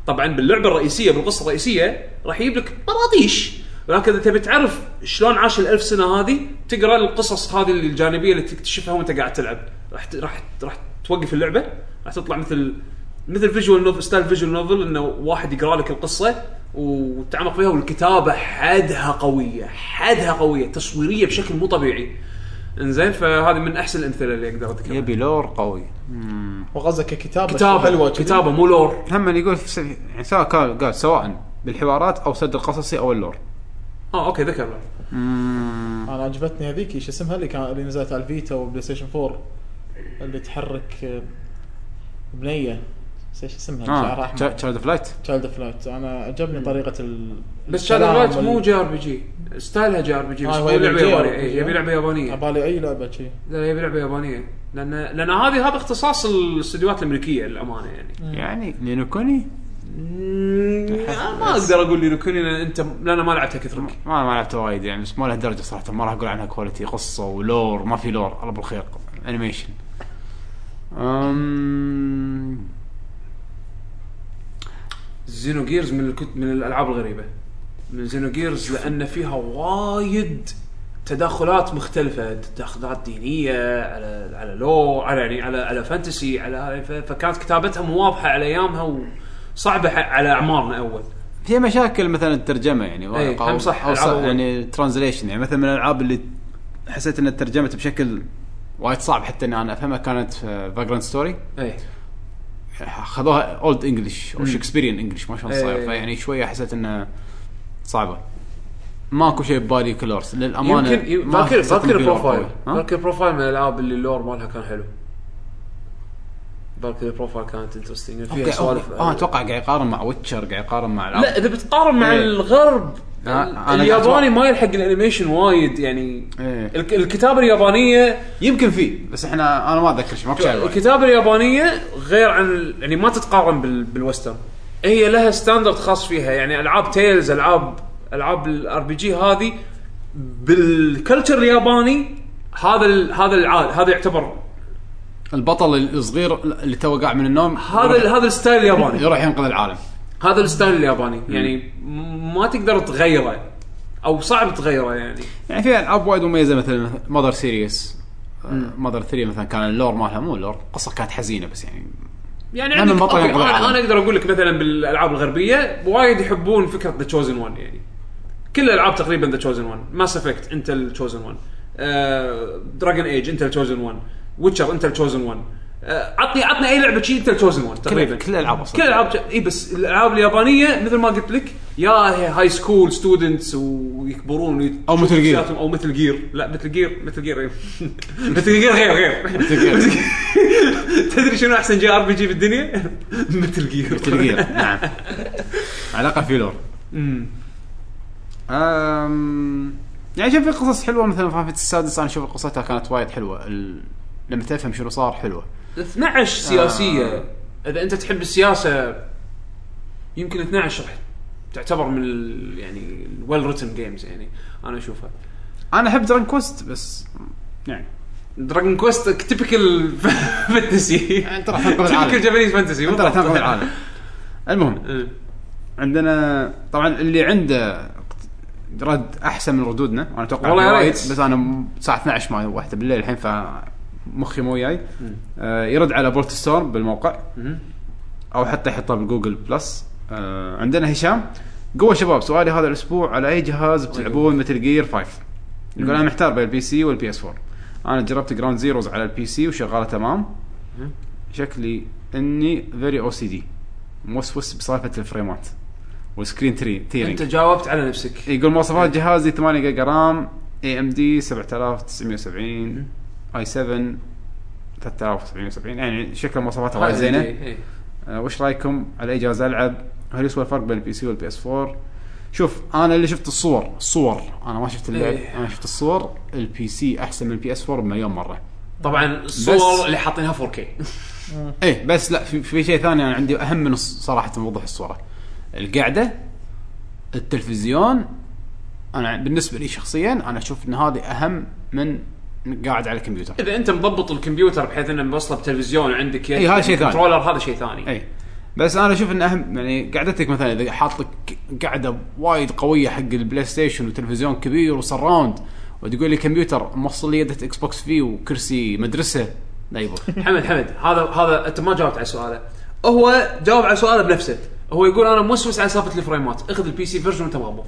طبعا باللعبه الرئيسيه بالقصه الرئيسيه راح يجيب لك طراطيش ولكن اذا تبي تعرف شلون عاش الألف سنه هذه تقرا القصص هذه الجانبيه اللي تكتشفها وانت قاعد تلعب راح ت- راح راح توقف اللعبه راح تطلع مثل مثل فيجوال نوفل ستايل فيجوال نوفل انه واحد يقرا لك القصه وتعمق فيها والكتابه حدها قويه حدها قويه تصويريه بشكل مو طبيعي انزين فهذه من احسن الامثله اللي اقدر اذكرها يبي لور قوي وقصدك كتابه كتابه كذي. كتابه مو لور هم اللي يقول في س- يعني سواء قال قال سواء بالحوارات او سرد القصصي او اللور اه اوكي ذكر لور انا عجبتني هذيك شو اسمها اللي كان اللي نزلت على الفيتا وبلاي ستيشن 4 اللي تحرك آه، بنيه بس ايش اسمها؟ شعرها اه احمر تشايلد اوف لايت تشايلد فلايت انا عجبني طريقه ال بس شادو الكلام لايت مو وال- جي ار بي جي ستايلها جي ار بي جي بس آه، مو هو يبي لعبه جي آر يابانيه بي إيه، جي. يبي لعبه يابانيه عبالي اي لعبه شي لا يبي لعبه يابانيه لان لان هذه هذا اختصاص الاستديوهات الامريكيه للامانه يعني يعني نينوكوني آه، ما اقدر اقول لي ركني لان انت لان ما لعبتها كثرك ما ما لعبت وايد يعني بس ما له درجه صراحه ما راح اقول عنها كواليتي قصه ولور ما في لور الله بالخير انيميشن أم... زينو جيرز من الكت... من الالعاب الغريبه من زينو جيرز لان فيها وايد تدخلات مختلفه تدخلات دينيه على على لو على يعني على على فانتسي على ف... فكانت كتابتها مو واضحه على ايامها وصعبه ح... على اعمارنا اول في مشاكل مثلا الترجمه يعني إيه، أو- هم صح، أو صح ألعاب- يعني ترانزليشن يعني مثلا من الالعاب اللي حسيت انها ترجمت بشكل وايد صعب حتى ان انا افهمها كانت فاجرانت ستوري اي خذوها اولد انجلش او شكسبيريان انجلش ما شلون إيه. صاير فيعني شويه حسيت انها صعبه ماكو شيء ببالي كلورس للامانه يمكن ما فاكر حسيت فاكر باللور بروفايل قوي. ها؟ فاكر بروفايل من الالعاب اللي اللور مالها كان حلو فالكري بروفايل كانت انترستنج فيها أوكي، سوالف اه اتوقع قاعد يقارن مع ويتشر قاعد يقارن مع العاب لا اذا بتقارن مع إيه. الغرب آه، أنا الياباني قاعد أتوقع. مايل حق الانيميشن وايد يعني إيه. الك- الكتابه اليابانيه يمكن في بس احنا انا ما اتذكر شيء ماكو شيء الكتابه اليابانيه غير عن ال- يعني ما تتقارن بال... بالوسترن هي لها ستاندرد خاص فيها يعني العاب تيلز العاب العاب الار بي جي هذه بالكلتشر الياباني هذا ال... هذا العاد هذا يعتبر البطل الصغير اللي تو قاع من النوم هذا ال... هذا الستايل الياباني يروح ينقذ العالم هذا الستايل الياباني يعني م- ما تقدر تغيره او صعب تغيره يعني يعني في العاب وايد مميزه مثل ماذر سيريس ماذر 3 مثلا كان اللور مالها مو اللور القصه كانت حزينه بس يعني يعني لأن عندك البطل أوكي، ينقذ انا العالم. انا اقدر اقول لك مثلا بالالعاب الغربيه وايد يحبون فكره ذا تشوزن 1 يعني كل الالعاب تقريبا ذا تشوزن 1 ماس افكت انت التشوزن 1 آه، دراجون ايج انت التشوزن 1 ويتشر انت التشوزن 1 آه، عطني عطني اي لعبه شي انت التشوزن 1 تقريبا كل الألعاب أصلاً. كل الالعاب اي بس الالعاب اليابانيه مثل ما قلت لك يا هي هاي سكول ستودنتس ويكبرون ويت- أو مثل جير. شخصياتهم- او مثل جير لا مثل جير مثل جير إيه. مثل جير غير غير تدري شنو احسن جي ار بي جي بالدنيا؟ مثل جير مثل جير نعم على الاقل في لور أم... يعني شوف في قصص حلوه مثلا فانفت السادس انا اشوف قصتها كانت وايد حلوه ال... لما تفهم شنو صار حلوه 12 سياسيه اذا انت تحب السياسه يمكن 12 راح تعتبر من ال- يعني ويل ريتن جيمز يعني انا اشوفها انا احب دران كوست بس يعني دراجون كوست تيبكال فانتسي أنت راح تنقذ يعني العالم. تيبكال جابانيز فانتسي انت راح تنقذ العالم المهم إيه. عندنا طبعا اللي عنده رد احسن من ردودنا انا اتوقع والله يا وايد، ريت. بس انا م- الساعه 12 ما واحدة بالليل الحين فمخي مو وياي آه يرد على بورت ستورم بالموقع او حتى يحطها بالجوجل بلس آه عندنا هشام قوة شباب سؤالي هذا الاسبوع على اي جهاز بتلعبون مثل جير 5 يقول انا محتار بين البي سي والبي اس 4 انا جربت جراوند زيروز على البي سي وشغاله تمام شكلي اني فيري او سي دي موسوس بسالفه الفريمات والسكرين تري تيرنج انت جاوبت على نفسك يقول مواصفات جهازي 8 جيجا رام اي ام دي 7970 اي 7 3770 يعني شكل مواصفاته وايد زينه إيه. آه، وش رايكم على اي جهاز العب؟ هل يسوى الفرق بين البي سي والبي اس 4؟ شوف انا اللي شفت الصور الصور انا ما شفت اللعب إيه. انا شفت الصور البي سي احسن من البي اس 4 بمليون مره طبعا الصور اللي حاطينها 4K ايه بس لا في, في شيء ثاني انا عندي اهم من الص- صراحه وضوح الصوره القعده التلفزيون انا بالنسبه لي شخصيا انا اشوف ان هذه اهم من إنك قاعد على الكمبيوتر اذا انت مضبط الكمبيوتر بحيث انه موصله بتلفزيون وعندك إي، هذا شيء ثاني. كنترولر هذا شيء ثاني اي إيه، بس انا اشوف ان اهم يعني قعدتك مثلا اذا حاط لك قعده وايد قويه حق البلاي ستيشن وتلفزيون كبير وسراوند وتقول لي كمبيوتر موصل لي يده اكس بوكس في وكرسي مدرسه لا يبا حمد حمد هذا هذا انت ما جاوبت على سؤاله هو جاوب على سؤاله بنفسه هو يقول انا موسوس على سالفه الفريمات اخذ البي سي فيرجن وانت مغمض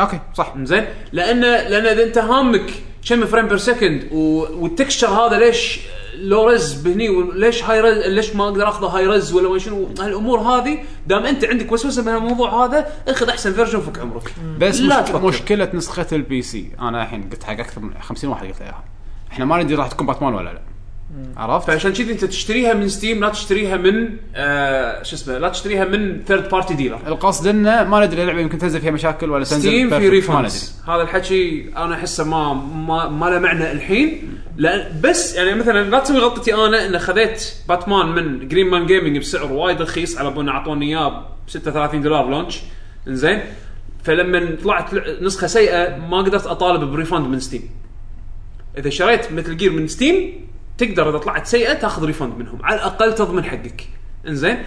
اوكي صح زين لان لان اذا انت هامك كم فريم بير سكند والتكشر هذا ليش لو رز بهني وليش هاي رز ليش ما اقدر اخذه هاي رز ولا ما شنو هالامور هذه دام انت عندك وسوسه من الموضوع هذا اخذ احسن فيرجن وفك عمرك بس لا مشك... تفكر. مشكله نسخه البي سي انا الحين قلت حق اكثر من 50 واحد قلت اياها احنا ما ندري راح تكون باتمان ولا لا عرفت؟ فعشان كذي انت تشتريها من ستيم لا تشتريها من آه شو اسمه لا تشتريها من ثيرد بارتي ديلر القصد انه ما ندري اللعبه يمكن تنزل فيها مشاكل ولا تنزل ستيم في perfect، ما ندري ريفاندز هذا الحكي انا احسه ما ما, ما له معنى الحين لان بس يعني مثلا لا تسوي غلطتي انا ان خذيت باتمان من جرين مان جيمنج بسعر وايد رخيص على بون اعطوني اياه ب 36 دولار لونش انزين فلما طلعت ل- نسخه سيئه ما قدرت اطالب بريفاند من ستيم اذا شريت مثل جير من ستيم تقدر اذا طلعت سيئه تاخذ ريفند منهم على الاقل تضمن حقك انزين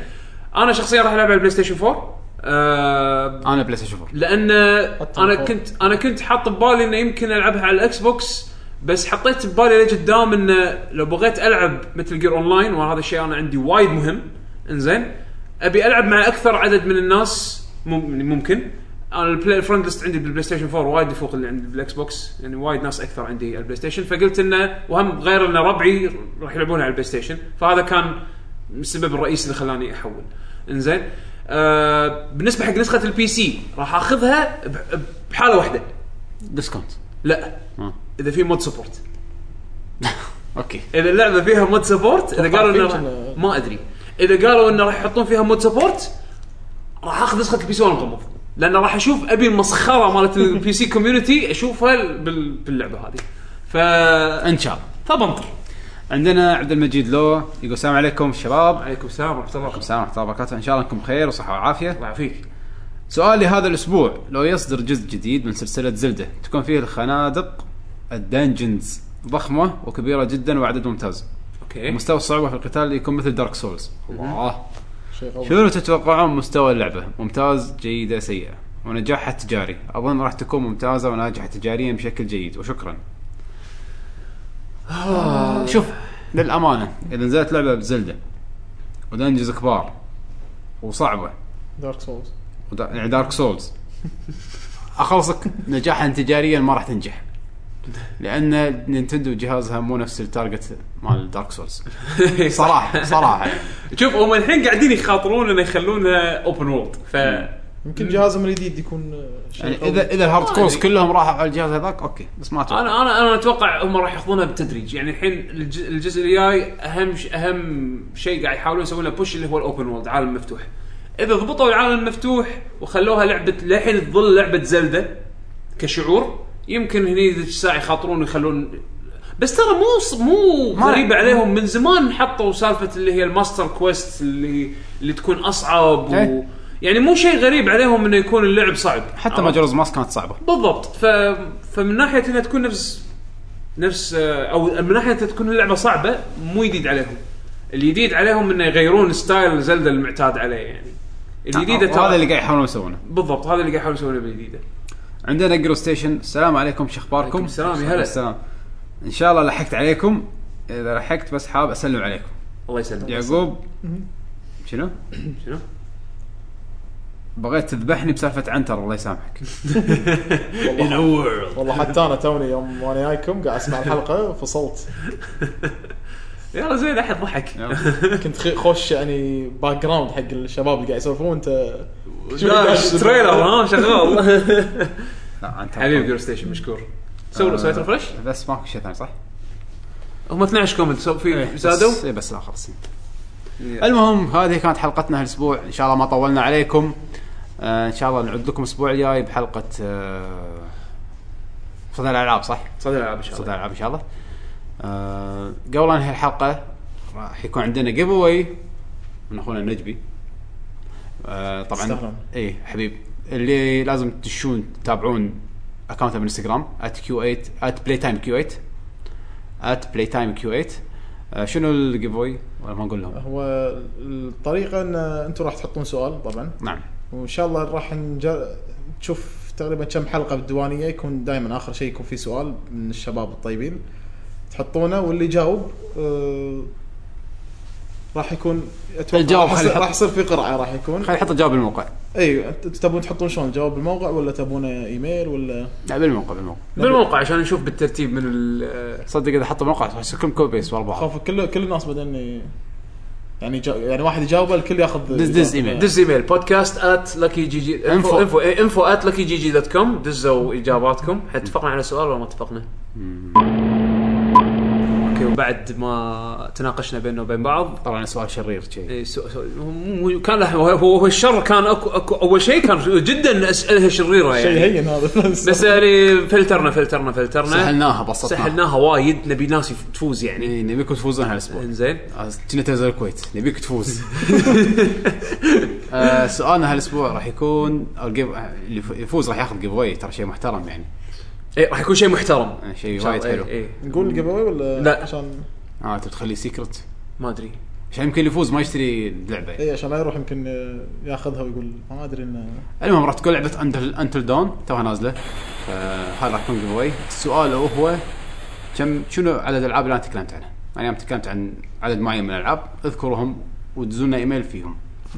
انا شخصيا راح العب على البلاي ستيشن 4 آه انا بلاي ستيشن 4 لان انا الفور. كنت انا كنت حاط ببالي انه يمكن العبها على الاكس بوكس بس حطيت ببالي لقدام انه لو بغيت العب مثل جير اونلاين وهذا الشيء انا عندي وايد مهم انزين ابي العب مع اكثر عدد من الناس مم- يعني ممكن انا البلاي الفرند ليست عندي بالبلاي ستيشن 4 وايد يفوق اللي عندي بالاكس بوكس يعني وايد ناس اكثر عندي على البلاي ستيشن فقلت انه وهم غير انه ربعي راح يلعبون على البلاي ستيشن فهذا كان السبب الرئيسي اللي خلاني احول انزين آه بالنسبه حق نسخه البي سي راح اخذها بح- بحاله واحده ديسكونت لا آه. اذا في مود سبورت اوكي اذا اللعبه فيها مود سبورت اذا قالوا انه راح- ما ادري اذا قالوا انه راح يحطون فيها مود سبورت راح اخذ نسخه البي سي وانا مغمض لان راح اشوف ابي المسخره مالت البي سي كوميونتي اشوفها بال- باللعبه هذه ف ان شاء الله فبنطر عندنا عبد المجيد لو يقول السلام عليكم شباب عليكم السلام ورحمه الله الله السلام ورحمه الله وبركاته ان شاء الله انكم بخير وصحه وعافيه يعافيك سؤالي هذا الاسبوع لو يصدر جزء جديد من سلسله زلده تكون فيه الخنادق الدنجنز ضخمه وكبيره جدا وعدد ممتاز اوكي مستوى الصعوبه في القتال يكون مثل دارك سولز الله شيء غلط شنو تتوقعون مستوى اللعبه ممتاز جيده سيئه ونجاحها التجاري اظن راح تكون ممتازه وناجحه تجاريا بشكل جيد وشكرا شوف للامانه اذا نزلت لعبه بزلده ودنجز كبار وصعبه دارك سولز ودا- يعني دارك سولز اخلصك نجاحا تجاريا ما راح تنجح لان نينتندو جهازها مو نفس التارجت مال دارك سولز صراحه صراحه شوف هم الحين قاعدين يخاطرون انه يخلونها اوبن وورلد ف يمكن جهازهم الجديد يكون آه، شيء يعني قوي. اذا اذا الهارد ما كورز أدري. كلهم راحوا على الجهاز هذاك اوكي بس ما اتوقع انا انا انا اتوقع هم راح ياخذونها بالتدريج يعني الحين الج- الجزء الجاي اهم ش... اهم شيء قاعد يحاولون يسوون له بوش اللي هو الاوبن وورلد عالم مفتوح اذا ضبطوا العالم المفتوح وخلوها لعبه للحين تظل لعبه زلده كشعور يمكن هني ذيك الساعه يخاطرون ويخلون بس ترى مو ص- مو ما- غريبه عليهم من زمان حطوا سالفه اللي هي الماستر كويست اللي اللي تكون اصعب و... إيه. يعني مو شيء غريب عليهم انه يكون اللعب صعب حتى عرفت؟ ماجرز ماس كانت صعبه بالضبط ف... فمن ناحيه انها تكون نفس نفس او من ناحيه انها تكون اللعبه صعبه مو جديد عليهم الجديد عليهم انه يغيرون ستايل زلدا المعتاد عليه يعني الجديده آه، هذا اللي ترى قاعد يحاولون يسوونه بالضبط هذا اللي قاعد يحاولون يسوونه بالجديده عندنا جرو ستيشن السلام عليكم شو اخباركم عليكم السلام، يا هلا. السلام ان شاء الله لحقت عليكم اذا لحقت بس حاب اسلم عليكم الله يسلمك يعقوب شنو شنو؟ بغيت تذبحني بسالفه عنتر الله يسامحك والله حتى انا توني يوم وانا جايكم قاعد اسمع الحلقه فصلت يلا زين احد ضحك يلا. كنت خي- خوش يعني باك جراوند حق الشباب اللي قاعد يسولفون انت داش تريلر ها شغال لا عنتر حبيب جير ستيشن مشكور آه. سووا سويت ريفرش بس ماكو شيء ثاني صح؟ هم 12 كومنت سو- في زادوا بس, إيه بس لا خلاص المهم هذه كانت حلقتنا هالاسبوع ان شاء الله ما طولنا عليكم آه ان شاء الله نعود لكم الاسبوع الجاي بحلقه آه صدى الالعاب صح؟ صدر العاب ان شاء صدى الله الالعاب ان شاء الله آه قبل أن انهي الحلقه راح يكون عندنا جيف اواي من اخونا النجبي آه طبعا تستاهلون. اي حبيب اللي لازم تشون تتابعون اكونته بالانستغرام @q8 @playtimeq8 @playtimeq8 آه شنو الجيف اواي ولا ما نقول لهم؟ هو الطريقه ان انتم راح تحطون سؤال طبعا نعم وان شاء الله راح نجر... تشوف تقريبا كم حلقه بالديوانيه يكون دائما اخر شيء يكون في سؤال من الشباب الطيبين تحطونه واللي جاوب آه... راح يكون اتوقع الجواب راح خلي يصير- يحط- راح يصير في قرعه راح يكون خلينا نحط الجواب بالموقع اي انتم تبون تحطون شلون جواب بالموقع ولا تبونه ايميل ولا لا بالموقع بالموقع بالموقع عشان نشوف بالترتيب من ال صدق اذا حطوا موقع راح يصير كلهم كوبي بيس ورا بعض خوف كل كل الناس بعدين ي- يعني جا... يعني واحد يجاوبه الكل ياخذ دز- دز إيميل. دز ايميل بودكاست ات لكي جي جي Info. انفو انفو انفو ات لكي جي جي دوت كوم دزوا اجاباتكم هل اتفقنا على سؤال ولا ما اتفقنا؟ اوكي وبعد ما تناقشنا بيننا وبين بعض طلعنا سؤال شرير شيء إيه، سو- سو- مو- مو- كان له- هو هو الشر كان اكو اكو اول شيء كان جدا اسئله شريره شيء يعني هين هذا بس يعني فلترنا فلترنا فلترنا سهلناها بسطناها سهلناها وايد نبي ناس يف- تفوز يعني إيه، نبيكم تفوزون هالاسبوع انزين كنا تنزل الكويت نبيك تفوز آه، سؤالنا هالاسبوع راح يكون أو الجيف- اللي يف- يفوز راح ياخذ جيف واي ترى شيء محترم يعني إيه، راح يكون شيء محترم آه، شيء إن شاء وايد الله، إيه، حلو إيه. نقول الجيف أواي ولا لا. عشان اه تبي تخليه سيكرت ما ادري عشان يمكن اللي يفوز ما يشتري اللعبه يعني. اي إيه، عشان لا يروح يمكن آه، ياخذها ويقول ما ادري انه المهم راح تكون لعبه انتل دون توها نازله فهاي راح تكون جيف اواي السؤال هو كم شنو عدد الالعاب اللي انا تكلمت عنها؟ انا يوم تكلمت عن عدد معين من الالعاب اذكرهم ودزونا ايميل فيهم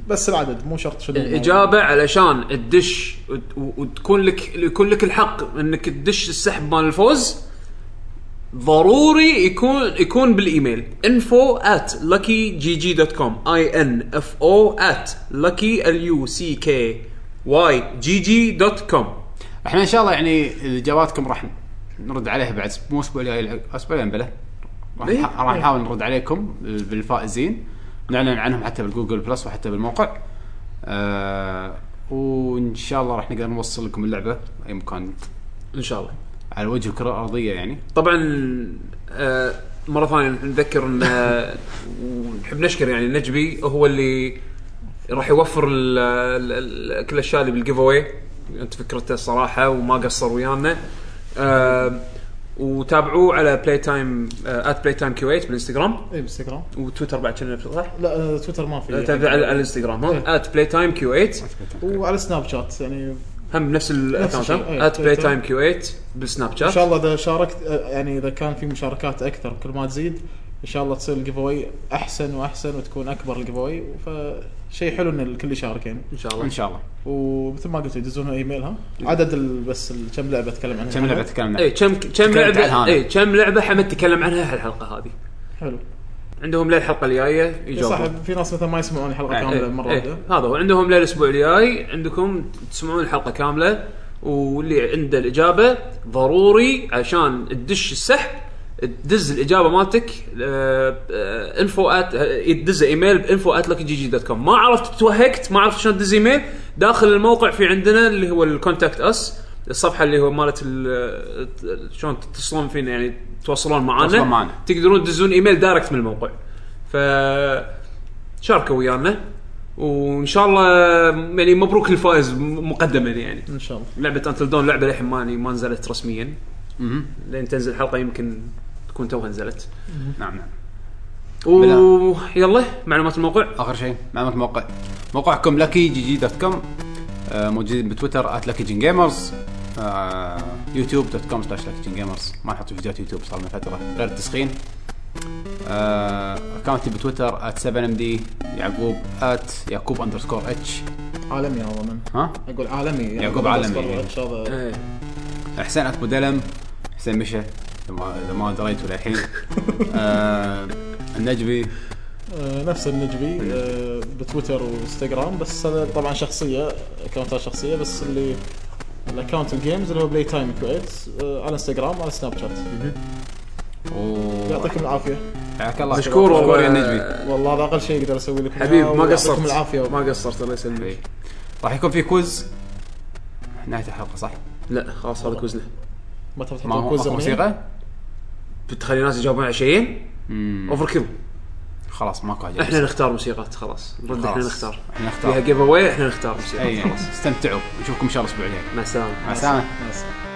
بس العدد مو شرط إيه، شنو الاجابه علشان تدش وت- و- وتكون لك يكون لك الحق انك تدش السحب مال الفوز ضروري يكون يكون بالايميل info at luckygg.com i n f o at lucky l u c k y g g dot com احنا ان شاء الله يعني اجاباتكم راح نرد عليها بعد أسبوع- مو الاسبوع الجاي الع- اسبوعين بلا راح إيه. نح- راح نحاول نرد عليكم بالفائزين نعلن عنهم حتى بالجوجل بلس وحتى بالموقع آه وان شاء الله راح نقدر نوصل لكم اللعبه اي مكان ان شاء الله على وجه الكره الارضيه يعني طبعا آه مره ثانيه نتذكر ان آه، ونحب نشكر يعني نجبي هو اللي راح يوفر ال ال ال كل الاشياء اللي بالجيف اواي انت فكرته الصراحه وما قصر ويانا آه وتابعوه على آه، بلاي تايم ات بلاي تايم كويت بالانستغرام اي بالانستغرام وتويتر بعد كنا صح؟ إيه، لا آه، تويتر ما في تابع على على الانستغرام إيه. ات بلاي تايم كويت وعلى سناب شات يعني هم نفس الاكونت الشيء، إيه. ات بلاي تايم كويت بالسناب ان شات شاء الله اذا شاركت آه، يعني اذا كان في مشاركات اكثر كل ما تزيد ان شاء الله تصير الجيف اواي احسن واحسن وتكون اكبر الجيف اواي فشيء حلو ان الكل يشارك يعني ان شاء الله ان شاء الله ومثل ما قلت يدزون ايميل ها عدد ال- بس ال- كم لعبه اتكلم عنها إيه. كم لعبه تكلمنا اي كم كم تكلمت عنها لعبه أنا. اي كم لعبه حمد تكلم عنها هالحلقه هذه حلو عندهم للحلقه الجايه إي صح يجاوبون في ناس مثلا ما يسمعون الحلقه إيه، كامله إيه، مره إيه، واحده هذا هو عندهم للاسبوع الجاي عندكم تسمعون الحلقه كامله واللي عنده الاجابه ضروري عشان تدش السحب تدز الاجابه مالتك آه، انفو ات تدز ايميل بانفو ات جي جي دوت كوم ما عرفت توهقت ما عرفت شلون تدز ايميل داخل الموقع في عندنا اللي هو الكونتاكت اس الصفحه اللي هو مالت ال- شلون تتصلون فينا يعني تواصلون معانا تواصلون معانا. تقدرون تدزون ايميل دايركت من الموقع ف شاركوا ويانا وان شاء الله يعني مبروك للفائز م- مقدما يعني ان شاء الله لعبه انتل دون لعبه للحين ما ما نزلت رسميا مهم. لين تنزل الحلقه يمكن تكون توها نزلت نعم نعم ويلا معلومات الموقع اخر شيء معلومات موقع موقعكم لكي جي جي دوت كوم آه، موجودين بتويتر ات لكي جين جيمرز يوتيوب آه، دوت كوم سلاش لكي جين جيمرز ما نحط فيديوهات يوتيوب صار من فتره غير التسخين آه، اكونتي بتويتر ات 7 ام دي يعقوب ات يعقوب اندرسكور اتش عالمي هذا من ها اقول عالمي يعني يعقوب عالمي. بس والله هذا إيه. حسين ات بودلم حسين مشى إذا ما- اذا ما دريتوا للحين آه، النجبي آه، نفس النجبي آه، بتويتر وانستغرام بس هذا طبعا شخصيه اكونتات شخصيه بس اللي الاكونت الجيمز اللي هو بلاي تايم كويت آه، على انستغرام على سناب شات و يعطيكم العافيه حياك الله مشكور مشكور يا والله النجبي والله هذا اقل شيء اقدر اسوي لكم حبيب إياه، ما قصرت ويعطيكم العافيه ما قصرت الله يسلمك إيه. راح يكون في كوز نهايه الحلقه صح؟ لا خلاص هذا كوزنا ما تبي ما تحطون هو كوز اكو موسيقى؟ بتخلي الناس يجاوبون على شيئين مم. اوفر كيل خلاص ماكو عجائب. احنا نختار موسيقات خلاص نرد احنا خلاص. طيب. نختار احنا نختار فيها جيف اواي احنا نختار موسيقى اي خلاص استمتعوا نشوفكم ان شاء الله الاسبوع الجاي مع السلامه مع السلامه مع السلامة.